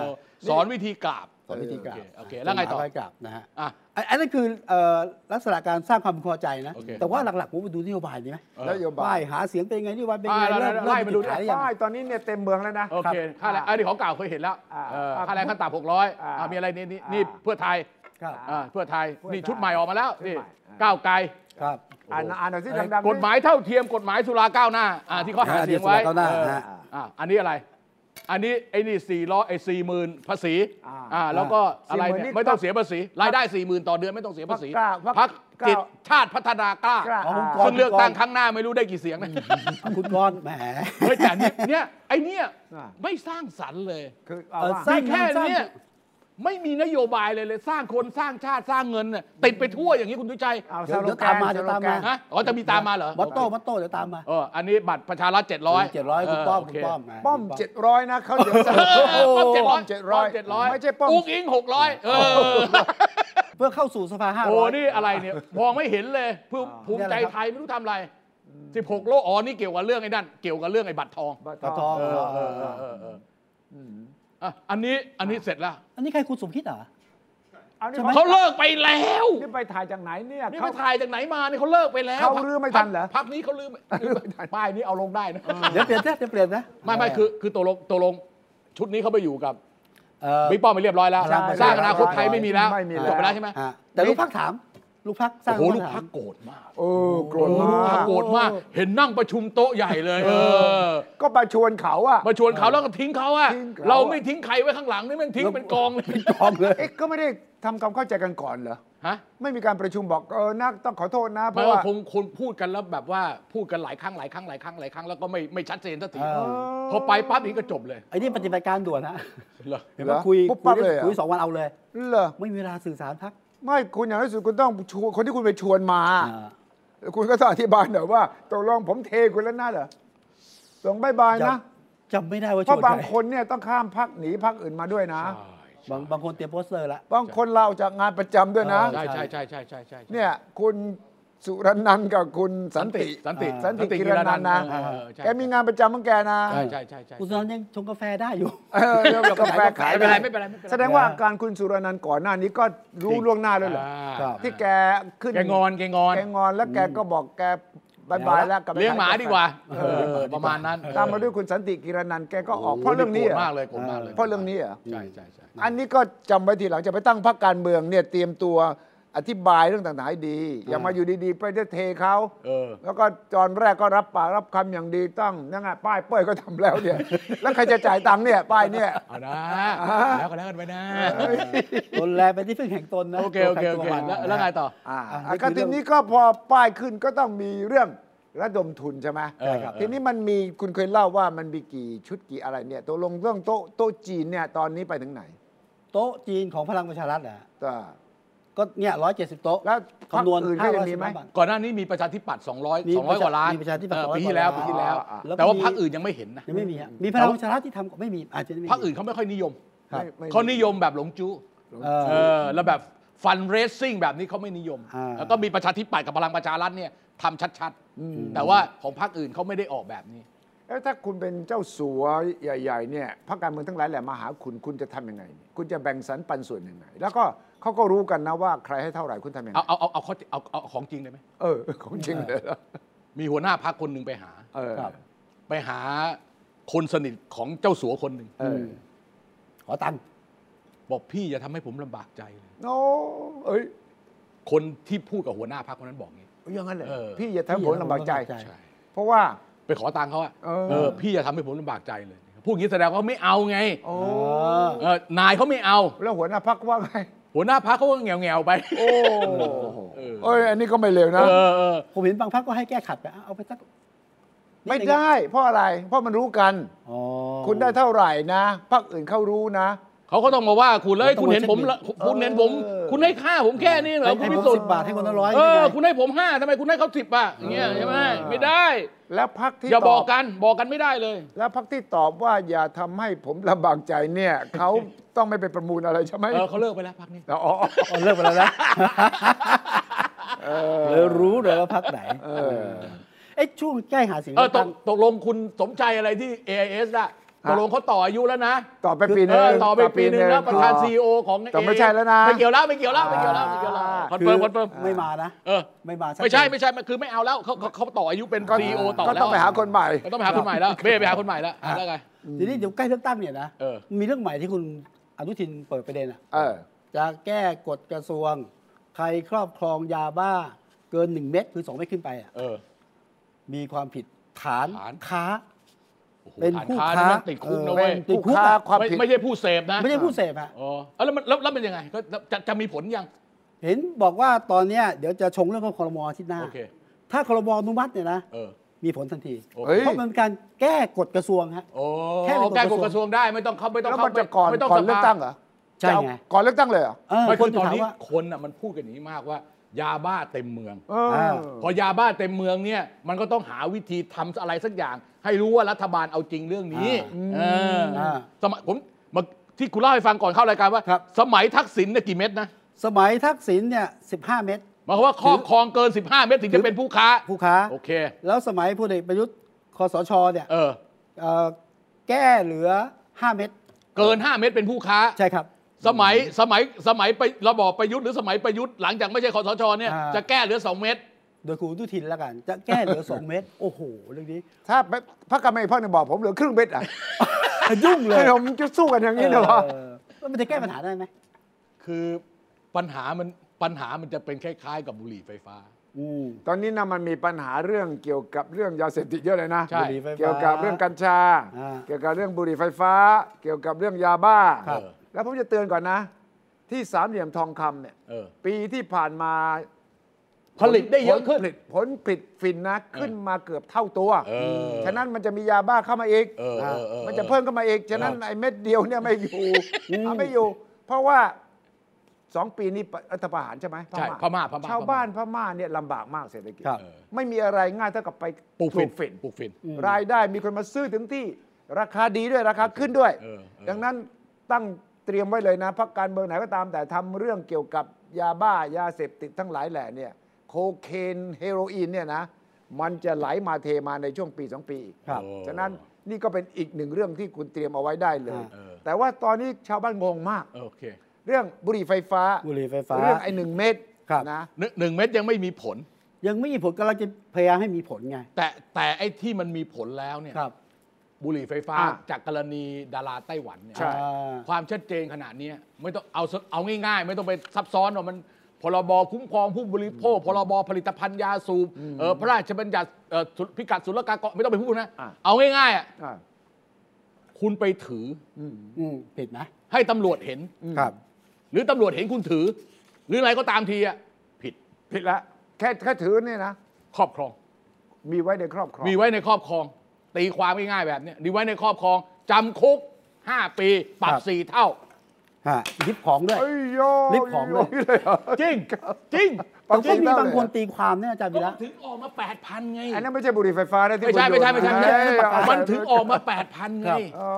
Speaker 3: สอนวิธีกราบ
Speaker 2: สอนวิธีกราบ
Speaker 3: โอเคโอเคแล้วไงต่อ
Speaker 2: สนวิธีกราบนะฮะ
Speaker 3: อ่ะ
Speaker 2: อันอันนั้นคือเอ่อลักษณะการสร้างความพึงพอใจนะ
Speaker 3: โอเค
Speaker 2: แต่ว่าหลักๆผมไปดูนโยบายดีไหม
Speaker 4: นโยบา
Speaker 2: ป้าย ยหาเสียงเป็นไงนโยบายเป็นไง
Speaker 3: อ่า
Speaker 2: เริ่ม
Speaker 3: ไล่
Speaker 2: เริ่ม
Speaker 3: ไป
Speaker 2: ไป
Speaker 3: ดู
Speaker 2: ดูฐานหรือยัง
Speaker 4: ป้ายตอนนี้เนี่ยเต็มเมืองแล้วนะ
Speaker 3: โอเคค่าแรงอันนี้ของเก่าเคยเห็นแล้ว
Speaker 4: อ่า
Speaker 3: เออ
Speaker 4: อ่า
Speaker 3: ค่าแรงขั้นต่ำหกร้อย
Speaker 4: อ่า
Speaker 3: มีอะไรนี่นี่
Speaker 4: อ่านี่
Speaker 3: นี่เพื่อไทย
Speaker 2: ครับ
Speaker 3: อ่าเพื่อไทย
Speaker 4: เพื่อไทย
Speaker 3: นี่ชุดใหม่ออกมาแล้วนี่
Speaker 4: ชุดใหม่อ่า
Speaker 3: ก้าวไกล
Speaker 2: ครับ
Speaker 4: อ่านอ่านหน่อยสิดังๆดิ
Speaker 3: กฎหมายเท่าเทียมกฎหมายสุราก้าวหน้าอ่าที่เขาหาเสียงไว้
Speaker 2: อ่าเดี๋ยวสุราก้าวหน้า
Speaker 3: เออ
Speaker 2: ฮะ
Speaker 3: อ่าอันนี้อะไร อันนี้ไอ้นี่สี่ล้อไอ้สี่หมื่นภาษี
Speaker 4: อ่า
Speaker 3: อ่าแล้วก็อะไร
Speaker 4: 40,000นี่
Speaker 3: เนี่ยไม่ต้องเสียภาษีรายได้สี่หมื่นต่อเดือนไม่ต้องเสียภาษี
Speaker 4: พรรคก
Speaker 3: พัก
Speaker 4: ล้าพรรคกล้า
Speaker 3: จิตชาติพัฒนากล้า
Speaker 4: กล้า
Speaker 2: อ๋อผมก่
Speaker 3: คนเลือกตั้งครั้งหน้าไม่รู้ได้กี่เสียงนะ
Speaker 2: คุณกรณ์แหม
Speaker 3: เฮ้ยแต่เนี่ยเนี่ยไอเนี่ย
Speaker 4: อ่า
Speaker 3: ไม่สร้างสรรค์เลย
Speaker 4: คือเอา
Speaker 2: เออ
Speaker 4: ว่า
Speaker 2: สร้าง
Speaker 3: แค่
Speaker 2: สร้าง
Speaker 3: เนี่ยไม่มีนโยบายเลยเลย สร้างคนสร้างชาติสร้างเงินน่ะติดไปทั่วอย่างนี้คุณดุชัย
Speaker 4: เอา
Speaker 2: เดี๋
Speaker 4: ส
Speaker 2: ยว
Speaker 4: โล
Speaker 2: เดี๋ยว
Speaker 4: แก
Speaker 2: ตาม
Speaker 4: น
Speaker 2: มา
Speaker 4: ส
Speaker 2: เดี๋ยว
Speaker 4: โล
Speaker 2: ตาม
Speaker 4: แก
Speaker 2: มา
Speaker 4: น
Speaker 3: ฮะอ๋อจะมีตามมาเหรอ
Speaker 2: มอตโต้มอตโต้เดี๋ยวตามมา
Speaker 3: เอออันนี้บัตรประชารัฐ700เจ็ดร้อย
Speaker 2: เจ็ดร้อยคุณป้อมคุณป้อมแห
Speaker 4: ป้อม
Speaker 2: คุณ
Speaker 4: เจ็ดร้อยนะเขาเดี๋ยวจะ
Speaker 3: ป้อมเจ็ดร้อย
Speaker 4: ป้อม700ไม่ใช่ป้อม
Speaker 3: อุ้งอิงหกร้อยเออ
Speaker 2: เพื่อเข้าสู่สภาห้าร้
Speaker 3: โอ้
Speaker 2: อย
Speaker 3: นี่อะไรเนี่ย มองไม่เห็นเลยเพื่อภูมิใจไทยไม่รู้ทำอะไร 16 โลกอ๋อนี่เกี่ยวกับเรื่องไอ้นั่น เกี่ยวกับเรื่องไอ้บัตรทอง
Speaker 4: บัตร
Speaker 2: บัตร
Speaker 4: ท
Speaker 2: ท
Speaker 4: อ
Speaker 2: อง ง
Speaker 3: เออเออเออเออเอออ่ะอันนี้อันนี้เสร็จแล้ว
Speaker 2: อันนี้ใครคุณสมคิดเหรอ
Speaker 4: เอานี่
Speaker 2: ใช่ไหม
Speaker 4: เขา
Speaker 3: เขาเลิกไปแล้ว
Speaker 4: นี่ไปถ่ายจากไหนเนี่ย
Speaker 3: นี่
Speaker 4: เขา
Speaker 3: ไปถ่ายจากไหนมาเนี่ยเขาเลิกไปแล้ว
Speaker 4: เขาลื้อไม่ทันเหรอ
Speaker 3: พักนี้เขาลืมป้ายนี้เอาลงได้นะ
Speaker 2: เดี๋ยวเปลี่ยนนะเดี๋ยวเปลี่ยนนะ
Speaker 3: ไม่ไม่คือคือตัวลงตัวลงชุดนี้เขาไปอยู่กับ
Speaker 2: เอ่อ
Speaker 3: บิ๊กป้อมไปเรียบร้อยแล้ว
Speaker 2: ใช่
Speaker 3: สร้างอนาคตไทยไม่มีแล้ว
Speaker 4: ไม่มีแล้ว
Speaker 3: จบไปแล้วใช่ไหม
Speaker 2: ฮะแต่ลูกพักถาม ลูกพักสร้า
Speaker 3: โอ้
Speaker 2: ง
Speaker 3: โหลูก
Speaker 2: ถาม
Speaker 3: พักโกรธมาก
Speaker 4: เออโกรธ
Speaker 3: โอ้โหลูก
Speaker 4: มา
Speaker 3: พัก
Speaker 4: ก
Speaker 3: โกรธมาก เห็นนั่งประชุมโต๊ะใหญ่เลย เออ
Speaker 4: ก็ไปชวนเขาอะ
Speaker 3: มาชวนเขาแล้วก็ทิ้งเขาอะ
Speaker 4: ทิ้งเขา
Speaker 3: เราไม่ทิ้งใครไว้ข้างหลังนี่มันทิ้งเป็นกองเลย
Speaker 2: พร้อมเลย
Speaker 4: เอ๊ะก็ไม่ได้ทำความเข้าใจกันก่อนเหรอ
Speaker 3: ฮะ
Speaker 4: ไม่มีการประชุมบอกเออนักต้องขอโทษนะ เพ
Speaker 3: ไม่
Speaker 4: ราะ
Speaker 3: ว่า
Speaker 4: ว่า
Speaker 3: คงคนพูดกันแล้วแบบว่าพูดกันหลายครั้งหลายครั้งหลายครั้งหลายครั้งแล้วก็ไม่ไม่ชัดเจนสักที
Speaker 2: เออ
Speaker 3: พอไปปั๊บอีกก็จบเลย
Speaker 2: ไอ้นี่ปฏิบัติการด่วนนะ
Speaker 3: เหรอ
Speaker 2: เห็นไหมคุย
Speaker 4: ปุ๊บ
Speaker 2: คุย
Speaker 4: ปั๊บเลยเหรอ
Speaker 2: คุยสองวันเอาเลย
Speaker 4: เหรอ
Speaker 2: ไม่มีเวลาสื่อสารพัก
Speaker 4: ไม่คุณอย่างที่สุดคุณต้องชวนคนที่คุณไปชวนมา
Speaker 2: อ่า
Speaker 4: คุณก็ต้องอธิบายหน่อยว่าตกลงผมเทคุณแล้วนะเหรอส่งบายบายนะ
Speaker 2: จำไม่ได้ว่าช
Speaker 4: เพราะ
Speaker 2: วน
Speaker 4: บาง
Speaker 2: ใคร
Speaker 4: คนเนี่ยต้องข้ามพักหนีพักอื่นมาด้วยนะ
Speaker 2: บางบางคนเตรียมโปสเตอร์ละ
Speaker 4: บางคนเราออกจากงานประจำด้วยนะ
Speaker 2: เออ
Speaker 3: ใช่ใช่ใช่ใช่ใช่ใช่
Speaker 4: เนี่ยคุณสุรนันท์กับคุณสันติ
Speaker 3: สันติ
Speaker 4: สันติกิรนันท์นะ
Speaker 3: เออเออใช่
Speaker 4: แกมีงานประจำของแกนะ
Speaker 3: ใช่ใช่ใช่ใช่
Speaker 2: คุณสนนยังชงกาแฟได้อยู่ [LAUGHS]
Speaker 4: เออเดี๋ยวกาแฟขาย
Speaker 3: ไม่เป็นไรไม่เป็นไรไม่เป็นไร
Speaker 4: แสดงว่าอาการคุณสุรนันท์ก่อนหน้านี้ก็รู้ล่วงหน้าแล้วเหรอ
Speaker 2: ครั
Speaker 3: อ่า
Speaker 2: บ
Speaker 4: ที่แกขึ้น
Speaker 3: แกงอนแกงอน
Speaker 4: แกงอนแล้วแกก็บอกแกบายบายแล้วกลับไป
Speaker 3: เลี้ยงหมาดีกว่าเออประมาณนั้น
Speaker 4: ตามมาด้วยคุณสันติกิรนันท์แกก็ออกเพราะเรื่องนี้เหร
Speaker 3: โโหโกธ
Speaker 4: อ
Speaker 3: มากเลยโกรธมากเลย
Speaker 4: เพราะเรื่องนี้เหรอ
Speaker 3: ใช่ใช่ใช่
Speaker 4: อันนี้ก็จำไว้ทีหลังจะไปตั้งพรรคการเมืองเนี่ยเตรียมตัวอธิบายเรื่องต่างๆให้ดี อย่ามาอยู่ดีๆ ไปจะเทเขา
Speaker 3: เออ
Speaker 4: แล้วก็จอนแรกก็รับปากรับคำอย่างดีตั้งนั่งไงป้ายเป้ยก็ทำแล้วเนี่ย แล้วใครจะจ่ายตังค์เนี่ยป้ายเนี่ย
Speaker 3: เอานะแล้วก็แล้วกันไปนะ
Speaker 2: ตนแลเป็นที่พึ่งแห่งตนนะ
Speaker 3: โอเคโอเคโอเค
Speaker 2: ตัวใครตัวมัน
Speaker 3: แล้วแล้วไงต่อ
Speaker 4: อ่า
Speaker 2: ะ
Speaker 4: ก็
Speaker 2: คือ
Speaker 4: ที
Speaker 2: เรื่
Speaker 4: นี้
Speaker 2: อง
Speaker 4: ก็พอป้ายขึ้นก็ต้องมีเรื่องระดมทุนใช่ไหม
Speaker 3: ใช่ครับ
Speaker 4: ทีนี้มันมีคุณเคยเล่าว่ามันมีกี่ชุดกี่อะไรเนี่ยตกลงเรื่องโต๊ะโต๊ะจีนเนี่ยตอนนี้ไปถึงไหน
Speaker 2: โต๊ะจีนของพลังประชารัฐอ่ะ
Speaker 4: ก็
Speaker 2: ก็เนี่ยร้อยเจ็ดสิบโต๊ะ
Speaker 4: แล้วพรรค
Speaker 2: คำนวณ
Speaker 4: อื่นก็ยังมีไหม
Speaker 2: 515บาท
Speaker 3: ก่อนหน้านี้มีประชาธิปัตย์200
Speaker 2: มี
Speaker 3: 200 กว่าล้าน
Speaker 2: มีประชาธิปัตย์
Speaker 3: เออ
Speaker 2: 200
Speaker 3: ปีที่แล้ว
Speaker 2: กว่าล้าน
Speaker 3: ปีที่แล้ว
Speaker 2: อ่าแล้วก็
Speaker 3: แต่ว่า
Speaker 2: มี
Speaker 3: พรรคอื่นยังไม่เห็นนะ
Speaker 2: ยังไม่มีฮะมีพลังประชารัฐที่ทำก็ไม่มีอาจจะไม่มี
Speaker 3: พรรคอื่นเขาไม่ค่อยนิยม
Speaker 2: ครับ
Speaker 4: ไม่
Speaker 3: เขานิยมแบบหลงจู้
Speaker 2: เอ
Speaker 3: เอ
Speaker 2: อ
Speaker 3: อแล้วแบบฟันเรสซิ่งแบบนี้เขาไม่นิยม
Speaker 2: อ่า
Speaker 3: แล้วก็มีประชาธิปัตย์กับพลังประชารัฐเนี่ยทำชัดๆ แต่ว่าของพรรคอื่นเขาไม่ได้ออกแบบนี้
Speaker 4: แล้วถ้าคุณเป็นเจ้าสัวใหญ่ๆเนี่ยพรรคการเมืองทั้งหลายแหละมาหาคุณคุณจะทำยังไง คุณจะแบ่งสรรปันส่วนยังไง แล้วก็เขาก็รู้กันนะว่าใครให้เท่าไหร่คุณทำยังไง
Speaker 3: เอาเอาเอาเอาเขาเอาเอาของจริงได้ไหม
Speaker 4: เออของจริงเลยเหรอ
Speaker 3: มีหัวหน้าพรรคคนหนึ่งไปหา
Speaker 4: เออ
Speaker 2: ครับ
Speaker 3: ไปหาคนสนิทของเจ้าสัวคนหนึ่ง
Speaker 4: เออ
Speaker 2: ขอตังค์
Speaker 3: บอกพี่อย่าทำให้ผมลำบากใจเลย
Speaker 4: โน้เอ้ย
Speaker 3: คนที่พูดกับหัวหน้าพรรคคนนั้นบอกงี้
Speaker 4: อย่างนั้นเลย
Speaker 3: เออ
Speaker 4: พี่อย่าทำให้ผมลำบากใจ
Speaker 3: ใช่
Speaker 4: เพราะว่า
Speaker 3: ไปขอตังค์เขาอะ
Speaker 4: เออ
Speaker 3: เออ พี่จะทำให้ผมลำบากใจเลยพูดอย่างนี้แสดงว่าเขาไม่เอาไง
Speaker 4: โอ้
Speaker 2: เออ
Speaker 3: เออนายเขาไม่เอา
Speaker 4: แล้วหัวหน้าพักว่าไง
Speaker 3: หัวหน้าพักเขาก็แงวแงวๆไป
Speaker 4: โอ้
Speaker 3: เออ
Speaker 4: เอ้ย อันนี้ก็ไม่เลว
Speaker 3: เอ
Speaker 4: นะ
Speaker 3: อเออ
Speaker 2: ผมเห็นบางพักก็ให้แก้ขัดไปเอาเอาไปสักนิ
Speaker 4: ไม่
Speaker 2: นึง
Speaker 4: ได้ เพราะอะไร เพราะมันรู้กัน
Speaker 2: อ๋อ
Speaker 4: คุณได้เท่าไหร่นะพักอื่นเขารู้นะ
Speaker 3: เขาก็ต้องมาว่าคุณเลย
Speaker 2: ต้อง
Speaker 3: คุณเห็นผมละ
Speaker 2: เช็คบิล
Speaker 3: คุณเห็นผม
Speaker 4: เออ
Speaker 3: คุณให้ค่าผมแค่นี้เหรอ
Speaker 2: ให้
Speaker 3: คุณ
Speaker 2: ให้
Speaker 3: พิ
Speaker 2: ผม
Speaker 3: สุท
Speaker 2: สิ
Speaker 3: ธิ์
Speaker 2: บบาทให้คนละร้อย
Speaker 3: เอ
Speaker 2: ได้
Speaker 3: อ
Speaker 2: ไง
Speaker 3: คุณให้ผมห้าทำไมคุณให้เขาสิบอ่ะอย่างเงี้ยใช่ไหมไม่ได้
Speaker 4: แล้วพักที่
Speaker 3: อย่า
Speaker 4: ต
Speaker 3: บ
Speaker 4: อ
Speaker 3: อบ กกันบอกกันไม่ได้เลย
Speaker 4: แล้วพักที่ตอบว่าอย่าทำให้ผมลำบากใจเนี่ย [LAUGHS] เขาต้องไม่ไปประมูลอะไรใช่ไหม
Speaker 3: เออเขาเลิกไปแล้วพักนี้
Speaker 4: อ๋อ
Speaker 2: อ๋อเลิกไปแล้วนะเลยรู้เลยว่าพักไหน
Speaker 4: เออ
Speaker 2: ไอ้ช่วงใกล้หาเสียง
Speaker 3: เออตก
Speaker 2: ง
Speaker 3: ตกลงคุณสมใจอะไรที่ AIS อะตกลงเขาต่ออายุแล้วนะ
Speaker 4: ตอบไปปีหนึ
Speaker 3: เอง อต่อไปปีหนึ่งแล้วประธานซีโอของ
Speaker 4: แต่ไม่ใช่แล้วนะ
Speaker 3: ไม่เกี่ยวแล้วไม่เกี่ยวแล้วไม่เกี่ยวแล้วไม่เกี่ยวแล้วคอนเฟิร์มคอนเฟิร์ม
Speaker 2: ไม่มานะ
Speaker 3: เออ
Speaker 2: ไม่มาสัก
Speaker 3: ไม่ใช่
Speaker 2: คน
Speaker 3: ไม่ใช่มันคือไม่เอาแล้วเขาเขาเขาต่ออายุเป็นซีโอต่อ
Speaker 4: ก็
Speaker 3: แล้ว
Speaker 4: ต้องไปหาคนใหม่
Speaker 3: ก็ต้องไปหาคนใหม่แล้วเบ้ไปหาคนใหม่แล้วอ่ะแล้วไง
Speaker 2: ทีนี้เดี๋ยวใกล้เลือกตั้งเนี่ยนะ
Speaker 3: เออ
Speaker 2: มีเรื่องใหม่ที่คุณอนุทินเปิดประเด็นอ่ะ
Speaker 4: เออ
Speaker 2: จะแก้กฎกระทรวง ใครครอบครองยาบ้าเกินหนึ่งเม็ดคือสองเม็ดขึ้นไปอ่ะ
Speaker 3: เออ
Speaker 2: มีความผิดฐาน
Speaker 3: ฐาน
Speaker 2: ค้า
Speaker 3: โห อ้โห
Speaker 2: เป็น
Speaker 3: ฐาน
Speaker 2: ผู้
Speaker 3: ค้า
Speaker 2: ค้า
Speaker 3: นี่มันติดคุกนะเว้ย
Speaker 2: ติดคุก
Speaker 4: ผู้ค้า
Speaker 2: อะ
Speaker 4: วาม
Speaker 3: ไม่
Speaker 4: ผิด
Speaker 3: ไม่ใช่ผู้เสพนะ
Speaker 2: ไม่ใช่ผู้เสพอะ
Speaker 3: อ๋อเอาแล้วมันแล้วแล้วเป็นยังไงก็จะจะมีผลยัง
Speaker 2: เห็นบอกว่าตอนเนี้ยเดี๋ยวจะชงเรื่องของคอรมอที่หน้า
Speaker 3: โอเค
Speaker 2: ถ้าคอรมออนุมัติเนี่ยนะ
Speaker 3: เออ
Speaker 2: มีผลทันที
Speaker 3: โอเค
Speaker 4: เฮ้ย
Speaker 2: เพราะมันการแก้กฎกระทรวงฮะ
Speaker 3: โอ้
Speaker 2: แค่
Speaker 3: แค่
Speaker 2: ในกฎ
Speaker 3: แก้กฎ
Speaker 2: ก
Speaker 3: ก
Speaker 2: ระ
Speaker 3: ระ
Speaker 2: ท
Speaker 3: ท
Speaker 2: ร
Speaker 3: ร
Speaker 2: ว
Speaker 3: วง
Speaker 2: ง
Speaker 3: ได้ไม่ต้องเข้าไม่ต้อง
Speaker 4: แล้ว
Speaker 3: เข้า
Speaker 4: มันจะก่อน
Speaker 3: ไม่ต้อง
Speaker 4: ก่อน
Speaker 3: สภา
Speaker 4: เลือกตั้งเหรอ
Speaker 2: ใช่
Speaker 4: จะเอา
Speaker 2: ไง
Speaker 4: ก่อนเลือกตั้งเลยเหรอ
Speaker 2: เออ
Speaker 3: ไม่
Speaker 2: ค
Speaker 3: คื
Speaker 2: น
Speaker 3: อ
Speaker 2: จะ
Speaker 3: ตอน
Speaker 2: ถาม
Speaker 3: นี้
Speaker 2: ว่า
Speaker 3: คนอ่ะมันพูดกันอย่างนี้มากว่า ยาบ้าเต็มเมือง
Speaker 4: เออ
Speaker 2: อ่า
Speaker 3: พอยาบ้าเต็มเมืองเนี่ยมันก็ต้องหาวิธีทำอะไรสักอย่าง ให้รู้ว่ารัฐบาลเอาจริงเรื่องนี้เอออา สมัยผมมาที่คุณเล่าให้ฟังก่อนเข้ารายการว่า
Speaker 2: ครับ
Speaker 3: สมัยทักษิณเนี่ยกี่เม็ดนะ
Speaker 2: สมัยทักษิณเนี่ย15 เม็ด
Speaker 3: หมายความว่าครอบครองเกิน 15 เม็ดถึง
Speaker 2: ถื
Speaker 3: จะ
Speaker 2: อ
Speaker 3: เป็นผู้ค้า
Speaker 2: ผู้ค้า
Speaker 3: โอเค
Speaker 2: แล้วสมัยพลเอกประยุทธ์คอสชเนี่ย
Speaker 3: เออ
Speaker 2: เอ่อแก้เหลือ 5 เม็ด
Speaker 3: เกิน 5 เม็ดเป็นผู้ค้า
Speaker 2: ใช่ครับ
Speaker 3: สมัยสมัยสมัยไประบอบประยุทธ์หรือสมัยประยุทธ์หลังจากไม่ใช่คอสชเนี่ย
Speaker 2: อ่า
Speaker 3: จะแก้เหลือ 2 เม็ด
Speaker 2: โดยคุณอนุทินแล้วกัน จะแก้เหลือ 2 เม็ดโอ้โหเรื่องนี้
Speaker 4: ถ้าพรรคการเมืองอีกพรรคหนึ่งบอกผมเหลือครึ่งเม็ดอ่ะ
Speaker 2: ยุ่งเล
Speaker 4: ไม่
Speaker 2: ย
Speaker 4: เรามันจะสู้กันอย่างนี้เหรอ
Speaker 2: เออแล้วมันจะแก้ปัญหาได้ไหม
Speaker 3: คือปัญหามันปัญหามันจะเป็นคล้ายๆ กับบุหรี่ไฟฟ้า
Speaker 2: อืม
Speaker 4: ตอนนี้นะมันมีปัญหาเรื่องเกี่ยวกับเรื่องยาเสพติดเยอะเลยนะ
Speaker 3: ใช่
Speaker 2: บุหรี่ไฟฟ้า
Speaker 4: เกี่ยวกับเรื่องกัญชา
Speaker 2: อ่า
Speaker 4: เกี่ยวกับเรื่องบุหรี่ไฟฟ้า เกี่ยวกับเรื่องยาบ้า
Speaker 2: ครับ
Speaker 4: แล้วผมจะเตือนก่อนนะ ที่สามเหลี่ยมทองคำเนี่ย
Speaker 3: เออ
Speaker 4: ปีที่ผ่านมา
Speaker 3: ผลิตได้เยอะขึ้น
Speaker 4: ผลผลิตผลผลิตฟินนะขึ้นมาเกือบเท่าตัว
Speaker 3: เออ
Speaker 4: ฉะนั้นมันจะมียาบ้าเข้ามาอีก
Speaker 3: เออเออเออ
Speaker 4: มันจะเพิ่มเข้ามาอีก ฉะนั้นไอ้เม็ดเดียวเนี่ยไม่อยู่เอาไม่อยู่ เพราะว่าสองปีนี้รัฐประหารใช่ไหม
Speaker 3: ใช่พม่าพม่า
Speaker 4: ชาวบ้านพม่าเนี่ยลำบากมากเศรษฐกิจ
Speaker 2: ครับ
Speaker 4: ไม่มีอะไรง่ายเท่ากับไป
Speaker 3: ปลูกฝิ่น
Speaker 4: ฝิ่น
Speaker 3: ปลูกฝิ่น
Speaker 4: รายได้มีคนมาซื้อถึงที่ราคาดีด้วยราคาขึ้นด้วย
Speaker 3: เออเออ
Speaker 4: ดังนั้นตั้งเตรียมไว้เลยนะพักการเมืองไหนก็ตามแต่ทำเรื่องเกี่ยวกับยาบ้ายาเสพติดทั้งหลายแหล่เนี่ยโคเคนเฮโรอีนเนี่ยนะมันจะไหลมาเทมาในช่วงปี 2 ปีอีก
Speaker 2: ครับ
Speaker 4: ฉะนั้นนี่ก็เป็นอีกหนึ่งเรื่องที่คุณเตรียมเอาไว้ได้เลย
Speaker 2: อ่า
Speaker 3: เออ
Speaker 4: แต่ว่าตอนนี้ชาวบ้านงงมาก
Speaker 3: โอเค
Speaker 4: เรื่องบุหรี่ไฟฟ้า
Speaker 2: บุหรี่ไฟฟ้า
Speaker 4: เรื่องไอ้หนึ่งเม็ด
Speaker 2: ครับ
Speaker 4: นะ
Speaker 3: หนึ่งหนึ่งเม็ดยังไม่มีผล
Speaker 2: ยังไม่มีผลกำลังจะพยายามให้มีผลไง
Speaker 3: แต่แต่ไอ้ที่มันมีผลแล้วเนี่ย
Speaker 2: ครับ
Speaker 3: บุหรี่ไฟฟ้า
Speaker 4: อ่ะ
Speaker 3: จากกรณีดาราไต้หวันเนี่ย
Speaker 4: ใช่
Speaker 2: อ่า
Speaker 3: ความชัดเจนขนาดเนี้ยไม่ต้องเอาเอาง่ายๆ ไม่ต้องไปซับซ้อนว่ามันพรบคุ้มครองผู้บริโภคพรบผลิตภัณฑ์ยาสูบเออพระราชบัญญัติเอ่อสุพิกัดศุลกากรไม่ต้องไปพูดนะ
Speaker 4: อ่ะ
Speaker 3: เอาง่ายๆอ่ะ
Speaker 4: อ่า
Speaker 3: คุณไปถือ
Speaker 4: อืม
Speaker 2: อืมผิดนะ
Speaker 3: ให้ตำรวจเห็น
Speaker 2: ครับ
Speaker 3: หรือตำรวจเห็นคุณถือ หรืออะไรก็ตามทีอ่ะผิด
Speaker 4: ผิดละแค่แค่ถือเนี่ยนะ
Speaker 3: ครอบครอง
Speaker 4: มีไว้ในครอบครอง
Speaker 3: มีไว้ในครอบครอง ตีความง่ายๆแบบเนี้ยมีไว้ในครอบครองจำคุก 5 ปี ปรับ 4 เท่า
Speaker 2: ฮะยึดของด้วย
Speaker 4: เอ้ยโย
Speaker 2: ลิฟต์ของเลย
Speaker 4: โเลยเหรอ
Speaker 3: จริง จริง
Speaker 4: ปรับ
Speaker 2: แต่
Speaker 4: จริ
Speaker 2: ก็
Speaker 4: ง
Speaker 2: มี
Speaker 4: เปล่า
Speaker 2: บางคน
Speaker 4: เนี่ย
Speaker 2: ตีความเนี่ยอาจารย์วี
Speaker 3: ก็
Speaker 2: ระ
Speaker 3: ถึงออกมา 8,000 ไง
Speaker 4: อันนั้นไม่ใช่บุหรี่ไฟฟ้านะที่
Speaker 3: ไม่ใช่
Speaker 4: คุณ
Speaker 3: ไม่ใช่
Speaker 4: โยน
Speaker 3: ไม่ใช่
Speaker 4: นะ
Speaker 3: ไม่ใช่
Speaker 4: เอ้ยเอา
Speaker 3: มันถึงออกมา 8,000 ไง
Speaker 4: อ๋อ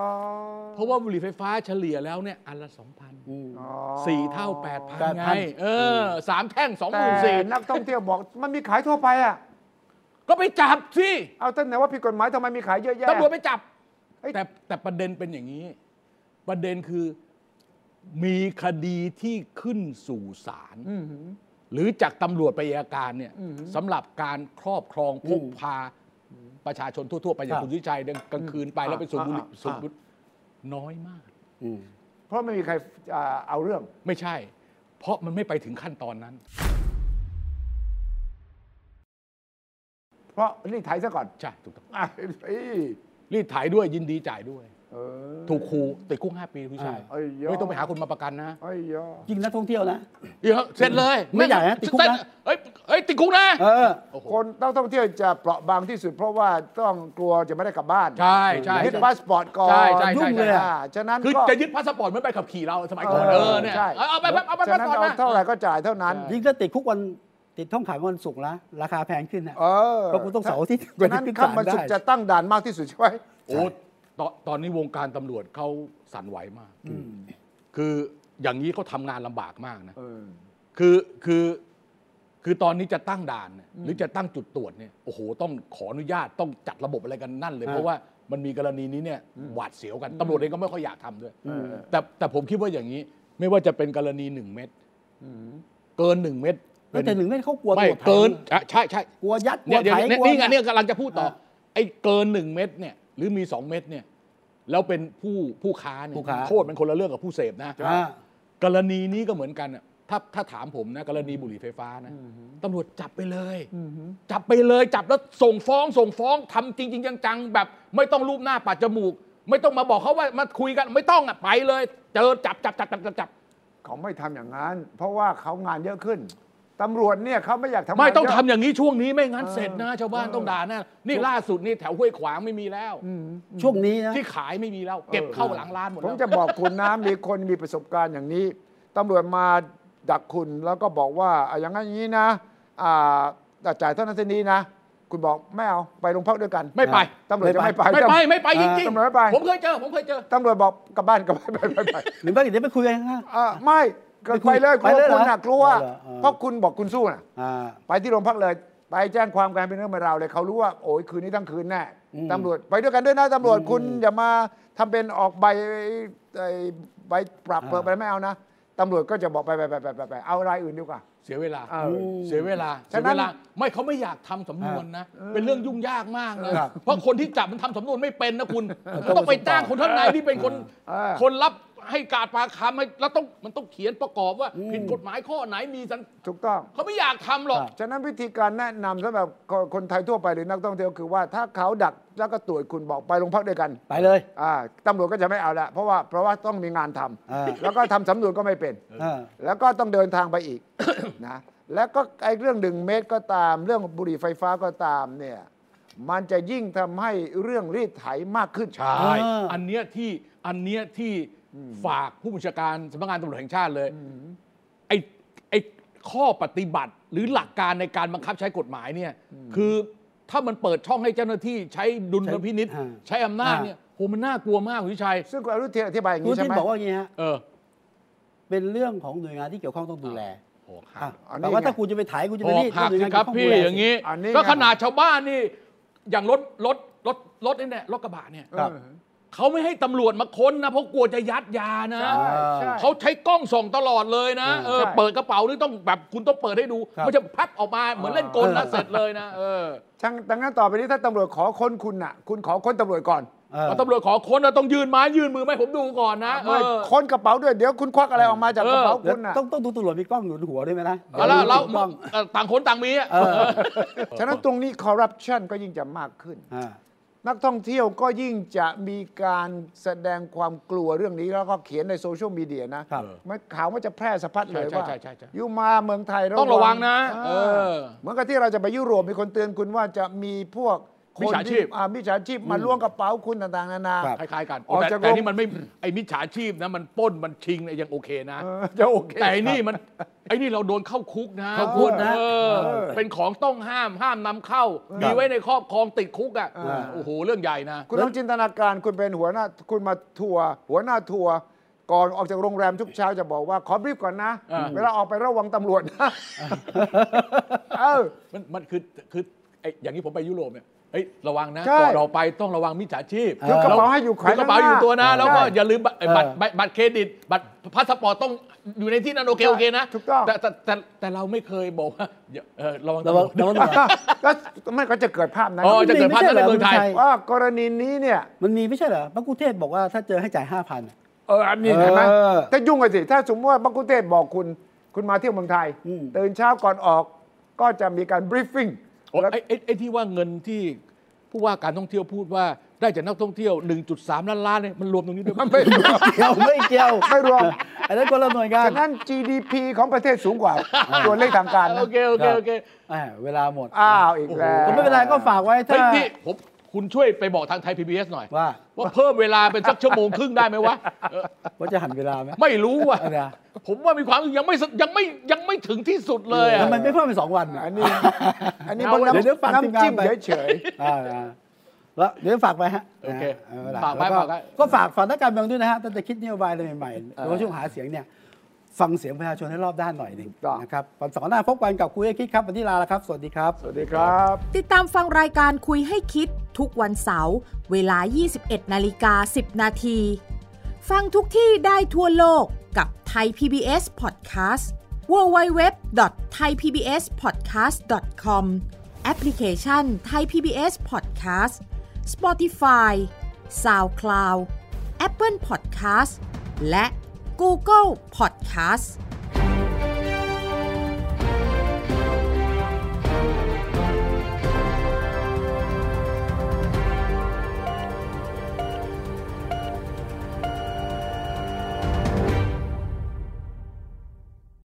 Speaker 3: เพราะว่าบุหรี่ไฟฟ้าเฉลี่ยแล้วเนี่ย อันละ 2,000
Speaker 4: อ๋อ
Speaker 3: 4 เท่า 8,000 ไง
Speaker 2: 8,000
Speaker 3: เออสามแท่ง 2 4
Speaker 4: แต่
Speaker 3: 0
Speaker 4: นักท่องเที่ยวบอกมันมีขายทั่วไปอ่ะ
Speaker 3: 0ก็ไปจับสิ
Speaker 4: เอาท่านไหนว่าผิดกฎหมายทำไมมีขายเยอะแยะ
Speaker 3: ตำรวจไปจับ
Speaker 4: เอ้ย
Speaker 3: แต่แต่ประเด็นเป็นอย่างนี้ ประเด็นคือมีคดีที่ขึ้นสู่ศาล
Speaker 4: อื้อหือ
Speaker 3: หรือจากตำรวจไปอัยการเนี่ย
Speaker 4: อือหือ
Speaker 3: สำหรับการครอบครองพกพาประชาชนทั่ว ๆ ไปอย่า
Speaker 2: ครั
Speaker 3: ง
Speaker 2: บ
Speaker 3: คุณวิชัยเดินกลางคืนไปแล้วไปสูบบุหรี่
Speaker 4: อ่า
Speaker 3: สูบบุหรี่น้อยมาก
Speaker 2: อืม
Speaker 4: เพราะไม่มีใครอ่าเอาเรื่อง
Speaker 3: ไม่ใช่ เพราะมันไม่ไปถึงขั้นตอนนั้น
Speaker 4: เพราะนี่ไทยซะก่อน
Speaker 3: ใช่ถูกต้อง
Speaker 4: อ่ะเอ้ย
Speaker 3: รีดถ่ายด้วยยินดีจ่ายด้วย
Speaker 4: เออ
Speaker 3: ถูกครูติดคุกห้าปีคุณวิชัย
Speaker 4: เอ้ยยอด
Speaker 3: ไม่ต้องไปหาคนมาประกันนะ
Speaker 4: เอ้ยโย
Speaker 2: จริงนักท่องเที่ยวนะ
Speaker 3: เดี๋ยวเสร็จเลย
Speaker 2: ไม่อยากนะติดคุกนะ
Speaker 3: เสร็จเอ้ยเอ้ยติดคุกนะ
Speaker 2: เออ
Speaker 3: โอ้โห
Speaker 4: คนนักท่องเที่ยวจะเปราะบางที่สุด เพราะว่าต้องกลัวจะไม่ได้กลับบ้าน
Speaker 3: ใช่ใช่
Speaker 4: ยึด
Speaker 3: ใช่
Speaker 4: พาสปอร์ตก่อน
Speaker 3: ใช่ใช่ใช่
Speaker 4: งเลยอ่ะฉะนั้น
Speaker 3: คือ
Speaker 4: ก็
Speaker 3: จะยึดพาสปอร์ตเหมือนใบขับขี่เราสมัยก่อนเออเนี่ย
Speaker 4: ใช่
Speaker 3: เอาเอาไปไปเอาไป
Speaker 4: ฉะ
Speaker 3: พาส
Speaker 4: นั้น
Speaker 3: ปอร์ต
Speaker 4: เอา
Speaker 3: มา
Speaker 4: เท่าไหร่ก็จ่ายเท่านั้น
Speaker 2: ยิ่งถ้าติดคุกวันติดท่องขังวันศุกร์ละราคาแพงขึ้นนะ
Speaker 4: เออ
Speaker 2: ก็คุณต้องเสาร์อาที่
Speaker 4: ฉะนั้นข้ามมันสุดจะตั้งด่านมากที่สุดใช่ไหม
Speaker 3: โอ้ตอนตอนนี้วงการตำรวจเขาสั่นไหวมาก คืออย่างนี้เขาทำงานลำบากมากนะ คือคือคือตอนนี้จะตั้งด่านเนี่ยหรือจะตั้งจุดตรวจเนี่ยโอ้โห ต้องขออนุญาตต้องจัดระบบอะไรกันนั่นเลย เพราะว่ามันมีกรณีนี้เนี่ยหวาดเสียวกันตำรวจเองก็ไม่ค่อยอยากทำด้วยแต่แต่ผมคิดว่าอย่างนี้ ไม่ว่าจะเป็นกรณีหนึ่งเม็ดเกินหนึ่งเม็ด
Speaker 2: แล้
Speaker 3: เป็
Speaker 2: วน แต่หนึ่งเม็ดเขากลัวต
Speaker 3: ไม่
Speaker 2: รวจ
Speaker 3: เกินอ่ะใช่ใช่
Speaker 2: กลัวยัดกลัวย
Speaker 3: เนี่เดี๋ยว
Speaker 2: ไถ
Speaker 3: เนี่
Speaker 2: ก
Speaker 3: ย
Speaker 2: ลัว
Speaker 3: นี่ไงเนี่ยกำลังจะพูดต่อ
Speaker 2: อ่ะ
Speaker 3: ไอ้เกินหนึ่งเม็ดเนี่ยหรือมีสองเม็ดเนี่ยแล้วเป็นผู้ผู้ค้าเนี่
Speaker 2: ผู้
Speaker 3: ย
Speaker 2: ค้า
Speaker 3: โทษมันคนละเรื่องกับผู้เสพนะ
Speaker 2: อ่า
Speaker 3: กรณีนี้ก็เหมือนกันอะ ถ้าถ้าถามผมนะกรณีบุหรี่ไฟฟ้านะตำรวจจับไปเลยจับไปเลย จับแล้วส่งฟ้องส่งฟ้องทำจริง ๆ จังๆแบบ ไม่ต้องรูปหน้าปัดจมูก ไม่ต้องมาบอกเขาว่ามาคุยกันไม่ต้องอ่ะไปเลย เจอจับจับจับจับจับจับ
Speaker 4: เขาไม่ทำอย่างนั้น เพราะว่าเขางานเยอะขึ้นตำรวจเนี่ยเขาไม่อยากทำ
Speaker 3: ไม่
Speaker 4: งาน
Speaker 3: ต้องทำ
Speaker 4: เยะ
Speaker 3: อย่างนี้ช่วงนี้ไม่งั้น
Speaker 4: เออ
Speaker 3: เสร็จนะชาวบ้าน
Speaker 4: เออ
Speaker 3: ต้องด่าแน่นี่ล่าสุดนี่แถวห้วยขวางไม่มีแล้ว
Speaker 2: ช่วงนี้นะ
Speaker 3: ที่ขายไม่มีแล้ว เก็บเข้าหลังร้านหมด
Speaker 4: ผ
Speaker 3: แล้
Speaker 4: ม
Speaker 3: ว
Speaker 4: จะบอกคุณนะ [LAUGHS] มีคนมีประสบการณ์อย่างนี้ตำรวจมาดักคุณแล้วก็บอกว่าอ่ะอย่างนั้นอย่างนี้นะอ่าแต่จ่ายเท่านั้นเท่านี้นะ คุณบอกไม่เอาไปโรงพักด้วยกัน
Speaker 3: ไม่ไป
Speaker 4: ตำรวจจะไม่ไป
Speaker 3: ไม่ไปไม่ไปจริง
Speaker 4: ตำรวจไม่ไป
Speaker 3: ผมเคยเจอ ผมเคยเจอ
Speaker 4: ตำรวจบอกกลับบ้านกลับบ้านไปไปไป
Speaker 2: หรือว่าเดี๋ยวไปคุยกันข้างหน้า
Speaker 4: อ่ะไม่ก็ไปเลยก
Speaker 2: ไป
Speaker 4: ลัว
Speaker 2: เลยเหรอ
Speaker 4: คุณน่ะกลัว
Speaker 2: เหรอเออ
Speaker 4: เพราะคุณบอกคุณสู้น่ะ
Speaker 2: อ่า
Speaker 4: ไปที่โรงพักเลย ไปแจ้งความกันเป็นเรื่องเป็นราวเลยเขารู้ว่าโอ้ยคืนนี้ทั้งคืนแน่
Speaker 2: อืม
Speaker 4: ตำรวจไปด้วยกันด้วยนะตำรวจคุณอย่ามาทำเป็นออกใบไอ้ใบปรับ
Speaker 2: อ่า
Speaker 4: เปิดไปไม่เอานะตำรวจก็จะบอกไปไปไปไปไปไปเอารายอื่นดีกว่า
Speaker 3: เสียเวลา
Speaker 4: เออ
Speaker 3: เสียเวลาเสี
Speaker 4: ฉะ
Speaker 3: ย
Speaker 4: นั้
Speaker 3: เวน ลา ไม่เขาไม่อยากทำสำนวนนะ เป็นเรื่องยุ่งยากมากนะ
Speaker 4: ครับ
Speaker 3: เพราะคนที่จับมันทำสำนวนไม่เป็นนะคุณ มันต้องไปจ้างคนข้างในที่เป็นคน
Speaker 4: เออ
Speaker 3: คนรับให้การปากคำให้แล้วต้องมันต้องเขียนประกอบว่า ผิดกฎหมายข้อไหนมีสัญ
Speaker 4: ถูกต้อง
Speaker 3: เขาไม่อยากทำหรอก
Speaker 2: ครับ
Speaker 4: ฉะนั้นวิธีการแนะนำสำหรับคนคนไทยทั่วไปหรือนักท่องเที่ยวคือว่าถ้าเขาดักแล้วก็ตรวจคุณบอกไปโรงพักด้วยกัน
Speaker 2: ไปเลย
Speaker 4: อ่าตำรวจก็จะไม่เอาละเพราะว่าเพราะว่าต้องมีงานทำ
Speaker 2: อ่า
Speaker 4: แล้วก็ทำสำนวนก็ไม่เป็น
Speaker 2: อ่า
Speaker 4: แล้วก็ต้องเดินทางไปอีก [COUGHS] นะแล้วก็ไอ้เรื่องหนึ่งเมตรก็ตาม เรื่องบุหรี่ไฟฟ้าก็ตามเนี่ยมันจะยิ่งทำให้เรื่องรีดไถมากขึ้น
Speaker 3: ใช่
Speaker 2: อ่า
Speaker 3: อันเนี้ยที่ อันเนี้ยที่ฝากผู้บัญชาการสำนักงานตำรวจแห่งชาติเลย ไอ้ไอ้ข้อปฏิบัติหรือหลักการในการบังคับใช้กฎหมายเนี่ย คือถ้ามันเปิดช่องให้เจ้าหน้าที่ใช้ดุลพินิษ
Speaker 2: อ่า
Speaker 3: ใช้อำนาจเนี่ยโหมันน่ากลัวมากคุณวิชัย
Speaker 4: ซึ่งคุณอรุณเทียนอธิบายอย่าง
Speaker 2: คุณ
Speaker 4: นี้ใช่
Speaker 2: ทิน
Speaker 4: ไหม
Speaker 2: บอกว่าอย่างนี้ฮะ
Speaker 3: เออ
Speaker 2: เป็นเรื่องของหน่วยงานที่เกี่ยวข้องต้องดูแล
Speaker 3: โห
Speaker 2: อ่ะแต่ว่าถ้าคุณจะไปถ่ายคุณจะ
Speaker 3: ห
Speaker 2: ไป
Speaker 3: อก
Speaker 2: รีด
Speaker 3: หัก
Speaker 2: หน่วย
Speaker 3: สิ
Speaker 2: งาน
Speaker 3: ครับ
Speaker 2: เกี่วข้
Speaker 3: พี่
Speaker 2: ดูแล
Speaker 3: อย่างนี้
Speaker 4: อันนี้
Speaker 3: ก็ขนาดชาวบ้านนี่ อย่างรถรถรถรถนี่เนี่ยรถกระบะเนี่ย
Speaker 2: ครับ
Speaker 3: เขาไม่ให้ตำรวจมาค้นนะเพราะกลัวจะยัดยานะ
Speaker 4: ใช่ใช่
Speaker 3: เขาใช้กล้องส่องตลอดเลยนะ เออ
Speaker 4: ใช่
Speaker 3: เปิดกระเป๋านี่ต้องแบบคุณต้องเปิดให้ดู
Speaker 2: ครับ
Speaker 3: ไม่ใช่พับออกมาเหมือนเล่นกล
Speaker 2: เอ
Speaker 3: นะ
Speaker 2: อ
Speaker 3: เสร็จเลยนะ เออ
Speaker 4: ช่างดังนั้นต่อไปนี้ถ้าตำรวจขอค้นคุณน่ะ คุณขอค้นตำรวจก่อน
Speaker 2: เออ
Speaker 3: เอาตำรวจขอค้นเราต้องยืนไม้ยื่นมือไหมผมดูก่อนนะ เอ
Speaker 4: ไม่
Speaker 3: อ
Speaker 4: ค้นกระเป๋าด้วยเดี๋ยวคุณควักอะไรออกมาจากกระเป๋า
Speaker 2: แล้ว
Speaker 4: คุณน่ะ
Speaker 2: ต้องต้องดูตำรวจมีกล้องหนุนหัวด้วยไหมนะ
Speaker 3: เอาละเรา
Speaker 2: มีกล้อง
Speaker 3: เอ่อต่างคนต่างมีอะ
Speaker 2: เออ
Speaker 4: ฉะนั้นตรงนี้คอร์รัปชันก็ยิ่งจะมากขึ้น
Speaker 2: อ่า
Speaker 4: นักท่องเที่ยวก็ยิ่งจะมีการแสดงความกลัวเรื่องนี้แล้วก็เขียนในโซเชียลมีเดียนะครับ มันข่าวมันจะแพร่สะพัดเลย
Speaker 3: ใช่
Speaker 4: ว่า
Speaker 3: ใช่ใช่ใช่
Speaker 4: อยู่มาเมืองไทย
Speaker 3: ต้องระวังนะ
Speaker 4: อ่า
Speaker 3: เออ
Speaker 4: เหมือนกับที่เราจะไปยุโรปมีคนเตือนคุณว่าจะมีพวกคน
Speaker 3: มิจฉาชีพ
Speaker 4: อ่มิจฉาชีพมาล้วงกระเป๋าคุณต่างๆนานา
Speaker 2: ครับ
Speaker 3: คล้ายๆกัน
Speaker 4: ออก
Speaker 3: แต่
Speaker 4: จาก
Speaker 3: แต่
Speaker 4: โรง
Speaker 3: นี่มันไม่ไอ้มิจฉาชีพนะมันปล้นมันชิงเนี่ยยังโอเคนะ
Speaker 4: เออจะโอเค
Speaker 3: แต่ไอ้นี่มันไอ้นี่เราโดนเข้าคุกนะ
Speaker 2: เข้าคุกนะ
Speaker 3: เออ
Speaker 4: เออ
Speaker 3: เป็นของต้องห้ามห้ามนำเข้า มีไว้ในครอบครองติดคุกอ่ะ
Speaker 2: อ
Speaker 3: โอ้โหเรื่องใหญ่นะ
Speaker 4: คุณต้องจินตนาการคุณเป็นหัวหน้าคุณมาทัวร์หัวหน้าทัวร์ก่อนออกจากโรงแรมทุกเช้าจะบอกว่าขอบรีบก่อนนะ
Speaker 3: อ่า
Speaker 4: เวลาออกไประวังตำรวจนะเออ
Speaker 3: มันมันคือคือไอ้อย่างนี้ผมไปยุโรปเนี่ยเอ้ยระวังนะ
Speaker 4: ใช่
Speaker 3: ก่อนออกไปต้องระวังมิจฉาชีพ
Speaker 4: ถือกระเป๋าให้อยู่แขวน
Speaker 3: ถืกระเป๋า
Speaker 4: ข้าง
Speaker 3: อ
Speaker 4: หน้า
Speaker 3: ยู่ตัวนะ แล้วก็
Speaker 4: ใช่
Speaker 3: อย่าลืมบัตรไอ้บัตร
Speaker 2: เออ
Speaker 3: บัตรบัตรเครดิต บัตรพาสปอร์ตต้องอยู่ในที่นั้นโอเค
Speaker 4: ใช่
Speaker 3: โอเคนะ
Speaker 4: ถูกต้อง
Speaker 3: แต่แต่แต่แต่เราไม่เคยบอกว่าอย่าเออระวัง
Speaker 2: ระวังระวังตำรวจ
Speaker 4: แล้วมัน [LAUGHS] ก็จะเกิดภาพนั้น
Speaker 3: อ๋อจะเกิดพลาดนั้นในเมืองไทย
Speaker 2: ไม่ใช่เหรอ
Speaker 4: ว่ากรณีนี้เนี่ย
Speaker 2: มันมีไม่ใช่เหรอพระกุเทศบอกว่าถ้าเจอให้จ่ายห้าพัน
Speaker 4: เอออันนี้เห็นไหม
Speaker 2: เออ
Speaker 4: ถ้ายุ่งกันสิถ้าสมมติว่าบักกุเทศบอกคุณ คุณมาเที่ยวเมืองไทย
Speaker 2: อืม
Speaker 4: ตื่นเช้าก่อนออกก็จะมีการบรีฟฟิ้ง
Speaker 3: โอ้ไอ้ไอ้ไอ้ที่ว่าเงินที่ผู้ว่าการท่องเที่ยวพูดว่าได้จากนักท่องเที่ยว 1.3 ล้านล้านเนี่ยมันรวมตรงนี้ด้วยมันไม่
Speaker 2: เกี่ยวไม่เกี่ยว
Speaker 4: ไม่รวม
Speaker 2: อันนั้นคนละหน่วยงาน
Speaker 4: ฉะนั้น GDP ของประเทศสูงกว่าตัวเลขทางการนะ
Speaker 3: โอเคโอเคโอเค
Speaker 2: อ่าเวลาหมด
Speaker 4: อ้าวอีกแล้ว
Speaker 2: ก็ไม่เป็นไรก็ฝากไว้
Speaker 3: เฮ้ย
Speaker 2: ถ้า
Speaker 3: พี่ผมคุณช่วยไปบอกทางไทย PBS หน่อย
Speaker 2: ว่า
Speaker 3: ว่าเพิ่มเวลาเป็นสักชั่วโมงครึ่งได้ไหมวะเออ
Speaker 2: ว่าจะหันเวลาไหม
Speaker 3: ไม่รู้ว่ะ
Speaker 2: อะไรอะ
Speaker 3: ผมว่ามีความรู้สึกยังไม่สยังไม่ยังไม่ถึงที่สุดเลยอะ
Speaker 2: ทำไมไม่เพิ่มเป็นสองวัน
Speaker 4: อั
Speaker 2: อ่ะ
Speaker 4: นนี้ อันนี้
Speaker 3: เอา
Speaker 4: มัน
Speaker 3: เดี๋
Speaker 2: เดี๋ย
Speaker 3: ยว
Speaker 2: วฝาก
Speaker 4: น้ำ
Speaker 2: ทีมงาน
Speaker 4: น้ำจิ้ม
Speaker 2: ไป
Speaker 4: เฉย
Speaker 2: อ่าอ่าแล้วเดี๋ยวฝากไปฮะ
Speaker 3: โอเค
Speaker 2: นะฮะอล่ะ
Speaker 3: ฝากไว้
Speaker 2: แล้ว
Speaker 3: ฝากไว้
Speaker 2: ก็ฝากฝันนักการเมืองด้วยนะฮะถ้าจะคิดนโยบายอะไรใหม่ๆโดยเฉพาะช่วงหาเสียงเนี่ย ฟังเสียงประชาชนให้รอบด้านหน่อยหนึ่งนะครับวันเสาร์หน้าพบกันกับคุยให้คิดครับวันนี้ลาแล้วครับ สวัสดีครับ
Speaker 4: ๆ สวัสดีครับ
Speaker 1: ติดตามฟังรายการคุยให้คิดทุกวันเสาร์เวลา 21 นาฬิกา 10 นาที ฟังทุกที่ได้ทั่วโลกกับ ไทย PBS Podcast www.thaipbspodcast.com แอปพลิเคชัน ไทย PBS Podcast Spotify SoundCloud Apple Podcast และ Google Podcast